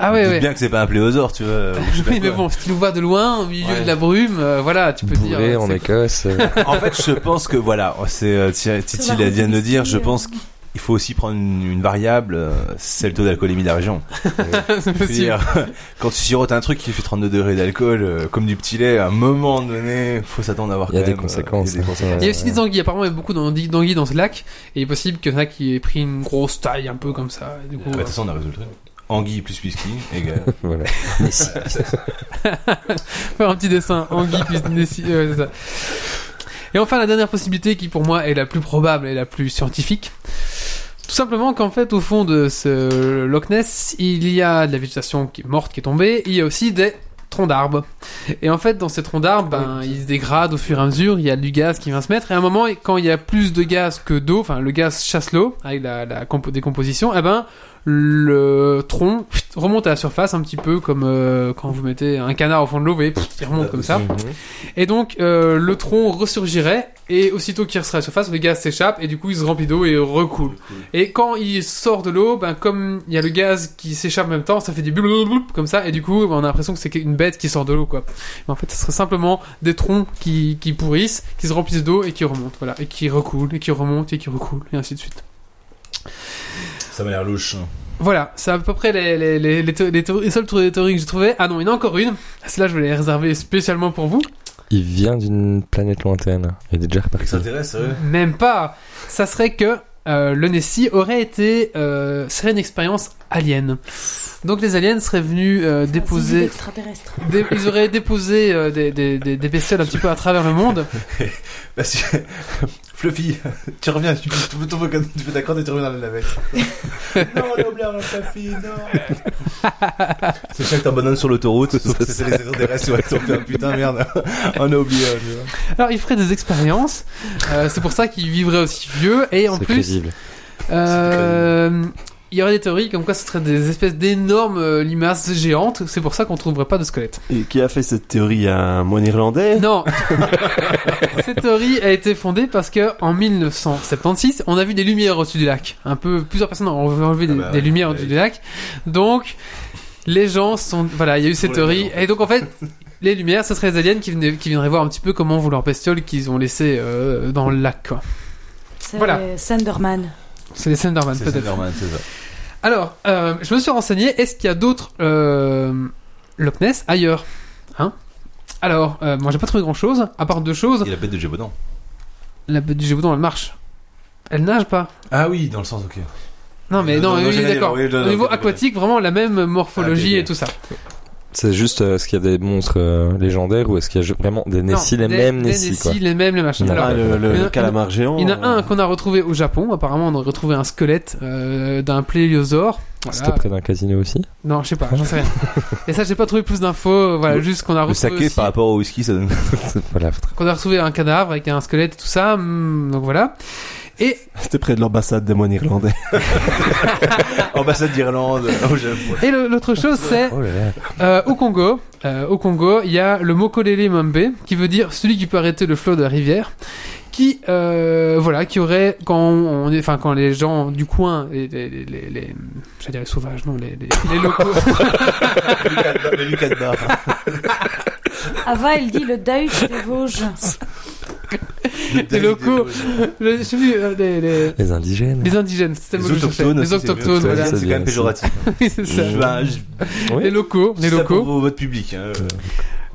Speaker 1: Ah
Speaker 2: je me
Speaker 1: ouais
Speaker 2: doute
Speaker 1: ouais.
Speaker 2: bien que c'est pas un pléosaure, tu vois. euh, ou je sais pas
Speaker 1: Oui, mais
Speaker 2: quoi.
Speaker 1: bon, si tu le vois de loin, au milieu
Speaker 2: Ouais.
Speaker 1: de la brume, euh, voilà, tu peux dire.
Speaker 4: Bourré
Speaker 1: euh,
Speaker 4: en
Speaker 1: c'est-
Speaker 4: Écosse. euh,
Speaker 2: En fait, je pense que voilà, c'est euh, Ti- Titi
Speaker 6: Ça va,
Speaker 2: la vient de le dire, je
Speaker 6: euh,
Speaker 2: pense qu'il faut aussi prendre une, une variable, euh, c'est le taux d'alcoolémie de la région.
Speaker 1: c'est
Speaker 2: Je veux
Speaker 1: possible.
Speaker 2: dire, quand tu sirotes un truc qui fait 32 degrés d'alcool, euh, comme du petit lait, à un moment donné, faut s'attendre à avoir
Speaker 4: Il y a
Speaker 2: quand
Speaker 4: des
Speaker 2: même, euh,
Speaker 4: conséquences. hein.
Speaker 2: il y a des conséquences.
Speaker 1: Il y a aussi des anguilles, apparemment il y a beaucoup d'anguilles d'anguilles dans ce lac, et il est possible qu'il y en a qui aient pris une grosse taille un peu comme ça. et du coup,
Speaker 2: Bah, De
Speaker 1: euh,
Speaker 2: toute façon, on a résolu le truc. Anguille plus whisky égale.
Speaker 4: voilà.
Speaker 1: faire un petit dessin anguille puis Nessie, ouais, c'est ça. Et enfin la dernière possibilité qui pour moi est la plus probable et la plus scientifique, Tout simplement qu'en fait, au fond de ce Loch Ness, il y a de la végétation qui est morte, qui est tombée, il y a aussi des troncs d'arbres. Et en fait, dans ces troncs d'arbres, ben, ils se dégradent au fur et à mesure, il y a du gaz qui vient se mettre, et à un moment, quand il y a plus de gaz que d'eau, enfin, le gaz chasse l'eau, avec la, la compo- décomposition, eh ben, le tronc pfft, remonte à la surface un petit peu comme euh, quand vous mettez un canard au fond de l'eau, vous voyez, pfft, il remonte comme ça. Et donc, euh, le tronc ressurgirait, et aussitôt qu'il serait à la surface, le gaz s'échappe, et du coup, il se remplit d'eau et recoule. Et quand il sort de l'eau, ben, comme il y a le gaz qui s'échappe en même temps, ça fait du blub comme ça, et du coup, on a l'impression que c'est une bête qui sort de l'eau, quoi. Mais en fait, ce serait simplement des troncs qui, qui pourrissent, qui se remplissent d'eau et qui remontent, voilà, et qui recoulent, et qui remontent, et qui recoulent, et ainsi de suite.
Speaker 2: Ça m'a l'air louche. hein.
Speaker 1: Voilà, c'est à peu près les, les, les, les, théo- les théo- les seules théo- théories que j'ai trouvées. Ah non, il y en a encore une. Celle-là, je vais les réserver spécialement pour vous.
Speaker 4: Il vient d'une planète lointaine. Il est déjà
Speaker 2: Ça
Speaker 4: reparti.
Speaker 2: t'intéresse, sérieux
Speaker 1: Même pas. Ça serait que euh, le Nessie aurait été euh, serait une expérience alien. Donc les aliens seraient venus euh,
Speaker 6: C'est
Speaker 1: déposer,
Speaker 6: extraterrestre.
Speaker 1: dé- ils auraient déposé euh, des, des, des, des bestioles un petit peu à travers le monde.
Speaker 2: Parce que... Bah, Fluffy, tu reviens, tu peux, tu peux, tu peux- tu peux t'accorder, tu reviens dans la navette. non, on a oublié la Fluffy, non C'est ça que t'abandonnes sur l'autoroute, sauf que c'est les extraterrestres, ouais, ils ont fait un putain merde, on a oublié. tu vois.
Speaker 1: Alors ils feraient des expériences. Euh, c'est pour ça qu'ils vivraient aussi vieux et en
Speaker 4: C'est
Speaker 1: plus.
Speaker 4: crédible.
Speaker 1: Euh, il y aurait des théories comme quoi ce serait des espèces d'énormes euh, limaces géantes. C'est pour ça qu'on trouverait pas de squelette.
Speaker 5: Et qui a fait cette théorie à un moine
Speaker 2: Oh.
Speaker 5: irlandais
Speaker 1: Non. Cette théorie a été fondée parce que en 1976, on a vu des lumières au-dessus du lac. Un peu plusieurs personnes ont enlevé des,
Speaker 2: Ah bah
Speaker 1: des
Speaker 2: ouais,
Speaker 1: lumières
Speaker 2: ouais.
Speaker 1: au-dessus du lac. Donc les gens sont voilà, il y a eu cette
Speaker 2: Pour les
Speaker 1: théorie
Speaker 2: gens, en fait.
Speaker 1: et donc en fait les lumières, ce serait les aliens qui, venaient- qui viendraient voir un petit peu comment vous leur bestiole qu'ils ont laissé euh, dans le lac quoi.
Speaker 6: C'est
Speaker 1: Voilà.
Speaker 6: Sanderman.
Speaker 1: C'est les Slenderman
Speaker 2: C'est
Speaker 1: peut-être.
Speaker 2: Superman, c'est ça.
Speaker 1: Alors, euh, je me suis renseigné, est-ce qu'il y a d'autres euh, Loch Ness ailleurs Hein Alors, euh, moi j'ai pas trouvé grand-chose, à part deux choses.
Speaker 2: Il a bête de Gévaudan.
Speaker 1: La bête du Gévaudan, elle marche. Elle nage pas.
Speaker 2: Ah oui, dans le sens, ok.
Speaker 1: Non mais
Speaker 2: Euh, Non,
Speaker 1: non,
Speaker 2: non,
Speaker 1: oui,
Speaker 2: j'ai rien
Speaker 1: d'accord.
Speaker 2: dit, oui, non,
Speaker 1: Au
Speaker 2: non,
Speaker 1: niveau
Speaker 2: ok,
Speaker 1: aquatique, vraiment la même morphologie
Speaker 2: Ah, ok,
Speaker 1: et tout ça.
Speaker 4: C'est juste, euh, est-ce qu'il y a des monstres euh, légendaires ou est-ce qu'il y a ju- vraiment des
Speaker 1: Non,
Speaker 4: Nessie, les
Speaker 1: des-
Speaker 4: mêmes
Speaker 1: des
Speaker 4: Nessie, quoi
Speaker 1: les mêmes, les machins.
Speaker 4: Non.
Speaker 1: Alors,
Speaker 5: Ah, le, le
Speaker 1: Il y en a-
Speaker 5: calamar géant.
Speaker 1: il y en a un qu'on a retrouvé au Japon. Apparemment, on a retrouvé un squelette euh, d'un pléiosaure.
Speaker 4: C'était
Speaker 1: Voilà.
Speaker 4: près d'un casino aussi
Speaker 1: Non, je sais pas, j'en sais rien. Et ça, j'ai pas trouvé plus d'infos. Voilà,
Speaker 2: Le-
Speaker 1: juste qu'on a
Speaker 2: Le
Speaker 1: retrouvé.
Speaker 2: saké
Speaker 1: aussi-
Speaker 2: par rapport au whisky, ça donne.
Speaker 4: Voilà.
Speaker 1: qu'on a retrouvé un cadavre avec un squelette et tout ça. hmm, Donc voilà. Et
Speaker 5: C'était près de l'ambassade des moines irlandais.
Speaker 2: Ambassade d'Irlande, au Japon.
Speaker 1: et le- l'autre chose c'est
Speaker 4: Oh là là.
Speaker 1: euh, au Congo, euh, au Congo, il y a le Mokolele Mambe qui veut dire celui qui peut arrêter le flot de la rivière. Qui euh, voilà, qui aurait quand on est, enfin quand les gens du coin, les, les, les, les, les- j'allais dire les sauvages, non, les, les, les locaux.
Speaker 2: Le Lucas de Bar.
Speaker 6: Ava, elle dit le Deutsch des Vosges.
Speaker 1: Les locaux. je je sais plus, euh, les, les,
Speaker 4: Les indigènes.
Speaker 1: les indigènes, c'était le mot que je cherchais. les
Speaker 2: aussi, c'est-
Speaker 1: autochtones,
Speaker 2: c'est-
Speaker 1: voilà.
Speaker 2: C'est quand même
Speaker 4: C'est-
Speaker 2: péjoratif.
Speaker 1: Oui, c'est ça.
Speaker 2: Je- ben, je-
Speaker 4: Oui.
Speaker 1: Les locaux, les
Speaker 2: je dis ça
Speaker 1: locaux,
Speaker 2: pour votre public. hein.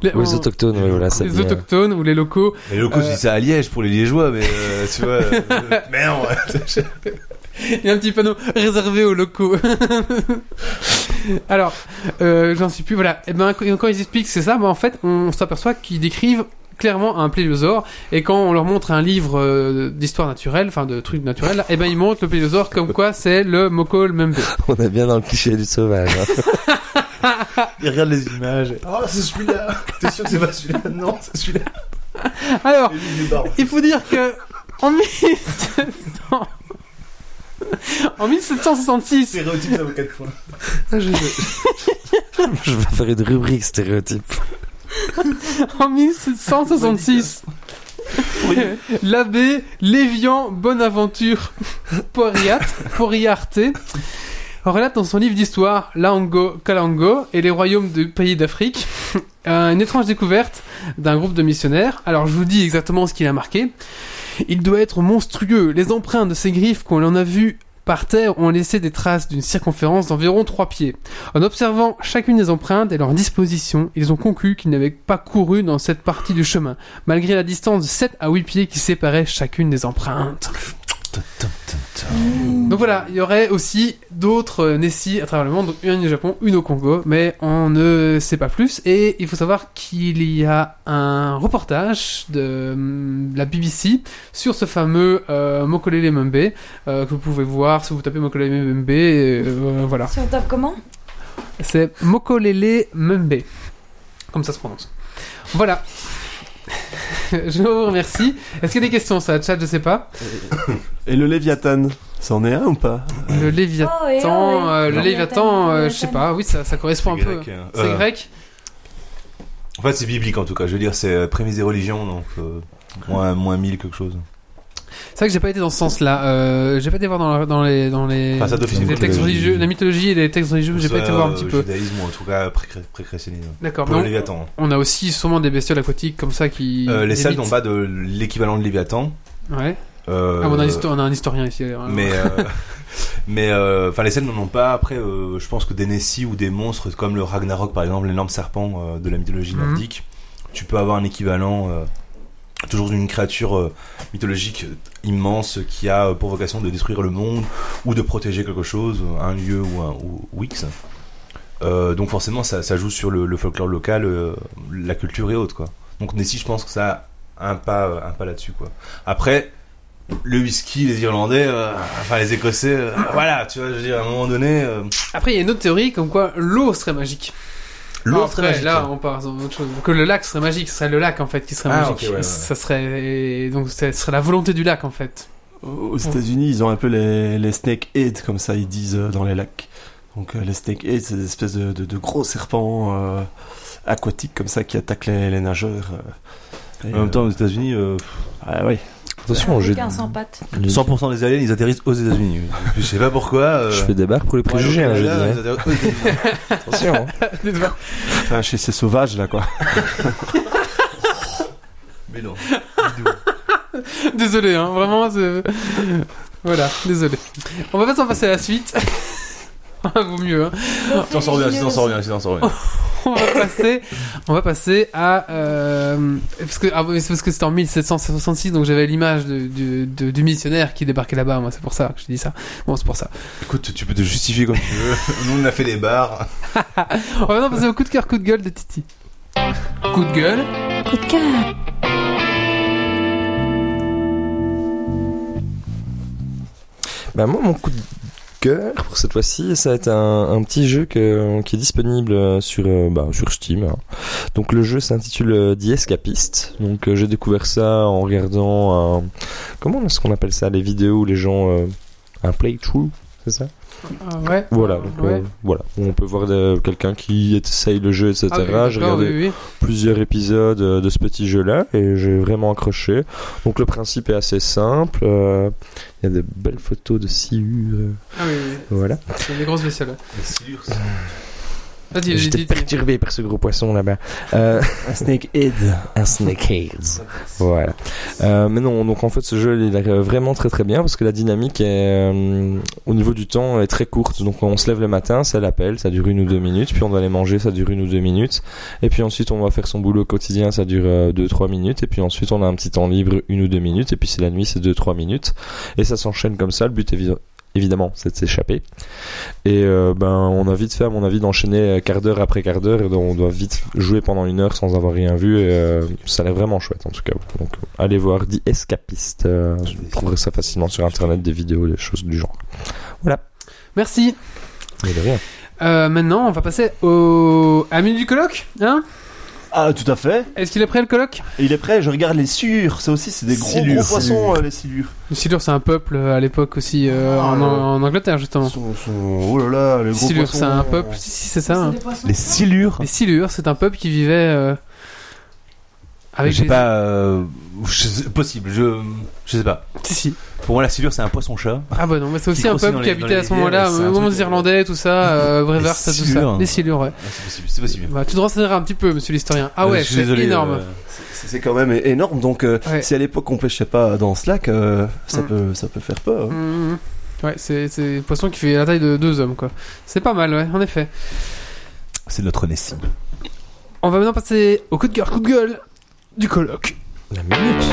Speaker 1: les,
Speaker 4: Ou les autochtones, ouais, voilà, ça
Speaker 1: les
Speaker 4: dit, euh,
Speaker 1: autochtones ou les locaux.
Speaker 2: Les locaux, je dis ça à Liège pour les Liégeois, mais euh, tu vois. euh, merde.
Speaker 1: Il y a un petit panneau réservé aux locaux. Alors, euh, j'en suis plus. Voilà. Et ben, quand quand ils expliquent c'est ça, ben, en fait, on s'aperçoit qu'ils décrivent clairement un pléiosaure. Et quand on leur montre un livre euh, d'histoire naturelle, enfin de trucs naturels, et ben ils montrent le pléiosaure comme quoi c'est le Mokol Membe.
Speaker 4: On est bien dans le cliché du sauvage. hein.
Speaker 2: Ils regardent les images. Oh, c'est celui-là. T'es sûr que c'est pas celui-là Non, c'est celui-là.
Speaker 1: Alors,
Speaker 2: Et lui, il est barbe.
Speaker 1: il faut dire que en 1700 en 1766,
Speaker 2: Stéréotype, ça vaut 4 points.
Speaker 4: Je vais faire une rubrique stéréotype.
Speaker 1: en 1766, l'abbé Lévian Bonaventure Poriat, Poriarté relate dans son livre d'histoire Laango Kalango et les royaumes du pays d'Afrique euh, une étrange découverte d'un groupe de missionnaires. Alors je vous dis exactement ce qu'il a marqué. Il doit être monstrueux. Les empreintes de ses griffes qu'on en a vues par terre ont laissé des traces d'une circonférence d'environ 3 pieds. En observant chacune des empreintes et leur disposition, ils ont conclu qu'ils n'avaient pas couru dans cette partie du chemin malgré la distance de 7 à 8 pieds qui séparait chacune des empreintes. Donc voilà, il y aurait aussi d'autres euh, Nessie à travers le monde, donc une au Japon, une au Congo, mais on ne sait pas plus. Et il faut savoir qu'il y a un reportage de hum, la BBC sur ce fameux euh, Mokolele Mumbe euh, que vous pouvez voir si vous tapez Mokolele Mumbe. euh, voilà,
Speaker 6: Si on tape comment
Speaker 1: c'est Mokolele Mumbe, comme ça se prononce. Voilà. Je vous remercie. Est-ce qu'il y a des questions ça, chat Je sais pas.
Speaker 5: Et le Léviathan, c'en est un ou pas
Speaker 1: Le Léviathan,
Speaker 6: Oh, et oh, et-
Speaker 1: euh, le
Speaker 6: Non.
Speaker 1: Léviathan, euh, je sais
Speaker 6: Léviathan.
Speaker 1: pas. Oui, ça, ça correspond un
Speaker 2: C'est
Speaker 1: peu.
Speaker 2: grec, hein.
Speaker 1: C'est
Speaker 2: Euh,
Speaker 1: grec.
Speaker 2: En fait, c'est biblique en tout cas. Je veux dire, c'est euh, prémices et religions, donc euh, moins, moins 1000 quelque chose.
Speaker 1: C'est vrai que j'ai pas été dans ce sens-là. Euh, j'ai pas été voir dans, la- dans les dans les,
Speaker 2: Enfin, ça d'office,
Speaker 1: les
Speaker 2: mythologie.
Speaker 1: textes religieux, la mythologie et les textes religieux. J'ai
Speaker 2: Ça,
Speaker 1: pas été voir un
Speaker 2: euh,
Speaker 1: petit peu.
Speaker 2: Judaïsme ou en tout cas pré- pré-christianisme.
Speaker 1: D'accord.
Speaker 2: Pour le
Speaker 1: Mais
Speaker 2: Léviathan.
Speaker 1: on, on a aussi sûrement des bestioles aquatiques comme ça qui.
Speaker 2: Euh, les
Speaker 1: des
Speaker 2: salles
Speaker 1: mythes.
Speaker 2: d'en bas de l'équivalent de Léviathan.
Speaker 1: Ouais.
Speaker 2: euh,
Speaker 1: Ah, on a, un histo- on a un historien ici.
Speaker 2: Mais euh, mais euh, enfin les scènes n'en ont pas. Après, euh, je pense que des Nessie ou des monstres comme le Ragnarok par exemple, l'énorme serpent euh, de la mythologie
Speaker 1: Mhm.
Speaker 2: nordique, tu peux avoir un équivalent euh, toujours d'une créature euh, mythologique immense qui a euh, pour vocation de détruire le monde ou de protéger quelque chose, un lieu ou un ou, ou X. Euh, donc forcément, ça, ça joue sur le, le folklore local, euh, la culture et autres quoi. Donc Nessie, je pense que ça a un pas un pas là-dessus quoi. Après, le whisky, les Irlandais, euh, enfin les Écossais, euh, voilà, tu vois, je veux dire, à un moment donné, euh,
Speaker 1: Après, il y a une autre théorie comme quoi l'eau serait magique.
Speaker 2: l'eau
Speaker 1: Après,
Speaker 2: serait magique. hein.
Speaker 1: Là, on part dans autre chose. Que le lac serait magique, ce serait le lac en fait qui serait
Speaker 2: Ah,
Speaker 1: magique.
Speaker 2: ok, ouais, ouais.
Speaker 1: Ça serait donc ce serait la volonté du lac en fait.
Speaker 5: Aux États-Unis, ils ont un peu les, les snakeheads, comme ça ils disent euh, dans les lacs. Donc euh, les snakeheads, c'est des espèces de, de- de gros serpents euh, aquatiques comme ça qui attaquent les, les nageurs. euh. Et,
Speaker 2: En même temps, aux États-Unis,
Speaker 5: euh, ah oui.
Speaker 4: Attention, j'ai-
Speaker 6: Aucun sans pattes.
Speaker 4: j'ai-
Speaker 2: 100% des aliens, ils atterrissent aux États-Unis. je sais pas pourquoi. euh,
Speaker 4: je fais des barres pour les
Speaker 2: ouais,
Speaker 4: préjugés,
Speaker 2: au
Speaker 4: hein, je
Speaker 2: Canada,
Speaker 4: dirais.
Speaker 2: ils atterrissent aux États-Unis.
Speaker 4: Attention, hein.
Speaker 5: Enfin, chez ces sauvages là quoi.
Speaker 2: Mais non.
Speaker 1: Désolé, hein, vraiment. c'est- Voilà, désolé. On va pas s'en passer à la suite. Vaut mieux. hein.
Speaker 2: Tu t'en sors bien, tu t'en sors bien, tu t'en sors bien.
Speaker 1: On va passer, on va passer à euh, parce que ah, oui, c'est parce que c'était en 1766 donc j'avais l'image de- du- de- du missionnaire qui débarquait là-bas. Moi, c'est pour ça que je dis ça. Bon, c'est pour ça.
Speaker 2: Écoute, tu peux te justifier comme tu veux. Nous, on a fait des bars.
Speaker 1: On va maintenant passer au coup de cœur, coup de gueule de Titi. Coup de gueule.
Speaker 6: Coup de cœur.
Speaker 4: Bah moi mon coup de cœur pour cette fois-ci, ça va être un, un petit jeu que- qui est disponible euh, sur euh, bah, sur Steam. hein. Donc le jeu s'intitule euh, The Escapist. Donc euh, j'ai découvert ça en regardant un- comment est-ce qu'on appelle ça les vidéos où les gens euh, un playthrough, c'est ça
Speaker 1: Ah, ouais.
Speaker 4: Voilà, donc,
Speaker 1: Ouais.
Speaker 4: euh, voilà. On peut voir de- quelqu'un qui essaye le jeu, etc.
Speaker 1: Ah, oui,
Speaker 4: j'ai
Speaker 1: d'accord,
Speaker 4: regardé
Speaker 1: oui, oui.
Speaker 4: plusieurs épisodes euh, de ce petit jeu-là et j'ai vraiment accroché. Donc le principe est assez simple. euh, Il y a de belles photos de sciure. euh,
Speaker 1: Ah oui, oui, oui.
Speaker 4: voilà.
Speaker 1: C'est des grosses vaisselles. Vas-y, vas-y,
Speaker 4: J'étais
Speaker 1: dis- dis-
Speaker 4: perturbé par ce gros poisson là-bas. Euh,
Speaker 5: Un snakehead.
Speaker 4: un snakehead. Voilà. Euh, mais non, donc en fait, ce jeu, il est vraiment très très bien parce que la dynamique est, euh, au niveau du temps est très courte. Donc on se lève le matin, ça l'appelle, ça dure une ou deux minutes. Puis on doit aller manger, ça dure une ou deux minutes. Et puis ensuite, on va faire son boulot quotidien, ça dure euh, deux trois minutes. Et puis ensuite, on a un petit temps libre, une ou deux minutes. Et puis c'est la nuit, c'est deux trois minutes. Et ça s'enchaîne comme ça. Le but évi- Évidemment, c'est de s'échapper. Et euh, ben, on a vite fait, à mon avis, d'enchaîner euh, quart d'heure après quart d'heure. Et donc, On doit vite jouer pendant une heure sans avoir rien vu. Et, euh, ça a l'air vraiment chouette, en tout cas. Donc, euh, allez voir dit Escapiste. Euh, vous trouverez ça facilement sur Internet, des vidéos, des choses du genre.
Speaker 1: Merci.
Speaker 4: Mais de rien.
Speaker 1: Euh, maintenant, on va passer au à Minute du colloque, hein
Speaker 5: Ah tout à fait.
Speaker 1: Est-ce qu'il est prêt le colloque
Speaker 5: Et il est prêt. Je regarde les sures. Ça aussi c'est des gros,
Speaker 2: Silures.
Speaker 5: gros poissons euh, les silures.
Speaker 1: Le silure, c'est un peuple euh, à l'époque aussi euh,
Speaker 2: Ah,
Speaker 1: en, en Angleterre justement.
Speaker 5: Sont- sont- Oh là là les
Speaker 1: Le
Speaker 5: gros
Speaker 1: silure,
Speaker 5: poissons.
Speaker 1: c'est
Speaker 2: euh,
Speaker 1: un peuple. Si, si, c'est ça. hein.
Speaker 2: Les silures.
Speaker 1: Les silures, c'est un peuple qui vivait euh, avec.
Speaker 2: Je sais
Speaker 1: des-
Speaker 2: pas. euh, je sais- possible, je. Je sais pas.
Speaker 1: Si, si.
Speaker 2: Pour moi, la silure, c'est un poisson-chat.
Speaker 1: Ah bah non, mais c'est aussi
Speaker 2: Qui
Speaker 1: un
Speaker 2: grossit
Speaker 1: peuple
Speaker 2: dans
Speaker 1: qui
Speaker 2: les-
Speaker 1: habitait
Speaker 2: dans
Speaker 1: à
Speaker 2: les
Speaker 1: ce moment-là,
Speaker 2: rivières, c'est
Speaker 1: au
Speaker 2: un
Speaker 1: moment
Speaker 2: truc
Speaker 1: des
Speaker 2: de-
Speaker 1: Irlandais, tout ça, euh, Brevard, ça, tout ça.
Speaker 2: silures.
Speaker 1: Les silures, ouais.
Speaker 2: Ah, c'est possible, c'est possible.
Speaker 1: Bah, tu te renseigneras un petit peu, monsieur l'historien. Ah
Speaker 2: Euh,
Speaker 1: ouais,
Speaker 2: je suis
Speaker 1: c'est
Speaker 2: désolé,
Speaker 1: énorme.
Speaker 2: euh,
Speaker 5: C'est c'est quand même é- énorme. Donc euh,
Speaker 1: Ouais.
Speaker 5: si à l'époque on pêchait pas dans ce lac, euh, ça
Speaker 1: Mm.
Speaker 5: peut ça peut faire peur. hein.
Speaker 1: Mhm. Ouais, c'est c'est un poisson qui fait la taille de deux hommes, quoi. C'est pas mal, ouais, en effet.
Speaker 2: c'est notre Nessie.
Speaker 1: On va maintenant passer au coup de cœur, coup de gueule du colloque.
Speaker 4: La minute.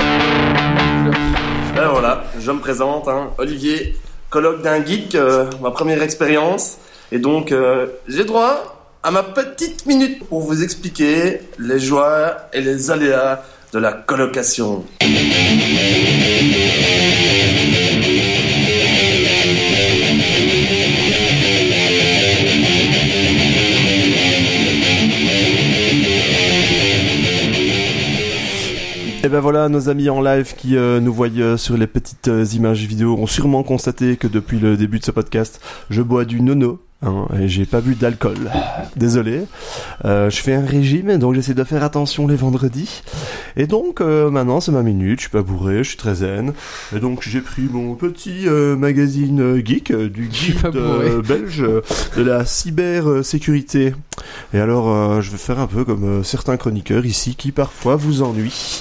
Speaker 7: Alors voilà, je me présente, hein, Olivier, colloque d'un geek, euh, ma première expérience. Et donc, euh, j'ai droit à ma petite minute pour vous expliquer les joies et les aléas de la colocation.
Speaker 5: Et ben voilà, nos amis en live qui euh, nous voient euh, sur les petites euh, images vidéo ont sûrement constaté que depuis le début de ce podcast, je bois du nono. Hein, et j'ai pas bu d'alcool. Désolé. Euh, je fais un régime, donc j'essaie de faire attention les vendredis. Et donc, euh, maintenant, c'est ma minute. Je suis pas bourré, je suis très zen. Et donc, j'ai pris mon petit euh, magazine euh, geek, euh, du
Speaker 1: suis
Speaker 5: guide
Speaker 1: pas bourré.
Speaker 5: euh, belge, euh, de la cybersécurité. Et alors, euh, je vais faire un peu comme euh, certains chroniqueurs ici qui parfois vous ennuient.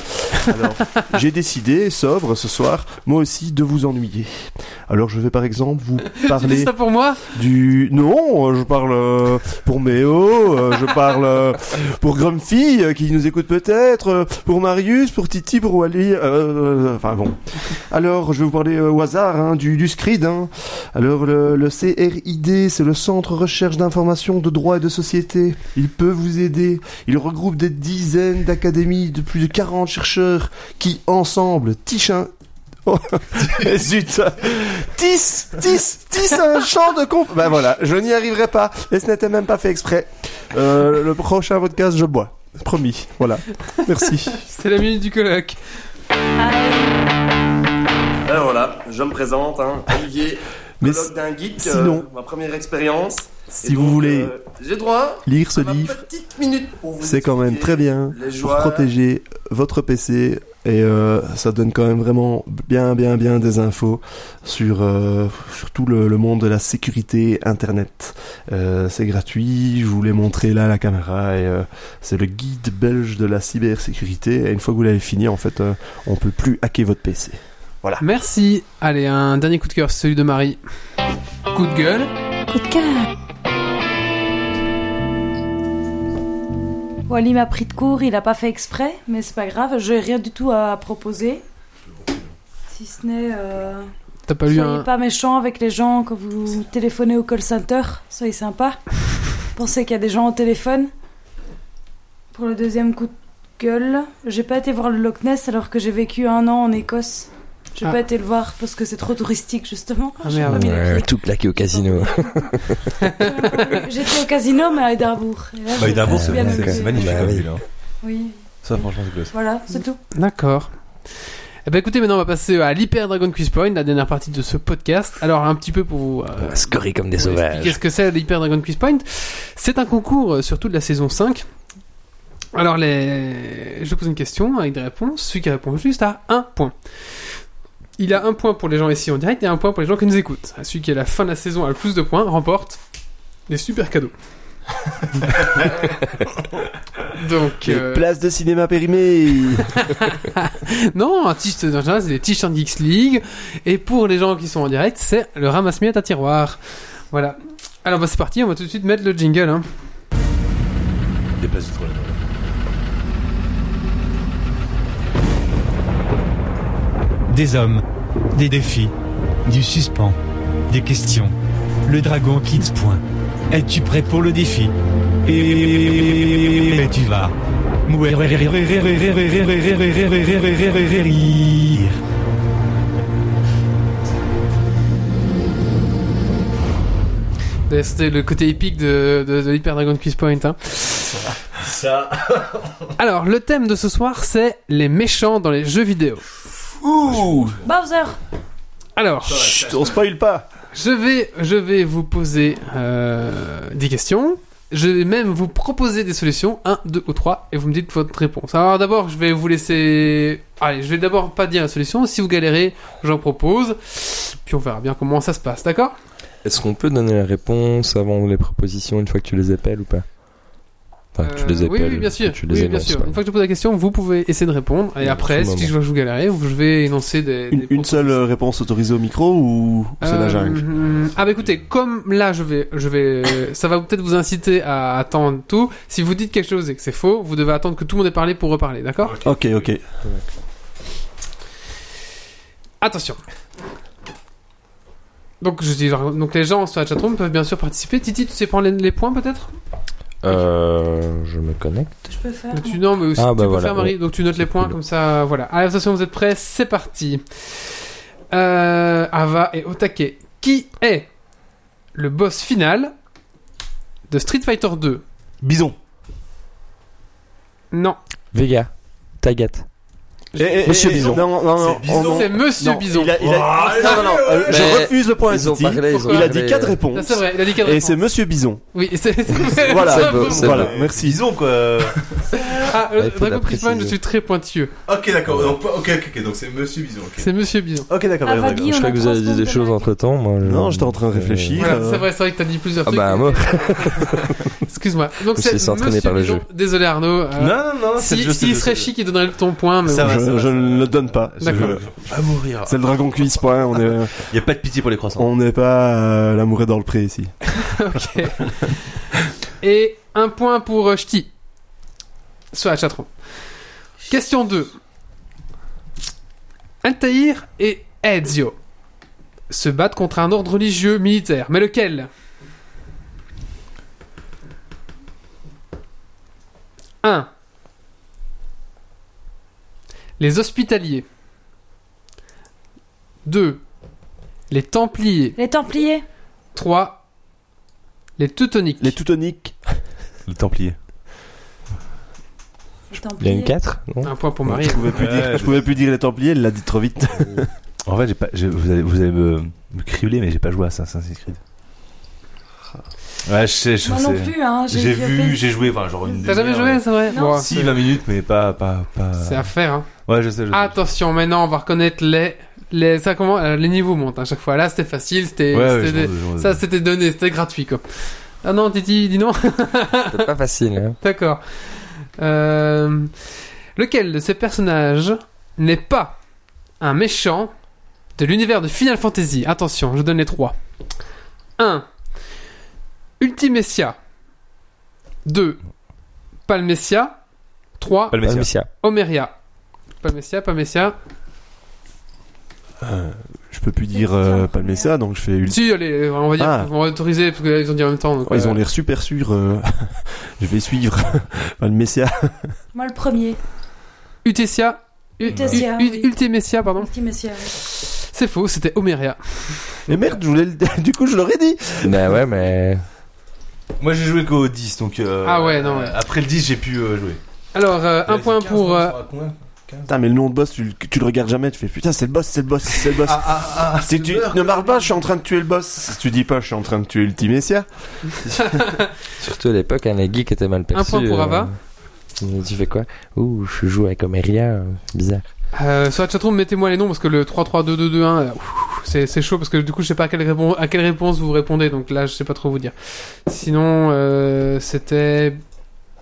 Speaker 5: Alors, j'ai décidé, sobre ce soir, moi aussi, de vous ennuyer. Alors, je vais par exemple vous
Speaker 1: Tu dis
Speaker 5: parler
Speaker 1: ça pour moi
Speaker 5: du. Non, euh, je parle euh, pour Méo, euh, je parle euh, pour Grumpy euh, qui nous écoute peut-être, euh, pour Marius, pour Titi, pour Wally. euh, euh, Enfin bon. Alors, je vais vous parler euh, au hasard hein, du, du Scrid. hein. Alors, le, le CRID, c'est le Centre Recherche d'Information de Droit et de Société. Il peut vous aider. Il regroupe des dizaines d'académies de plus de 40 chercheurs qui, ensemble, tichent un... Oh, zut Tissent, tissent, tissent un champ de comp... Bah voilà, je n'y arriverai pas. Et ce n'était même pas fait exprès. Euh, le prochain podcast, je bois. Promis. Voilà. Merci.
Speaker 1: C'est la minute du colloque.
Speaker 7: Alors Ben voilà, je me présente, hein, Olivier,
Speaker 5: Mais
Speaker 7: colloque d'un geek, euh,
Speaker 5: sinon-
Speaker 7: ma première expérience.
Speaker 5: si
Speaker 7: Et
Speaker 5: vous
Speaker 7: donc,
Speaker 5: voulez
Speaker 7: euh, j'ai droit
Speaker 5: lire ce
Speaker 7: à ma
Speaker 5: livre,
Speaker 7: petite minute pour vous
Speaker 5: c'est quand même
Speaker 7: expliquer
Speaker 5: très bien.
Speaker 7: Les
Speaker 5: pour
Speaker 7: joies
Speaker 5: protéger votre PC et euh, ça donne quand même vraiment bien bien bien des infos sur euh, sur tout le, le monde de la sécurité internet. Euh, c'est gratuit, je vous l'ai montré là à la caméra et euh, c'est le guide belge de la cybersécurité et une fois que vous l'avez fini en fait euh, on peut plus hacker votre PC.
Speaker 1: Merci. Allez, un dernier coup de cœur, celui de Marie.
Speaker 3: Coup de gueule.
Speaker 6: Coup de cœur. Wally m'a pris de court, il a pas fait exprès, mais c'est pas grave, j'ai rien du tout à proposer. Si ce n'est. euh,
Speaker 1: T'as pas lu
Speaker 6: soyez
Speaker 1: un.
Speaker 6: pas méchants avec les gens quand vous téléphonez au call center, soyez sympa. Pensez qu'il y a des gens au téléphone. Pour le deuxième coup de gueule, j'ai pas été voir le Loch Ness alors que j'ai vécu un an en Écosse. J'ai
Speaker 1: Ah.
Speaker 6: pas été le voir parce que c'est trop touristique justement.
Speaker 1: Ah, merde.
Speaker 6: J'ai pas mis la clé.
Speaker 4: tout claqué au casino.
Speaker 6: J'étais au casino, mais à Édimbourg. Et là,
Speaker 2: Bah,
Speaker 6: j'ai
Speaker 2: Édimbourg,
Speaker 6: pas
Speaker 2: c'est
Speaker 6: bien
Speaker 2: c'est-
Speaker 6: amusé.
Speaker 2: c'est magnifique
Speaker 4: Bah
Speaker 2: comme
Speaker 4: oui.
Speaker 2: ville, hein.
Speaker 6: Oui,
Speaker 2: Ça, franchement, c'est classe.
Speaker 6: voilà, c'est tout.
Speaker 1: D'accord. Eh ben écoutez, maintenant on va passer à l'Hyper Dragon Quiz Point, la dernière partie de ce podcast. Alors un petit peu pour vous, euh,
Speaker 4: Scoré comme des
Speaker 1: pour vous expliquer
Speaker 4: sauvages.
Speaker 1: ce que c'est l'Hyper Dragon Quiz Point. C'est un concours euh, surtout de la saison 5. Alors les... je pose une question avec des réponses. Celui qui répond juste a un point. Il a un point pour les gens ici en direct et un point pour les gens qui nous écoutent. Celui qui à la fin de la saison a le plus de points remporte des super cadeaux. Donc euh,
Speaker 5: Place de cinéma périmée.
Speaker 1: Non, un t-shirt en général, c'est des t-shirts Geeks League. Et pour les gens qui sont en direct, c'est le ramasse-miettes à tiroir. Voilà. Alors bah c'est parti, on va tout de suite mettre le jingle. Hein.
Speaker 2: Dépasse du troll.
Speaker 8: Des hommes, des défis, du suspens, des questions. Le dragon quitte point. Es-tu prêt pour le défi Et tu vas. Mourir.
Speaker 1: D'ailleurs, C'était le côté épique de, de, de Hyper Dragon Quiz Point. Hein.
Speaker 2: Ça.
Speaker 1: Alors, le thème de ce soir, c'est les méchants dans les jeux vidéo.
Speaker 6: Bowser
Speaker 1: Alors,
Speaker 5: Chut, on spoil pas.
Speaker 1: je vais, je vais vous poser euh, des questions. Je vais même vous proposer des solutions, 1, 2 ou 3, et vous me dites votre réponse. Alors d'abord, je vais vous laisser... Allez, je vais d'abord pas dire la solution. Si vous galérez, j'en propose. Puis on verra bien comment ça se passe, d'accord
Speaker 4: Est-ce qu'on peut donner la réponse avant les propositions une fois que tu les appelles ou pas Enfin, tu
Speaker 1: Euh,
Speaker 4: les
Speaker 1: oui,
Speaker 4: appelles.
Speaker 1: oui, bien sûr.
Speaker 4: Tu
Speaker 1: Oui,
Speaker 4: les
Speaker 1: bien
Speaker 4: énonces,
Speaker 1: sûr.
Speaker 4: pardon.
Speaker 1: Une fois que je pose la question, vous pouvez essayer de répondre. Et
Speaker 4: Oui,
Speaker 1: après,
Speaker 4: tout le
Speaker 1: si je
Speaker 4: moment.
Speaker 1: vois que je vous galérez, je vais énoncer des...
Speaker 5: Une,
Speaker 1: des
Speaker 5: une seule euh, réponse autorisée au micro ou c'est
Speaker 1: Euh,
Speaker 5: la jungle
Speaker 1: hum, Ah bah écoutez, comme là je vais, je vais, euh, ça va peut-être vous inciter à attendre tout. Si vous dites quelque chose et que c'est faux, vous devez attendre que tout le monde ait parlé pour reparler, d'accord
Speaker 5: Ok, ok.
Speaker 1: Attention. Donc, je dis, donc les gens sur la chatroom peuvent bien sûr participer. Titi, tu sais prendre les, les points peut-être
Speaker 4: Euh, je me connecte.
Speaker 6: Je peux faire.
Speaker 1: Donc, tu, non, mais aussi,
Speaker 4: Ah,
Speaker 1: tu
Speaker 4: bah
Speaker 1: peux
Speaker 4: voilà,
Speaker 1: faire, Marie.
Speaker 4: ouais.
Speaker 1: Donc tu notes les points
Speaker 4: cool.
Speaker 1: comme ça. Voilà. Allez, attention, vous êtes prêts C'est parti. Euh, Ava et au taquet. Qui est le boss final de Street Fighter 2
Speaker 4: euh,
Speaker 5: Bison.
Speaker 1: Non,
Speaker 4: Vega. Tagat.
Speaker 5: Eh, eh,
Speaker 4: Monsieur
Speaker 5: eh,
Speaker 4: Bison.
Speaker 5: Non, non, non.
Speaker 2: C'est Bison.
Speaker 5: on-
Speaker 1: c'est Monsieur
Speaker 5: non,
Speaker 1: Bison.
Speaker 5: il a- il
Speaker 2: Ah,
Speaker 5: a- non, non, non, euh,
Speaker 9: Mais
Speaker 5: Je refuse le point à
Speaker 9: Ils ont
Speaker 5: Titi.
Speaker 9: parlé, ils ont
Speaker 5: Il a
Speaker 9: parlé.
Speaker 5: dit 4
Speaker 1: Ça,
Speaker 5: réponses.
Speaker 1: Ah, c'est vrai, il a dit qu'elle
Speaker 5: Et
Speaker 1: répond.
Speaker 5: c'est Monsieur Bison.
Speaker 1: Oui, c'est c'est-
Speaker 5: Voilà.
Speaker 1: c'est un peu-
Speaker 9: C'est
Speaker 5: Voilà,
Speaker 9: bon.
Speaker 5: merci.
Speaker 2: Disons quoi.
Speaker 1: Ah,
Speaker 4: Ouais,
Speaker 1: euh,
Speaker 4: faut
Speaker 1: Dragon
Speaker 4: la
Speaker 1: Prisman, je
Speaker 4: préciser.
Speaker 1: suis très pointilleux.
Speaker 2: Ok, d'accord. Donc, ok, ok, ok, donc c'est Monsieur Bison. ok.
Speaker 1: C'est Monsieur Bison.
Speaker 5: Ok, d'accord.
Speaker 6: Ah,
Speaker 5: d'accord, d'accord.
Speaker 6: Vaggy, on
Speaker 4: Je
Speaker 6: a
Speaker 4: crois que vous
Speaker 6: trois
Speaker 4: avez dit
Speaker 6: secondes
Speaker 4: des
Speaker 6: de
Speaker 4: choses
Speaker 6: live.
Speaker 4: entre temps. Moi, je-
Speaker 5: Non, j'étais en train de réfléchir.
Speaker 1: Voilà,
Speaker 5: euh,
Speaker 1: c'est vrai, c'est vrai que t'as dit plusieurs
Speaker 4: Ah
Speaker 1: trucs.
Speaker 4: bah, moi.
Speaker 1: Excuse-moi. Donc
Speaker 4: Je
Speaker 1: c'est
Speaker 4: me suis entraîné
Speaker 1: Monsieur
Speaker 4: par le
Speaker 1: Bison.
Speaker 4: jeu.
Speaker 1: Désolé Arnaud. euh,
Speaker 2: Non, non, non, non,
Speaker 1: si
Speaker 2: c'est le jeu, c'est
Speaker 1: s'il
Speaker 2: le
Speaker 1: serait
Speaker 2: jeu.
Speaker 1: chic, il donnerait ton point. Mais
Speaker 2: Ça
Speaker 1: bon.
Speaker 2: va,
Speaker 5: Euh, Je,
Speaker 2: ça va,
Speaker 5: je
Speaker 2: ça
Speaker 5: ne
Speaker 2: va.
Speaker 5: le donne pas.
Speaker 1: D'accord.
Speaker 5: Je-
Speaker 2: À mourir.
Speaker 5: C'est le Dragon Quiz, point. On est,
Speaker 2: Y a pas de pitié pour les croissants.
Speaker 5: on n'est pas euh, l'amour est dans le pré ici.
Speaker 1: Ok. Et un point pour euh, Ch'ti. Sur la chatron. Question 2. Altaïr et Ezio se battent contre un ordre religieux militaire. Mais lequel 1. Les hospitaliers. 2. Les templiers.
Speaker 6: Les Templiers.
Speaker 1: 3. Les teutoniques.
Speaker 5: Les Teutoniques.
Speaker 2: Le Templier.
Speaker 6: Les
Speaker 4: Il y a une
Speaker 6: Templiers.
Speaker 4: 4 Non
Speaker 1: Un point pour Marie.
Speaker 5: Je pouvais plus
Speaker 2: Ouais,
Speaker 5: dire. Je
Speaker 2: je-
Speaker 5: pouvais plus dire les Templiers. Elle l'a dit trop vite.
Speaker 2: En fait, j'ai pas, j'ai- vous allez, vous allez me, me cribler, mais j'ai pas joué à Assassin's Creed. Ouais, je sais, je
Speaker 6: Moi
Speaker 2: sais.
Speaker 6: non plus, hein.
Speaker 2: J'ai vu,
Speaker 6: fait-
Speaker 2: j'ai joué, enfin, genre une.
Speaker 1: T'as jamais joué,
Speaker 2: demi-heure.
Speaker 1: c'est vrai
Speaker 6: Non.
Speaker 1: Bon,
Speaker 2: Si,
Speaker 1: c'est-
Speaker 2: 20 minutes, mais pas. pas, pas...
Speaker 1: C'est à faire. Hein.
Speaker 2: Ouais, je sais, je sais.
Speaker 1: Attention, maintenant, on va reconnaître les. les... Ça, comment... euh, les niveaux montent à chaque fois. Là, c'était facile, c'était.
Speaker 2: Ouais, ouais,
Speaker 1: c'était
Speaker 2: je-
Speaker 1: des-
Speaker 2: je-
Speaker 1: Ça, c'était donné, c'était gratuit, quoi. Ah non, Titi, dis non
Speaker 4: C'est pas facile. Hein.
Speaker 1: D'accord. Euh, Lequel de ces personnages n'est pas un méchant de l'univers de Final Fantasy Attention, je donne les trois. 1. Ultimessia. 2. Palmessia. 3.
Speaker 2: Pas le Messia.
Speaker 4: Amicia.
Speaker 1: Omeria. Palmessia, Palmessia.
Speaker 5: Je peux plus dire euh, Palmessa, donc je fais. Ulti-
Speaker 1: Si, allez, euh, on va dire,
Speaker 5: Ah.
Speaker 1: on va autoriser parce qu'ils ont dit en même temps. donc,
Speaker 5: Oh, ils
Speaker 1: euh,
Speaker 5: ont l'air super sûrs. euh, je vais suivre Palmessa.
Speaker 6: Moi le premier.
Speaker 1: Utessia. U-
Speaker 6: Utessia,
Speaker 1: U- U-
Speaker 6: oui.
Speaker 1: Ultimessia, pardon.
Speaker 6: Ultimessia.
Speaker 1: C'est faux, c'était Omeria.
Speaker 5: Mais merde, je voulais. le- Du coup, je l'aurais dit.
Speaker 4: Bah ouais, mais.
Speaker 2: Moi, j'ai joué qu'au 10, donc. euh,
Speaker 1: Ah ouais, non, ouais.
Speaker 2: Après le 10, j'ai pu euh, jouer.
Speaker 1: Alors, euh, un point pour. euh,
Speaker 5: Putain, mais le nom de boss, tu, le- tu le regardes jamais. Tu fais putain, c'est le boss, c'est le boss, c'est le boss.
Speaker 2: Ah, ah, ah, ah,
Speaker 5: Si tu ne parles pas, je suis en train de tuer le boss. Si tu dis pas, je suis en train de tuer Ultimessia.
Speaker 4: Surtout à l'époque, hein, les geeks étaient mal perçus.
Speaker 1: point pour
Speaker 4: euh,
Speaker 1: Ava.
Speaker 4: Tu fais quoi Ouh, je joue avec Omeria. euh, Bizarre.
Speaker 1: Euh, sur la chatroom, mettez-moi les noms parce que le 3 3 2 2 2 1 là, euh, ouf, c'est c'est chaud parce que du coup, je sais pas à quelle, réponse, à quelle réponse vous répondez donc là, je sais pas trop vous dire. Sinon, euh, c'était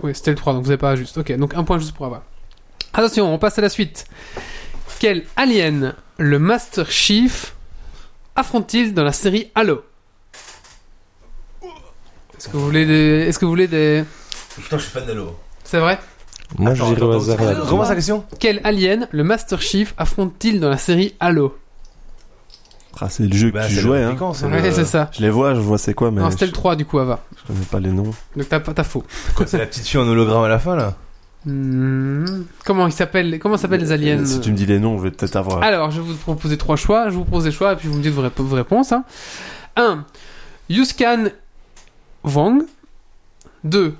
Speaker 1: oui, c'était le 3 donc vous n'avez pas juste. OK, donc un point juste pour avoir. Attention, on passe à la suite. Quel alien le Master Chief affronte-t-il dans la série Halo Est-ce que vous voulez des est-ce que vous voulez des
Speaker 2: Putain, je suis fan d'Halo.
Speaker 1: C'est vrai
Speaker 4: Moi, je
Speaker 2: Attends,
Speaker 4: dirais au
Speaker 2: attends,
Speaker 4: hasard.
Speaker 2: attends,
Speaker 4: là.
Speaker 2: Comment sa question
Speaker 1: Quel alien le Master Chief affronte-t-il dans la série Halo
Speaker 5: Ah, c'est le jeu que
Speaker 2: Bah,
Speaker 5: tu
Speaker 2: c'est
Speaker 5: jouais, hein.
Speaker 2: l'Américain, c'est
Speaker 1: Ouais,
Speaker 2: le-
Speaker 1: c'est ça.
Speaker 5: Je les vois, je vois c'est quoi, mais
Speaker 1: Non,
Speaker 5: je,
Speaker 1: c'était le 3 du coup, Ava.
Speaker 5: je connais pas les noms.
Speaker 1: Donc t'as pas- t'as faux.
Speaker 2: Quoi, C'est la petite fille en hologramme à la fin, là
Speaker 1: Hmm. Comment ils s'appellent Comment s'appellent les aliens
Speaker 5: Euh, Si tu me dis les noms, je vais peut-être avoir.
Speaker 1: Alors, je vais vous proposer trois choix. Je vous propose des choix et puis vous me dites vos, rép- vos réponses. 1. Yuskan Wang. 2.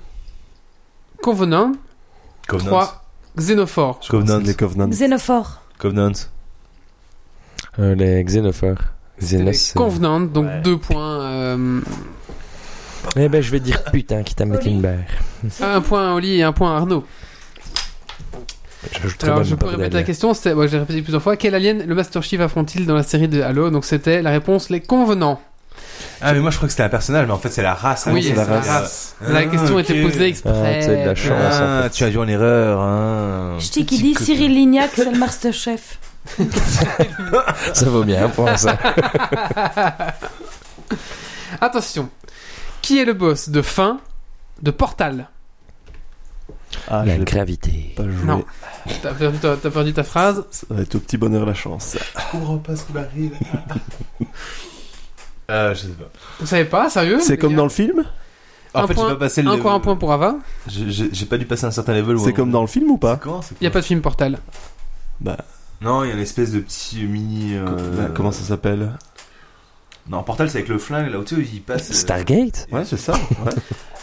Speaker 1: Convenant.
Speaker 2: Covenant.
Speaker 1: 3. Xénophore.
Speaker 2: Covenant.
Speaker 5: Les Covenants.
Speaker 6: Xénophore.
Speaker 2: Covenant.
Speaker 4: Euh, les xénophores.
Speaker 1: C'était
Speaker 4: Xénos.
Speaker 1: les Convenant, donc
Speaker 2: Ouais.
Speaker 1: 2 points. euh,
Speaker 4: euh, Eh ben, je vais dire putain, quitte à mettre une barre.
Speaker 1: un point à Oli et un point à Arnaud.
Speaker 4: J'ajouterai
Speaker 1: Alors,
Speaker 4: même
Speaker 1: je
Speaker 4: une
Speaker 1: peux
Speaker 4: barre
Speaker 1: répéter la
Speaker 4: d'alien.
Speaker 1: question. c'est- Moi, je l'ai répété plusieurs fois. Quel alien le Master Chief affronte-t-il dans la série de Halo Donc, c'était la réponse les Convenants.
Speaker 2: Ah, mais moi, je crois que c'était un personnage, mais en fait, c'est la race. hein,
Speaker 1: oui,
Speaker 5: c'est la race.
Speaker 1: La question était posée exprès.
Speaker 4: Ah, c'est de la chance. en
Speaker 2: Ah,
Speaker 4: fait.
Speaker 2: tu as joué en erreur, hein.
Speaker 6: Je dis qu'il dit Cyril Lignac, c'est le master chef.
Speaker 4: Ça vaut bien un point, ça.
Speaker 1: Attention. Qui est le boss de fin de Portal
Speaker 5: Ah, je
Speaker 4: la
Speaker 5: l'ai
Speaker 4: gravité.
Speaker 5: pas joué.
Speaker 1: Non. T'as perdu, ta- t'as perdu ta phrase.
Speaker 5: Ça va être au petit bonheur la chance.
Speaker 2: comprends pas ce qui m'arrive. euh, je sais pas.
Speaker 1: Vous savez pas, sérieux
Speaker 5: C'est comme dans le film
Speaker 2: En
Speaker 1: Un
Speaker 2: fait,
Speaker 1: point-
Speaker 2: j'ai pas passé le.
Speaker 1: Encore un point pour Ava.
Speaker 2: J'ai- J'ai j'ai pas dû passer un certain level.
Speaker 5: C'est comme dans le film ou pas
Speaker 2: Comment
Speaker 1: Il n'y a pas de film Portal.
Speaker 2: Non, il y a une espèce de petit mini. euh,
Speaker 5: Bah, Comment ça s'appelle
Speaker 2: Non, Portal, c'est avec le flingue là où tu sais, il passe. euh,
Speaker 4: Stargate
Speaker 5: Ouais, c'est ça. ouais.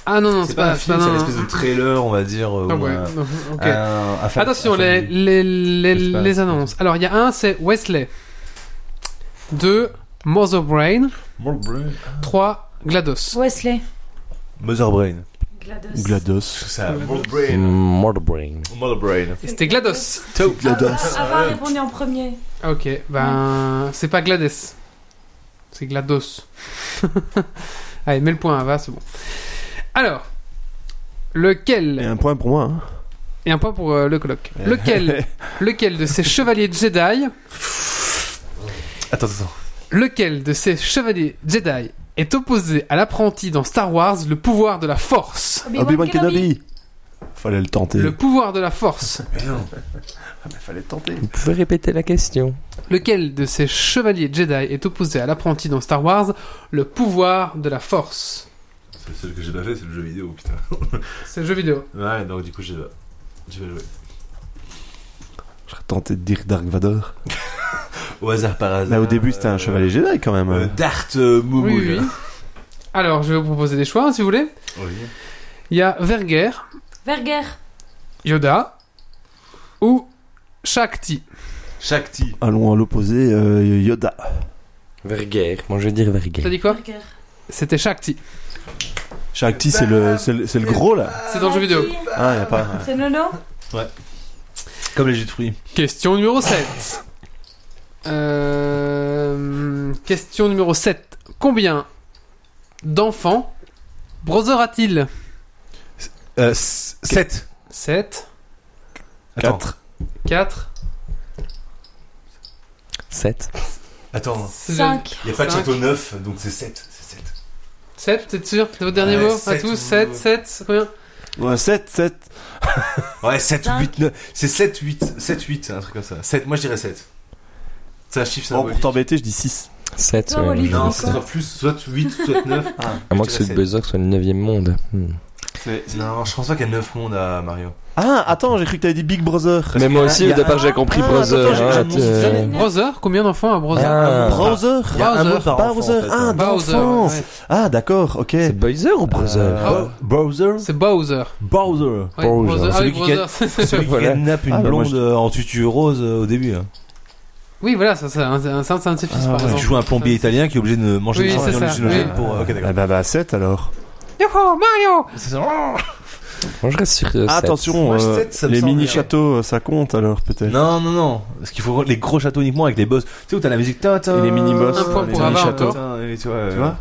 Speaker 1: Ah non, non,
Speaker 2: C'est pas un film, c'est
Speaker 1: non,
Speaker 2: une
Speaker 1: non.
Speaker 2: espèce de trailer, on va dire. euh,
Speaker 1: hein. Ah
Speaker 2: où,
Speaker 1: ouais,
Speaker 2: euh,
Speaker 1: non, ok.
Speaker 2: un- un fan-
Speaker 1: Attention,
Speaker 2: un fan
Speaker 1: les,
Speaker 2: du-
Speaker 1: les, les,
Speaker 2: Je sais pas.
Speaker 1: les annonces. Alors, il y a un, c'est Wesley. Deux, Mother Brain.
Speaker 2: Mother Brain.
Speaker 1: Trois, GLaDOS.
Speaker 6: Wesley.
Speaker 2: Mother Brain.
Speaker 6: GLaDOS.
Speaker 5: GLaDOS.
Speaker 2: C'est ça, Mother
Speaker 4: Mm,
Speaker 2: Brain.
Speaker 4: Motherbrain.
Speaker 2: Mother Brain.
Speaker 1: Et c'était GLaDOS.
Speaker 6: GLaDOS. Avoir répondu ah, en premier.
Speaker 1: Ah, Ok, ben, c'est pas GLaDES. C'est GLaDOS. Allez, mets le point, va, c'est bon. Alors, lequel
Speaker 5: Et un point pour moi. hein.
Speaker 1: Et un point pour euh, le colloque. Lequel, lequel de ces chevaliers Jedi,
Speaker 2: Attends, attends.
Speaker 1: lequel de ces chevaliers Jedi est opposé à l'apprenti dans Star Wars le pouvoir de la Force
Speaker 5: Obi-Wan Kenobi Fallait le tenter.
Speaker 1: Le pouvoir de la Force.
Speaker 5: Fallait le tenter.
Speaker 4: Vous pouvez répéter la question
Speaker 1: Lequel de ces chevaliers Jedi est opposé à l'apprenti dans Star Wars le pouvoir de la Force
Speaker 2: C'est celui que j'ai pas fait, c'est le jeu vidéo, putain.
Speaker 1: C'est le jeu vidéo.
Speaker 2: Ouais, donc du coup, j'ai pas. J'ai pas joué.
Speaker 5: J'aurais tenté de dire Dark Vador.
Speaker 2: Au hasard par hasard.
Speaker 5: Là, au début, c'était un
Speaker 2: euh,
Speaker 5: chevalier Jedi quand même.
Speaker 2: euh, Dart euh,
Speaker 1: Oui,
Speaker 2: Moumoule.
Speaker 1: oui, oui. Alors, je vais vous proposer des choix, hein, si vous voulez.
Speaker 2: Oui.
Speaker 1: Il y a Verger,
Speaker 6: Verger.
Speaker 1: Yoda ou Shakti.
Speaker 2: Shakti.
Speaker 5: Allons à l'opposé, euh, Yoda.
Speaker 4: Verguerre. Moi, je vais dire
Speaker 1: T'as
Speaker 4: Verguerre.
Speaker 1: dit quoi
Speaker 6: Verger.
Speaker 1: C'était Shakti.
Speaker 5: Shakti, c'est le, c'est le, c'est le gros là.
Speaker 1: C'est dans le jeu vidéo.
Speaker 5: Ah, y a
Speaker 2: bah.
Speaker 5: pas.
Speaker 6: C'est Nono
Speaker 2: Comme les jus de fruits.
Speaker 1: Question numéro 7. Euh, question numéro 7. Combien d'enfants Brother a-t-il
Speaker 5: Euh,
Speaker 2: 7.
Speaker 1: 7,
Speaker 5: 4.
Speaker 1: 4,
Speaker 4: 7.
Speaker 2: Attends,
Speaker 6: 5.
Speaker 2: il n'y a pas de
Speaker 1: Cinq.
Speaker 2: château neuf, donc c'est 7. C'est 7.
Speaker 1: 7, c'est sûr C'est votre dernier
Speaker 2: Ouais,
Speaker 1: mot à
Speaker 2: sept
Speaker 1: tous
Speaker 2: ou-
Speaker 1: 7, 7, c'est combien
Speaker 5: Ouais, 7, 7.
Speaker 2: Ouais, 7 ou
Speaker 6: Cinq.
Speaker 2: 8, 9. C'est 7, 8. 7, 8, un truc comme ça. 7, moi je dirais 7. C'est un chiffre
Speaker 5: Bon, Oh, pour
Speaker 2: symbolique.
Speaker 5: t'embêter, je dis 6.
Speaker 4: 7.
Speaker 6: Toi, Olivier,
Speaker 2: non,
Speaker 6: c'est
Speaker 2: ce sera plus soit 8, soit 9. Ah,
Speaker 4: À euh, moins que ce buzzer soit le 9 monde. Hmm.
Speaker 2: Non, je pense pas qu'il y a 9 mondes à Mario.
Speaker 5: Ah, attends, j'ai cru que t'avais dit Big Brother.
Speaker 4: Mais moi aussi,
Speaker 2: y
Speaker 4: au
Speaker 2: a-
Speaker 4: départ, j'ai compris
Speaker 5: Ah,
Speaker 4: Brother.
Speaker 5: attends,
Speaker 4: hein,
Speaker 5: j'ai-
Speaker 4: tu-
Speaker 5: j'ai-
Speaker 4: euh,
Speaker 1: Brother Combien d'enfants à Brother
Speaker 4: Ah.
Speaker 5: Browser
Speaker 2: Il y a un mot par enfant,
Speaker 5: Bowser.
Speaker 2: en fait,
Speaker 5: Ah,
Speaker 2: hein.
Speaker 1: Bowser.
Speaker 5: d'enfance.
Speaker 1: ouais.
Speaker 5: Ah, d'accord, ok.
Speaker 4: C'est Bowser ou Brother
Speaker 2: Oh.
Speaker 1: Euh,
Speaker 2: Bowser
Speaker 1: C'est Bowser.
Speaker 2: Bowser
Speaker 1: Ouais,
Speaker 4: Bowser.
Speaker 5: hein.
Speaker 1: Brother. Ah oui,
Speaker 2: Celui qui
Speaker 1: Brother.
Speaker 2: Celui qui
Speaker 4: Voilà.
Speaker 2: kidnappe une
Speaker 5: Ah, bah, moi,
Speaker 2: blonde euh, en tutu rose euh, au début. hein.
Speaker 1: oui, voilà, ça, c'est un, c'est un- c'est un de ses fils,
Speaker 5: Ah,
Speaker 1: par
Speaker 5: ouais.
Speaker 1: exemple.
Speaker 2: Tu joues un plombier italien qui est obligé de manger
Speaker 1: Oui,
Speaker 2: des
Speaker 1: c'est ça,
Speaker 2: hallucinogènes
Speaker 1: oui.
Speaker 2: pour. euh, Ok,
Speaker 5: Ah
Speaker 2: d'accord.
Speaker 5: bah, bah 7 alors.
Speaker 1: Yoho, Mario
Speaker 4: Moi, je reste sur 7.
Speaker 5: Attention,
Speaker 2: Moi,
Speaker 5: euh,
Speaker 2: sept, ça me
Speaker 5: les
Speaker 2: semble
Speaker 5: mini
Speaker 2: bien.
Speaker 5: châteaux, euh, ça compte alors peut-être.
Speaker 2: Non, non, non. Parce qu'il faut les gros châteaux uniquement avec les boss. Tu sais où t'as la musique. Ta, ta,
Speaker 5: Et les mini-boss,
Speaker 1: Un point
Speaker 5: les
Speaker 1: pour
Speaker 5: mini
Speaker 1: Ava,
Speaker 5: châteaux.
Speaker 1: encore.
Speaker 2: Et tu vois. euh,
Speaker 5: Tu vois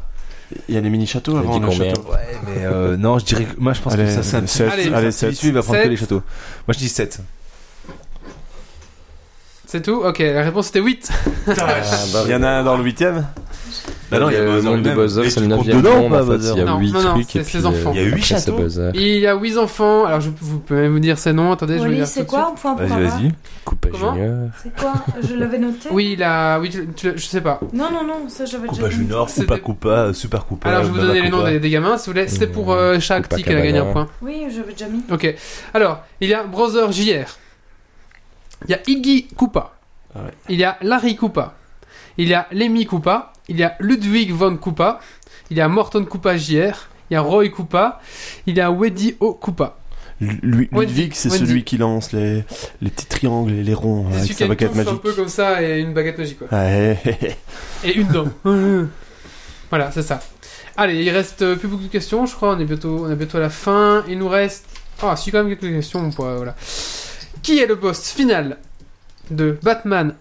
Speaker 5: Il y a les mini châteaux
Speaker 4: T'as
Speaker 5: avant
Speaker 4: dit
Speaker 5: le
Speaker 4: combien
Speaker 5: château.
Speaker 2: Ouais, mais euh, non, je dirais. que- Moi, je pense
Speaker 5: Allez,
Speaker 2: que ça, c'est un petit-
Speaker 5: 7.
Speaker 1: Allez,
Speaker 5: Allez,
Speaker 2: un petit
Speaker 5: 7.
Speaker 2: Issu, il va prendre que
Speaker 1: Sept.
Speaker 2: les châteaux. Moi, je dis 7.
Speaker 1: C'est tout Ok, la réponse était 8.
Speaker 5: Il y en a un dans le 8ème
Speaker 2: Bah non, il y a
Speaker 4: le
Speaker 2: Bowser
Speaker 4: nombre de
Speaker 2: lui-même.
Speaker 4: Bowser,
Speaker 2: Mais
Speaker 4: c'est le
Speaker 2: tu comptes
Speaker 4: 9
Speaker 2: dedans ou
Speaker 4: monde.
Speaker 2: pas,
Speaker 4: En fait,
Speaker 2: Bowser
Speaker 4: il y a
Speaker 1: Non,
Speaker 4: 8
Speaker 1: non, non,
Speaker 4: trucs
Speaker 1: c'est
Speaker 4: et
Speaker 1: ses
Speaker 4: puis, euh,
Speaker 1: enfants.
Speaker 2: Il y a huit
Speaker 4: après, c'est
Speaker 2: châteaux.
Speaker 4: Bowser.
Speaker 1: Il y a 8 enfants. Alors, je, vous pouvez même vous dire ses noms. Attendez, je vais vous
Speaker 6: Wally,
Speaker 1: dire tout
Speaker 6: c'est
Speaker 1: de suite.
Speaker 6: quoi un point pour
Speaker 2: Vas-y,
Speaker 6: Ava
Speaker 2: vas-y.
Speaker 4: Coupa
Speaker 1: Comment
Speaker 4: Junior.
Speaker 6: C'est quoi Je l'avais noté
Speaker 1: Oui, il a. Oui, tu- tu- je sais pas.
Speaker 6: Non, non, non, ça j'avais déjà
Speaker 2: Coupa
Speaker 6: noté.
Speaker 2: Junior,
Speaker 1: C'est
Speaker 2: Coupa
Speaker 1: des-
Speaker 2: Coupa, Super Coupa.
Speaker 1: Alors, je vais vous
Speaker 2: Baba
Speaker 1: donner les noms
Speaker 2: Coupa.
Speaker 1: des, des gamins, si vous voulez. C'était pour
Speaker 4: Mmh.
Speaker 1: euh, Shakti qu'elle a gagné un
Speaker 4: Copacabana.
Speaker 1: point.
Speaker 6: Oui, j'avais déjà mis.
Speaker 1: Ok. Alors, il y a Brother JR. Il y a Iggy Koopa.
Speaker 5: Ah ouais.
Speaker 1: Il y a Larry Koopa. Il y a Lemmy Koopa. Il y a Ludwig von Koopa. Il y a Morton Koopa JR. Il y a Roy Koopa. Il y a Weddy O. Koopa.
Speaker 5: Lui,
Speaker 1: Wendy.
Speaker 5: Ludwig, c'est
Speaker 1: Wendy.
Speaker 5: celui qui lance les, les petits triangles et les ronds hein,
Speaker 1: C'est
Speaker 5: avec
Speaker 1: celui qui a une
Speaker 5: sa baguette
Speaker 1: touffe un
Speaker 5: magique.
Speaker 1: peu comme ça et une baguette magique, quoi.
Speaker 5: Ouais, hé, hé, hé.
Speaker 1: Et une dent. voilà, c'est ça. Allez, il reste euh, plus beaucoup de questions, je crois. On est bientôt, on est bientôt à la fin. Il nous reste. Ah, si, quand même quelques questions. on pourra- voilà. Qui est le boss final de Batman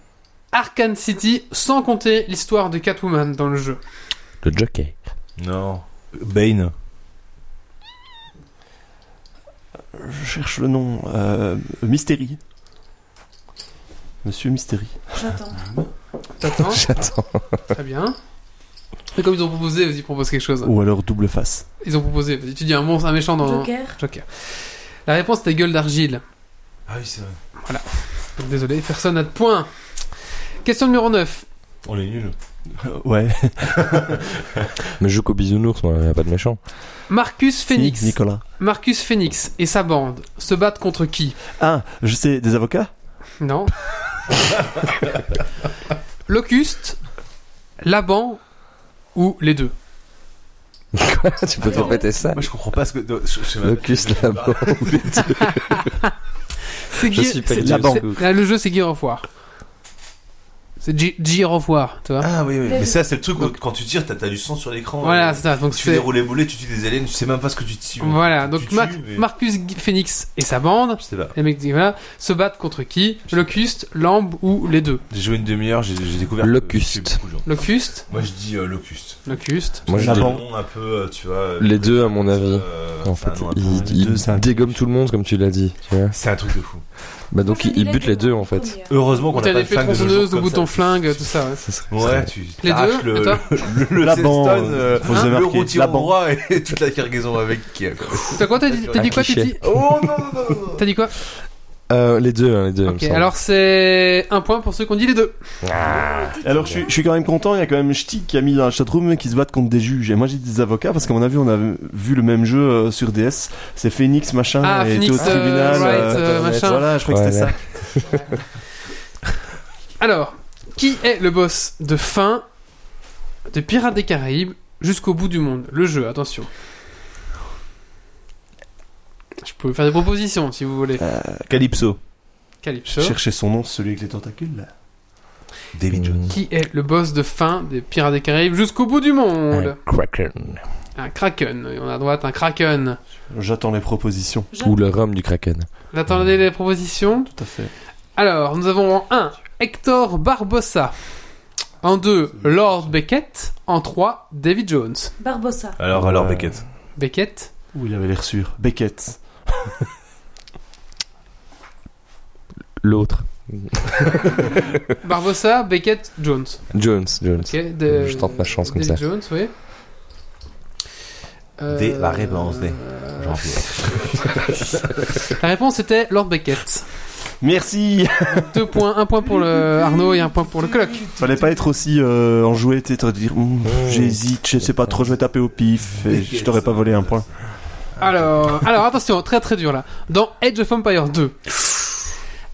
Speaker 1: Arkham City, sans compter l'histoire de Catwoman dans le jeu
Speaker 4: Le Jockey.
Speaker 2: Non. Bane.
Speaker 5: je cherche le nom. Euh, Mystérie. Monsieur Mystérie.
Speaker 6: J'attends.
Speaker 1: T'attends
Speaker 4: J'attends.
Speaker 1: Très bien. Et comme ils ont proposé, vas-y, propose quelque chose.
Speaker 5: Ou alors Double Face.
Speaker 1: Ils ont proposé, vas-y, tu dis un monstre, un méchant dans.
Speaker 6: Joker.
Speaker 1: Joker. La réponse était gueule d'argile.
Speaker 2: Ah oui, c'est vrai.
Speaker 1: Donc, Désolé, personne n'a de point. Question numéro 9.
Speaker 2: On est nuls.
Speaker 5: Ouais.
Speaker 4: Mais je joue qu'au bisounours, moi, y a pas de méchant.
Speaker 1: Marcus Phoenix.
Speaker 5: Nicolas.
Speaker 1: Marcus Phoenix et sa bande se battent contre qui
Speaker 5: Ah, je sais, des avocats
Speaker 1: Non. Locuste, Laban ou les deux
Speaker 4: tu peux te
Speaker 2: Attends.
Speaker 4: répéter ça
Speaker 2: Moi, je comprends pas ce que. Je, je sais pas.
Speaker 4: Locus là-bas.
Speaker 1: C'est
Speaker 4: Je
Speaker 1: Gear-
Speaker 4: suis pas
Speaker 1: c'est-
Speaker 4: idiot,
Speaker 1: c'est-
Speaker 4: du coup.
Speaker 1: là, Le jeu, c'est Gear of War. C'est Ge- Gear of War, tu vois
Speaker 2: Ah oui, oui.
Speaker 6: Les-
Speaker 2: Mais ça, c'est le truc où quand tu tires, t'as t'as du sang sur l'écran.
Speaker 1: Voilà,
Speaker 2: euh,
Speaker 1: c'est ça. Donc,
Speaker 2: Tu fais
Speaker 1: c'est...
Speaker 2: des roulés boulets, tu tues des aliens, tu sais même pas ce que tu tues.
Speaker 1: Voilà,
Speaker 2: tu
Speaker 1: donc
Speaker 2: tues,
Speaker 1: Mar-
Speaker 2: mais-
Speaker 1: Marcus G- Phoenix et sa bande,
Speaker 2: Je sais pas.
Speaker 1: les mecs, voilà, se battent contre qui Locuste, Lambe ou les deux
Speaker 2: J'ai joué une demi-heure, j'ai j'ai découvert.
Speaker 4: Locust.
Speaker 2: que je suis beaucoup de gens.
Speaker 1: Locuste,
Speaker 2: Moi, je dis euh, Locust.
Speaker 1: Locuste.
Speaker 4: Moi, je
Speaker 5: Ah
Speaker 2: C'est
Speaker 4: dis-
Speaker 5: bon
Speaker 2: un nom un peu, euh, tu vois. euh,
Speaker 4: Les deux, à mon avis.
Speaker 2: euh,
Speaker 4: En
Speaker 2: c'est un
Speaker 4: fait,
Speaker 2: nom un peu-
Speaker 4: il,
Speaker 5: les
Speaker 4: il
Speaker 5: deux, c'est un-
Speaker 4: dégomme tout le monde comme tu l'as dit. tu vois.
Speaker 2: C'est un truc de fou.
Speaker 4: Bah donc il, il bute les deux en fait.
Speaker 2: Heureusement qu'on a
Speaker 1: T'as
Speaker 2: pas de
Speaker 1: l'épée
Speaker 2: flingue de nos
Speaker 1: tronçonneuse,
Speaker 2: jours
Speaker 1: le
Speaker 2: comme
Speaker 1: bouton
Speaker 2: ça.
Speaker 1: flingue, tout ça. ouais.
Speaker 2: Ouais, tu
Speaker 1: Les
Speaker 2: t'arraches
Speaker 1: deux,
Speaker 2: le,
Speaker 1: et toi
Speaker 2: le, le
Speaker 5: La
Speaker 2: Sexton,
Speaker 5: bande,
Speaker 2: euh,
Speaker 5: faut se
Speaker 2: le
Speaker 5: marquer,
Speaker 2: routier
Speaker 5: la
Speaker 2: en
Speaker 5: bande.
Speaker 2: droit et toute la cargaison avec qui. euh,
Speaker 1: T'as quoi T'as dit, t'as dit quoi T'as dit,
Speaker 2: Oh non, non, non, non.
Speaker 1: t'as dit quoi
Speaker 4: Euh, les deux, hein, les deux. il me
Speaker 1: Ok,
Speaker 4: semble.
Speaker 1: alors c'est un point pour ceux qui ont dit les deux.
Speaker 5: Alors je suis, je suis quand même content, il y a quand même Ch'ti qui a mis dans le chatroom qui se battent contre des juges. Et moi j'ai dit des avocats parce qu'à mon avis on a vu le même jeu euh, sur DS. C'est Phoenix machin
Speaker 1: Ah,
Speaker 5: et
Speaker 1: Phoenix,
Speaker 5: t'es au
Speaker 1: euh,
Speaker 5: tribunal.
Speaker 1: Wright,
Speaker 5: euh,
Speaker 1: euh, machin.
Speaker 5: Voilà, je crois que c'était
Speaker 4: Voilà.
Speaker 5: ça.
Speaker 1: Alors, qui est le boss de fin de Pirates des Caraïbes jusqu'au bout du monde Le jeu, attention. Je peux vous faire des propositions si vous voulez.
Speaker 5: Calypso.
Speaker 1: Calypso.
Speaker 5: Cherchez son nom, celui avec les tentacules là.
Speaker 2: David Jones.
Speaker 1: Qui est le boss de fin des Pirates des Caraïbes jusqu'au bout du
Speaker 4: Un
Speaker 1: monde
Speaker 4: Kraken.
Speaker 1: Un Kraken. Et on a à droite un Kraken.
Speaker 5: J'attends les propositions.
Speaker 4: Ou le rhum du Kraken.
Speaker 1: Vous attendez les propositions
Speaker 5: Tout à fait.
Speaker 1: Alors, nous avons en 1 Hector Barbossa. En 2 Lord Beckett. En 3 David Jones.
Speaker 6: Barbossa.
Speaker 2: Alors, euh, alors, Beckett.
Speaker 1: Beckett
Speaker 5: Ouh, il avait l'air sûr. Beckett.
Speaker 4: L'autre.
Speaker 1: Barbossa, Beckett, Jones.
Speaker 4: Jones, Jones.
Speaker 1: Ok, de-
Speaker 4: Je tente ma chance comme
Speaker 1: David
Speaker 4: ça.
Speaker 1: Jones, oui. Euh,
Speaker 2: Dès la réponse, dès.
Speaker 1: euh,
Speaker 2: Jean-Pierre.
Speaker 1: La réponse était Lord Beckett.
Speaker 5: Merci.
Speaker 1: Deux points, un point pour le Arnaud et un point pour le coloc.
Speaker 5: Fallait pas être aussi euh, enjoué, t'es te dire Hum,
Speaker 4: Ouais.
Speaker 5: j'hésite, je sais pas trop, je vais taper au pif et je t'aurais pas volé un point.
Speaker 1: Alors, alors attention, très très dur là. Dans Edge of Empire 2,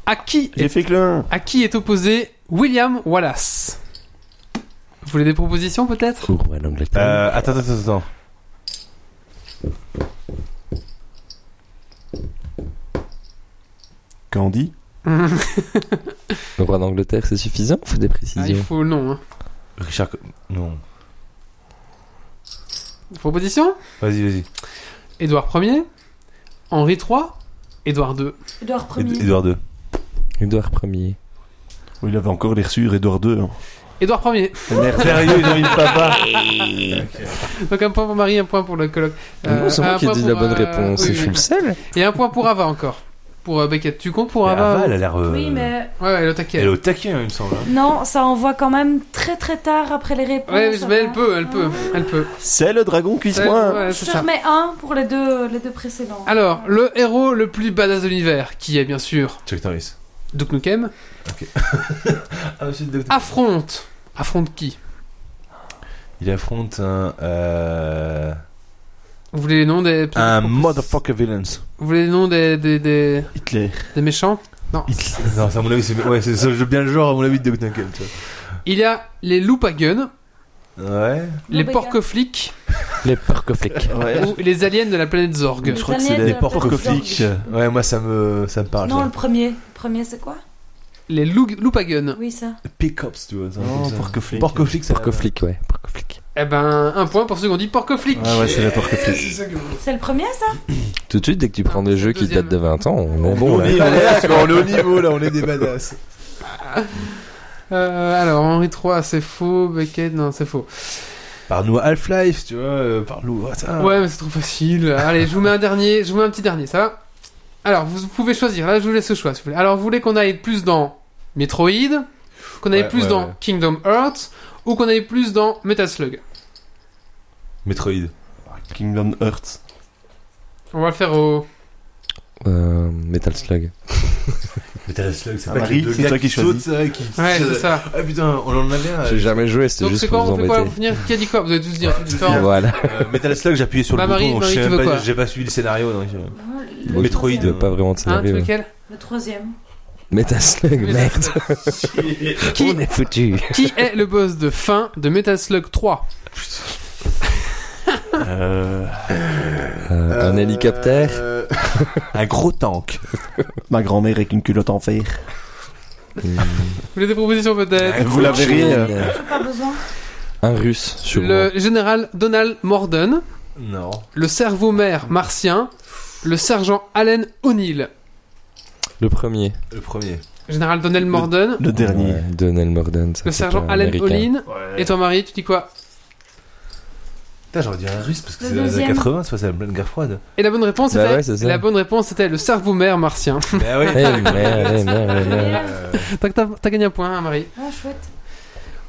Speaker 1: à qui
Speaker 5: J'ai
Speaker 1: est,
Speaker 5: fait que le 1.
Speaker 1: à qui est opposé William Wallace Vous voulez des propositions peut-être
Speaker 4: Pour ouais, l'Angleterre.
Speaker 2: Euh, attends, attends, attends.
Speaker 5: Candy.
Speaker 4: Le roi d'Angleterre, c'est suffisant Faut des
Speaker 1: Ah, Il
Speaker 4: précisions.
Speaker 1: faut le nom. Hein.
Speaker 2: Richard. Co- Non.
Speaker 1: Proposition
Speaker 2: Vas-y, vas-y.
Speaker 1: Édouard 1er, Henri III, Édouard 2.
Speaker 6: Edouard
Speaker 2: Ed-
Speaker 6: Ier.
Speaker 2: Edouard II.
Speaker 4: Édouard Ier.
Speaker 5: Oh, il avait encore l'air sûr, Edouard II. hein.
Speaker 1: Édouard 1er.
Speaker 5: Sérieux, ils ont mis le papa.
Speaker 1: Donc un point pour Marie, un point pour le colloque. Euh,
Speaker 4: non, c'est moi qui ai dit la bonne réponse. et je suis le seul.
Speaker 1: Et un point pour Ava encore. Pour euh, Beckett. Tu comptes pour
Speaker 2: Mais
Speaker 1: Ava
Speaker 2: Ava, elle a l'air. euh,
Speaker 6: Oui, mais
Speaker 1: Ouais, ouais, le taquet.
Speaker 2: Elle est au taquet, hein, il me semble. hein.
Speaker 6: non, ça envoie quand même très très tard après les réponses.
Speaker 1: Ouais, mais elle
Speaker 6: hein.
Speaker 1: peut, elle peut, elle peut.
Speaker 5: C'est le dragon
Speaker 1: Elle-
Speaker 5: cuisse-moi.
Speaker 1: ouais,
Speaker 6: Je
Speaker 1: Euh, c'est
Speaker 6: te
Speaker 1: ça. Ah,
Speaker 6: remets un pour les deux, les deux précédents.
Speaker 1: Alors, le héros le plus badass de l'univers, qui est bien sûr
Speaker 2: Chuck Norris.
Speaker 1: Duke Nukem,
Speaker 2: Ah, monsieur le docteur.
Speaker 1: affronte. Affronte qui
Speaker 2: Il affronte un. euh,
Speaker 1: Vous voulez les noms des.
Speaker 2: Un motherfucker villains.
Speaker 1: Vous voulez les noms des, des, des,
Speaker 5: Hitler.
Speaker 1: des méchants
Speaker 2: non, ça, à mon avis, c'est ouais, c'est- c'est bien le genre, à mon avis, de Duck Nukem, tu
Speaker 1: Il y a les Loopagons,
Speaker 2: vois. Ouais.
Speaker 1: les
Speaker 6: Loopagun.
Speaker 1: Porcoflics
Speaker 4: Les porcoflics.
Speaker 5: Ouais.
Speaker 1: ou les aliens de la planète Zorg.
Speaker 5: Je crois que c'est des porcoflics.
Speaker 2: Ouais, moi, ça me, ça me parle.
Speaker 6: Non,
Speaker 2: ça.
Speaker 6: le premier. Le premier, c'est quoi
Speaker 1: Les Lou- Loopagons.
Speaker 6: Oui, ça.
Speaker 2: Pick-ups, tu vois. ça, comme
Speaker 5: Oh,
Speaker 2: ça.
Speaker 5: porcoflic.
Speaker 2: Porcoflic, ça-
Speaker 4: Porcoflic, ouais. Porcoflic.
Speaker 1: Eh ben, un point pour ceux qui ont dit Porcoflic.
Speaker 5: Ah ouais, c'est les porcoflics.
Speaker 6: C'est le premier, ça
Speaker 4: Tout de suite, dès que tu prends
Speaker 1: Non,
Speaker 4: des
Speaker 1: c'est
Speaker 4: jeux
Speaker 1: le
Speaker 4: qui
Speaker 1: deuxième.
Speaker 4: datent de 20 ans, on est
Speaker 2: On
Speaker 4: bon là.
Speaker 2: est- on est là, tu vois, on est au niveau, là, on est des badass.
Speaker 1: Euh, alors, Henri III, c'est faux. Beckett, non, c'est faux.
Speaker 2: Parle-nous Half-Life, tu vois, euh, parle-nous. ah, ça.
Speaker 1: Ouais, mais c'est trop facile. Allez, je vous mets un dernier, je vous mets un petit dernier, ça va Alors, vous pouvez choisir. Là, je vous laisse le choix, si vous voulez. Alors, vous voulez qu'on aille plus dans Metroid, qu'on aille
Speaker 2: Ouais,
Speaker 1: plus
Speaker 2: ouais,
Speaker 1: dans
Speaker 2: ouais.
Speaker 1: Kingdom Hearts, ou qu'on aille plus dans Metal Slug
Speaker 2: Metroid.
Speaker 5: Kingdom Hearts.
Speaker 1: On va le faire au...
Speaker 4: euh, Metal Slug.
Speaker 2: Metal Slug, c'est
Speaker 5: Ah,
Speaker 2: pas
Speaker 5: Marie,
Speaker 2: les deux
Speaker 5: c'est
Speaker 2: gars
Speaker 5: toi qui choisis.
Speaker 2: sautent, euh, qui-
Speaker 1: Ouais, c'est ça.
Speaker 2: Ah putain, on en avait un.
Speaker 4: J'ai
Speaker 2: euh,
Speaker 4: jamais joué, c'était
Speaker 1: Donc
Speaker 4: juste
Speaker 1: c'est quoi
Speaker 4: pour vous
Speaker 1: On fait quoi On peut
Speaker 4: embêter.
Speaker 1: venir qui a dit quoi Vous allez tous dire un truc différent.
Speaker 4: Voilà.
Speaker 2: euh, Metal Slug, j'appuyais sur
Speaker 1: Bah,
Speaker 2: le
Speaker 1: Marie,
Speaker 2: bouton,
Speaker 1: Marie,
Speaker 2: je sais
Speaker 1: tu
Speaker 2: même
Speaker 1: veux
Speaker 2: pas,
Speaker 1: quoi
Speaker 2: j'ai pas suivi le scénario. donc, euh,
Speaker 6: Le
Speaker 4: Bon,
Speaker 2: Metroid.
Speaker 4: Il y a
Speaker 6: troisième.
Speaker 4: pas vraiment de
Speaker 1: Hein, tu
Speaker 4: scénario.
Speaker 1: veux quel
Speaker 6: Le troisième.
Speaker 4: Metal Slug, merde.
Speaker 1: Qui
Speaker 4: On est foutu.
Speaker 1: Qui est le boss de fin de Metal Slug 3
Speaker 5: Euh,
Speaker 4: Euh, un hélicoptère.
Speaker 2: euh,
Speaker 5: un gros tank. Ma grand-mère avec une culotte en fer.
Speaker 1: Vous voulez des propositions peut-être
Speaker 5: Vous la verrez. euh,
Speaker 6: J'ai pas besoin.
Speaker 4: Un russe, sûrement.
Speaker 1: Le général Donald Morden,
Speaker 2: Non.
Speaker 1: le cerveau-mère martien, le sergent Allen O'Neill.
Speaker 4: Le premier.
Speaker 2: Le premier.
Speaker 1: Général Donald Morden,
Speaker 5: Le dernier.
Speaker 4: Ouais, Donald Morden. ça,
Speaker 1: le
Speaker 4: c'est
Speaker 1: sergent
Speaker 4: pas
Speaker 1: Allen
Speaker 4: américain.
Speaker 1: O'Neill. Et toi Marie, tu dis quoi
Speaker 2: Putain, j'aurais dit un russe parce que
Speaker 6: Le
Speaker 2: c'est dans les années
Speaker 6: deuxième.
Speaker 2: 80, c'est la pleine guerre froide.
Speaker 1: Et la bonne réponse
Speaker 4: Bah
Speaker 1: était
Speaker 4: ouais, c'est ça.
Speaker 1: La bonne réponse était le cerveau-mère martien.
Speaker 2: Bah ouais.
Speaker 4: Eh merde, eh merde, eh merde.
Speaker 6: Ah,
Speaker 2: Euh,
Speaker 1: Tac, T'as t'as gagné un point, hein, Marie.
Speaker 6: chouette.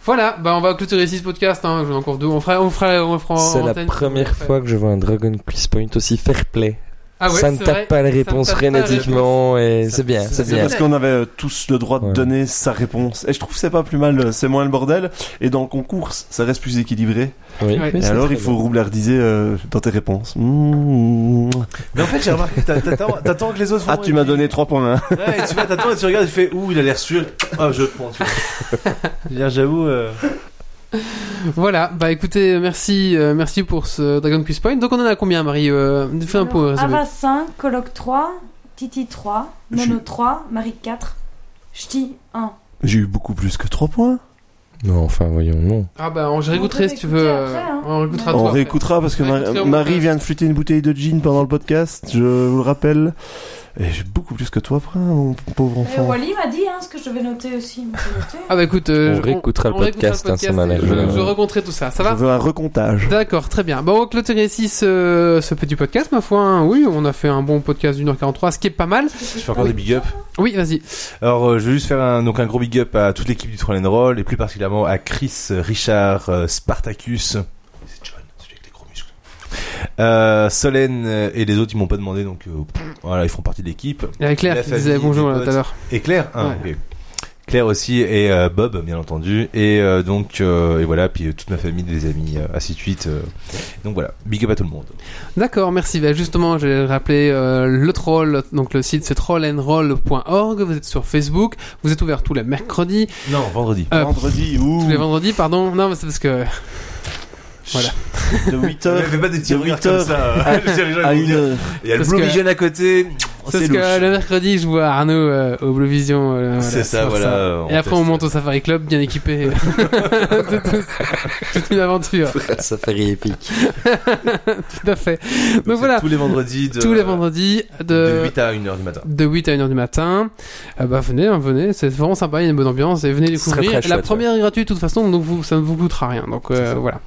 Speaker 1: Voilà, bah on va clôturer ici ce podcast. Hein. J'en ai encore deux. On fera, on fera, on fera. en
Speaker 4: C'est la
Speaker 1: antenne.
Speaker 4: première fois que je vois un Dragon Quiz Point aussi fair play.
Speaker 1: Ah ouais,
Speaker 4: ça ne
Speaker 1: c'est
Speaker 4: tape
Speaker 1: vrai.
Speaker 4: pas les
Speaker 1: Ça ne
Speaker 4: réponses
Speaker 1: tape pas la
Speaker 4: frénétiquement et c'est bien, c'est
Speaker 5: C'est
Speaker 4: bien.
Speaker 5: parce qu'on avait euh, tous le droit de
Speaker 4: Ouais.
Speaker 5: donner sa réponse. Et je trouve que c'est pas plus mal, euh, c'est moins le bordel. Et dans le concours, ça reste plus équilibré.
Speaker 4: Oui,
Speaker 1: Ouais.
Speaker 4: oui,
Speaker 5: Et
Speaker 4: c'est
Speaker 5: alors,
Speaker 4: très
Speaker 5: il faut
Speaker 4: bien.
Speaker 5: roublardiser euh, dans tes réponses. Mmh.
Speaker 2: Mais en fait, j'ai remarqué, que t'a- t'attends t'attends que les autres.
Speaker 5: Ah,
Speaker 2: font-
Speaker 5: tu m'as donné 3 points. hein.
Speaker 2: Ouais, tu vois, t'attends et tu regardes, tu fais ouh, il a l'air sûr. Ah, je prends. Tu vois. Je veux dire, J'avoue. euh,
Speaker 1: Voilà, bah écoutez, merci, euh, merci pour ce Dragon Quiz Point. Donc on en a combien, Marie euh, Fais un
Speaker 6: Alors, ah, bah,
Speaker 1: peu résumé.
Speaker 6: Ava 5, Colloque 3, Titi 3, Nono 3, Marie 4, Ch'ti 1.
Speaker 5: J'ai eu beaucoup plus que 3 points.
Speaker 4: Non, enfin, voyons, non.
Speaker 1: Ah bah on je
Speaker 6: On
Speaker 1: réécouterai
Speaker 6: peut
Speaker 1: si tu veux.
Speaker 6: réécouter après,
Speaker 1: euh,
Speaker 6: hein.
Speaker 1: On réécoutera
Speaker 6: À
Speaker 5: On
Speaker 1: toi après.
Speaker 5: réécoutera parce que
Speaker 1: Ouais,
Speaker 5: Ma-
Speaker 1: écoutez, on-
Speaker 5: Marie vient de flûter une bouteille de gin pendant le podcast, je vous le rappelle. Et j'ai beaucoup plus que toi, après, mon pauvre
Speaker 1: Eh
Speaker 6: Et
Speaker 5: enfant.
Speaker 6: Wally m'a dit hein, ce que je devais noter aussi. mais j'ai noté.
Speaker 1: Ah bah écoute, euh,
Speaker 4: On
Speaker 1: je-
Speaker 4: réécoutera le
Speaker 1: on réécoutera
Speaker 4: podcast, hein, ça
Speaker 1: podcast
Speaker 4: m'a
Speaker 1: et
Speaker 4: l'air,
Speaker 1: Je,
Speaker 4: euh,
Speaker 1: je raconterai tout ça, ça va
Speaker 5: Je veux un recomptage.
Speaker 1: D'accord, très bien. Bon, on clôture ici ce, ce petit podcast, ma foi. hein. Oui, on a fait un bon podcast d'une heure 43, ce qui est pas mal.
Speaker 2: Je fais
Speaker 6: Ah
Speaker 2: encore des big up.
Speaker 1: Oui, vas-y.
Speaker 2: Alors, euh, je vais juste faire un, donc un gros big up à toute l'équipe du Troll and Roll et plus particulièrement à Chris, euh, Richard, euh, Spartacus. C'est John, celui avec les gros muscles. Euh, Solène euh, et les autres, ils m'ont pas demandé, donc euh, pff, voilà, ils font partie de l'équipe.
Speaker 1: Il y avait Euh, Claire
Speaker 2: La
Speaker 1: qui
Speaker 2: famille,
Speaker 1: disait bonjour
Speaker 2: les
Speaker 1: là, tout à
Speaker 2: potes.
Speaker 1: l'heure.
Speaker 2: Et Claire ah,
Speaker 1: Ouais.
Speaker 2: ok. Claire aussi et euh, Bob bien entendu et euh, donc euh, et voilà puis euh, toute ma famille des amis euh, ainsi de suite euh. donc voilà big up à tout le monde
Speaker 1: D'accord, merci. Bah, justement, j'ai rappelé euh, le troll. Donc le site c'est trollandroll.org. Vous êtes sur Facebook. Vous êtes ouvert tous les mercredis,
Speaker 2: non vendredi
Speaker 1: Euh,
Speaker 5: Vendredi, ouh,
Speaker 1: tous les vendredis, pardon. Non, mais c'est parce que voilà.
Speaker 5: de 8h
Speaker 2: fais pas des
Speaker 5: petits regards comme
Speaker 2: ça hein.
Speaker 5: à 1h.
Speaker 2: il y a le
Speaker 1: Parce
Speaker 2: Blue
Speaker 1: que-
Speaker 2: Vision à côté
Speaker 4: Oh,
Speaker 1: c'est
Speaker 2: c'est
Speaker 1: parce que
Speaker 2: louche
Speaker 1: le mercredi, je vois Arnaud euh, au Blue Vision. euh, voilà,
Speaker 2: c'est ça
Speaker 1: sur
Speaker 2: voilà euh,
Speaker 1: Et après, on
Speaker 2: teste.
Speaker 1: monte au Safari Club bien équipé. c'est tout- toute une aventure.
Speaker 4: Ça fait rire épique.
Speaker 1: Tout à fait. Donc,
Speaker 2: Donc, c'est
Speaker 1: voilà,
Speaker 2: tous les vendredis de,
Speaker 1: tous les vendredis
Speaker 2: de
Speaker 1: de,
Speaker 2: 8 à 1h du matin
Speaker 1: de 8 à 1h du matin. Euh, bah, venez, hein, venez, c'est vraiment sympa, il y a une bonne ambiance et venez découvrir.
Speaker 4: très
Speaker 1: la
Speaker 4: chouette,
Speaker 1: première est gratuite de toute façon, donc vous, ça ne vous coûtera rien. Donc euh, voilà.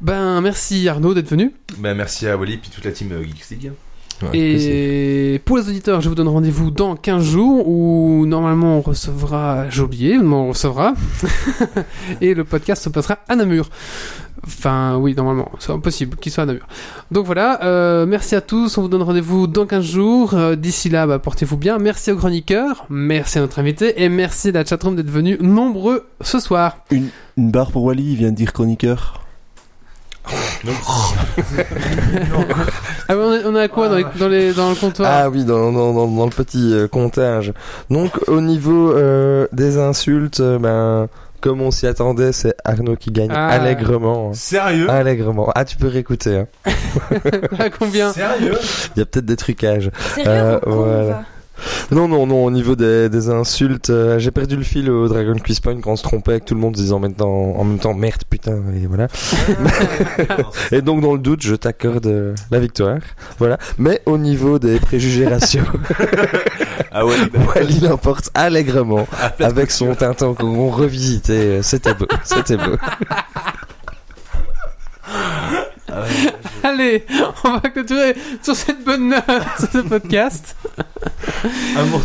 Speaker 1: Ben merci Arnaud d'être venu.
Speaker 2: bah, merci à Wally puis toute la team euh, Geeks League
Speaker 1: et pour les auditeurs, je vous donne rendez-vous dans 15 jours où normalement on recevra, j'ai oublié, mais on recevra. et le podcast se passera à Namur. Enfin oui, normalement, c'est impossible qu'il soit à Namur. Donc voilà, euh, merci à tous, on vous donne rendez-vous dans 15 jours. Euh, D'ici là, bah, portez-vous bien. Merci aux chroniqueurs, merci à notre invité et merci à la chatroom d'être venus nombreux ce soir.
Speaker 5: Une barre pour Wally, il vient de dire chroniqueur.
Speaker 1: Ah, mais on est- on est à quoi dans, les- dans les- dans le comptoir
Speaker 4: Ah oui, dans, dans, dans, dans le petit euh, comptage. Donc, au niveau euh, des insultes, euh, ben, comme on s'y attendait, c'est Arnaud qui gagne
Speaker 1: Ah.
Speaker 4: allègrement.
Speaker 2: sérieux
Speaker 4: Allègrement. Ah, tu peux réécouter. hein.
Speaker 1: À combien
Speaker 2: sérieux
Speaker 4: Il y a peut-être des trucages.
Speaker 6: Sérieux,
Speaker 4: Euh,
Speaker 6: on
Speaker 4: voilà.
Speaker 6: va.
Speaker 4: Non, non, non, au niveau des, des insultes, euh, j'ai perdu le fil au Dragon Quiz Point quand on se trompait avec tout le monde se disant maintenant, en même temps merde, putain, et voilà. Et donc, dans le doute, je t'accorde euh, la victoire. Voilà. Mais au niveau des préjugés raciaux,
Speaker 2: ah ouais
Speaker 1: bah,
Speaker 4: Wally l'emporte allègrement avec son tintin qu'on revisitait. euh, C'était beau, c'était beau.
Speaker 1: Allez, on va clôturer sur cette bonne note ce podcast.
Speaker 2: amour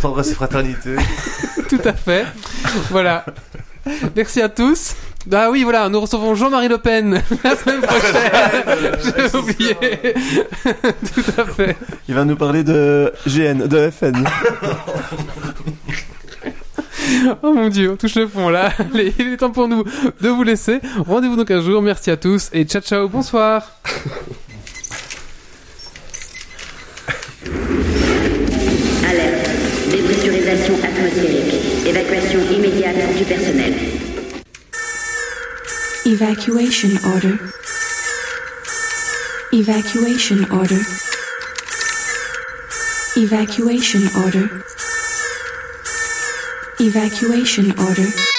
Speaker 2: tendresse et fraternité
Speaker 1: Tout à fait. Voilà. Merci à tous. Ah oui, voilà, nous recevons Jean-Marie Le Pen la semaine prochaine. J'ai oublié. Tout à fait.
Speaker 5: Il va nous parler de GN, de FN.
Speaker 1: Oh mon dieu, on touche le fond là. Allez, il est temps pour nous de vous laisser. Rendez-vous donc un jour. Merci à tous et ciao ciao, bonsoir.
Speaker 9: Alerte. Dépressurisation atmosphérique. Évacuation immédiate du personnel.
Speaker 10: Evacuation order. Evacuation order. Evacuation order. Evacuation order.